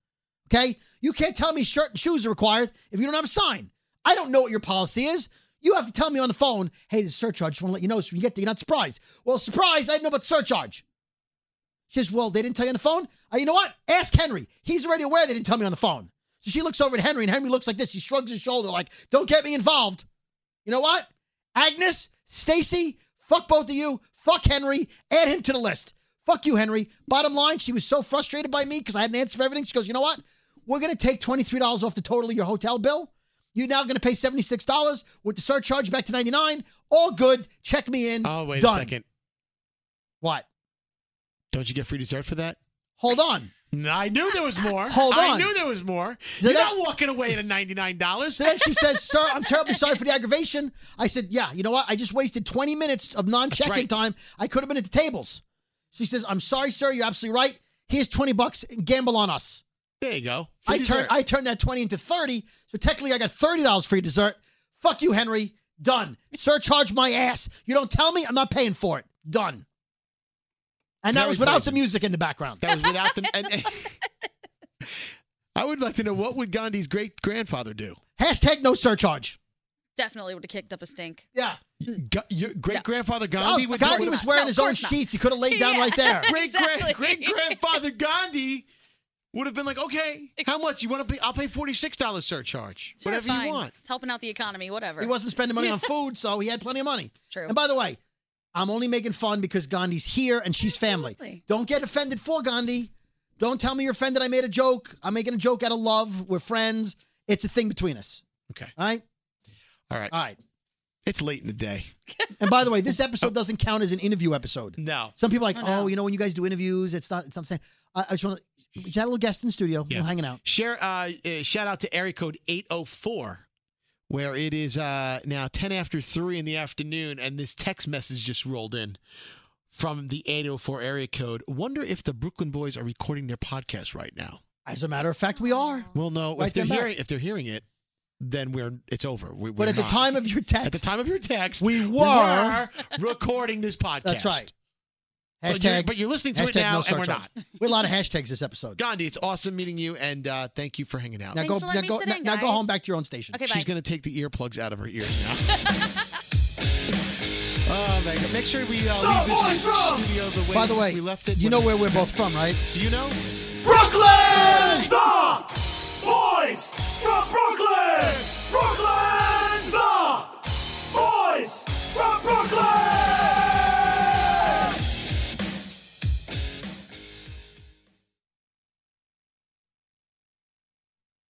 B: Okay? You can't tell me shirt and shoes are required if you don't have a sign. I don't know what your policy is. You have to tell me on the phone, hey, the surcharge, just want to let you know so when you get there, you're not surprised. Well, surprise, I didn't know about surcharge. She says, Well, they didn't tell you on the phone? Uh, you know what? Ask Henry. He's already aware they didn't tell me on the phone. So she looks over at Henry, and Henry looks like this. He shrugs his shoulder, like, Don't get me involved. You know what? Agnes, Stacy, fuck both of you. Fuck Henry. Add him to the list. Fuck you, Henry. Bottom line, she was so frustrated by me because I had an answer for everything. She goes, You know what? We're going to take $23 off the total of your hotel bill. You're now going to pay $76 with the surcharge back to 99 All good. Check me in.
C: Oh, wait
B: Done.
C: a second.
B: What?
C: Don't you get free dessert for that?
B: Hold on.
C: No, I knew there was more.
B: Hold
C: I
B: on.
C: knew there was more.
B: So
C: You're
B: that-
C: not walking away at ninety-nine dollars.
B: So then she says, "Sir, I'm terribly sorry for the aggravation." I said, "Yeah, you know what? I just wasted 20 minutes of non-check-in
C: right.
B: time. I could have been at the tables." She says, "I'm sorry, sir. You're absolutely right. Here's 20 bucks. Gamble on us."
C: There you go.
B: I turned I turned that 20 into 30, so technically I got $30 free dessert. Fuck you, Henry. Done. Surcharge my ass. You don't tell me, I'm not paying for it. Done. And that
C: Very
B: was without
C: pleasant.
B: the music in the background.
C: That was without the. And, and- I would like to know what would Gandhi's great grandfather do.
B: Hashtag no surcharge.
E: definitely would have kicked up a stink.
B: Yeah.
C: your great grandfather Gandhi
B: Oh,
C: would
B: Gandhi was wearing
E: No,
B: his
E: of
B: own
E: course not.
B: sheets. He could have laid down
E: Yeah.
B: right there.
C: Great
E: Exactly.
C: great great grandfather Gandhi would have been like, okay, how much you want to pay? I'll pay forty six dollars surcharge,
E: Sure,
C: whatever
E: fine.
C: you want.
E: It's helping out the economy, whatever.
B: He wasn't spending money on food, so he had plenty of money.
E: True.
B: And by the way, I'm only making fun because Gandhi's here and she's family.
E: Absolutely.
B: Don't get offended for Gandhi. Don't tell me you're offended. I made a joke. I'm making a joke out of love. We're friends. It's a thing between us.
C: Okay,
B: All right.
C: all right.
B: All right.
C: It's late in the day.
B: And by the way, this episode doesn't count as an interview episode.
C: No,
B: Some people are like, oh,
E: Oh, no.
B: you know, when you guys do interviews, it's not. It's not the same. I, I just want to. We just had a little guest in the studio.
C: Yeah.
B: We're hanging out.
C: Share uh, uh, shout out to area code 804 where it is uh, now 10 after 3 in the afternoon and this text message just rolled in from the 804 area code. Wonder if the Brooklyn Boys are recording their podcast right now.
B: As a matter of fact, we are.
C: Well, no,
B: Write
C: if they're
B: them back.
C: hearing if they're hearing it, then we're it's over. We,
B: But
C: we're
B: at the
C: not.
B: time of your text,
C: at the time of your text,
B: We
C: we
B: were-
C: were recording this podcast.
B: That's right.
C: But you're,
B: hashtag.
C: but you're listening to
B: hashtag
C: it now,
B: no
C: and we're
B: surcharge.
C: not.
B: We had a lot of hashtags this episode.
C: Gandhi, it's awesome meeting you, and uh, thank you for hanging out.
B: Now
E: Thanks
B: go,
E: for
B: now,
E: letting me
B: go,
E: sit
B: now,
E: in,
B: now go
E: guys.
B: home back to your own station.
E: Okay, bye.
C: She's going to take the earplugs out of her ears now. oh my god! Make sure we uh, leave this studio the way
B: By the way,
C: we left it.
B: you know where we're both from, right?
C: Do you know?
B: Brooklyn!
C: Stop!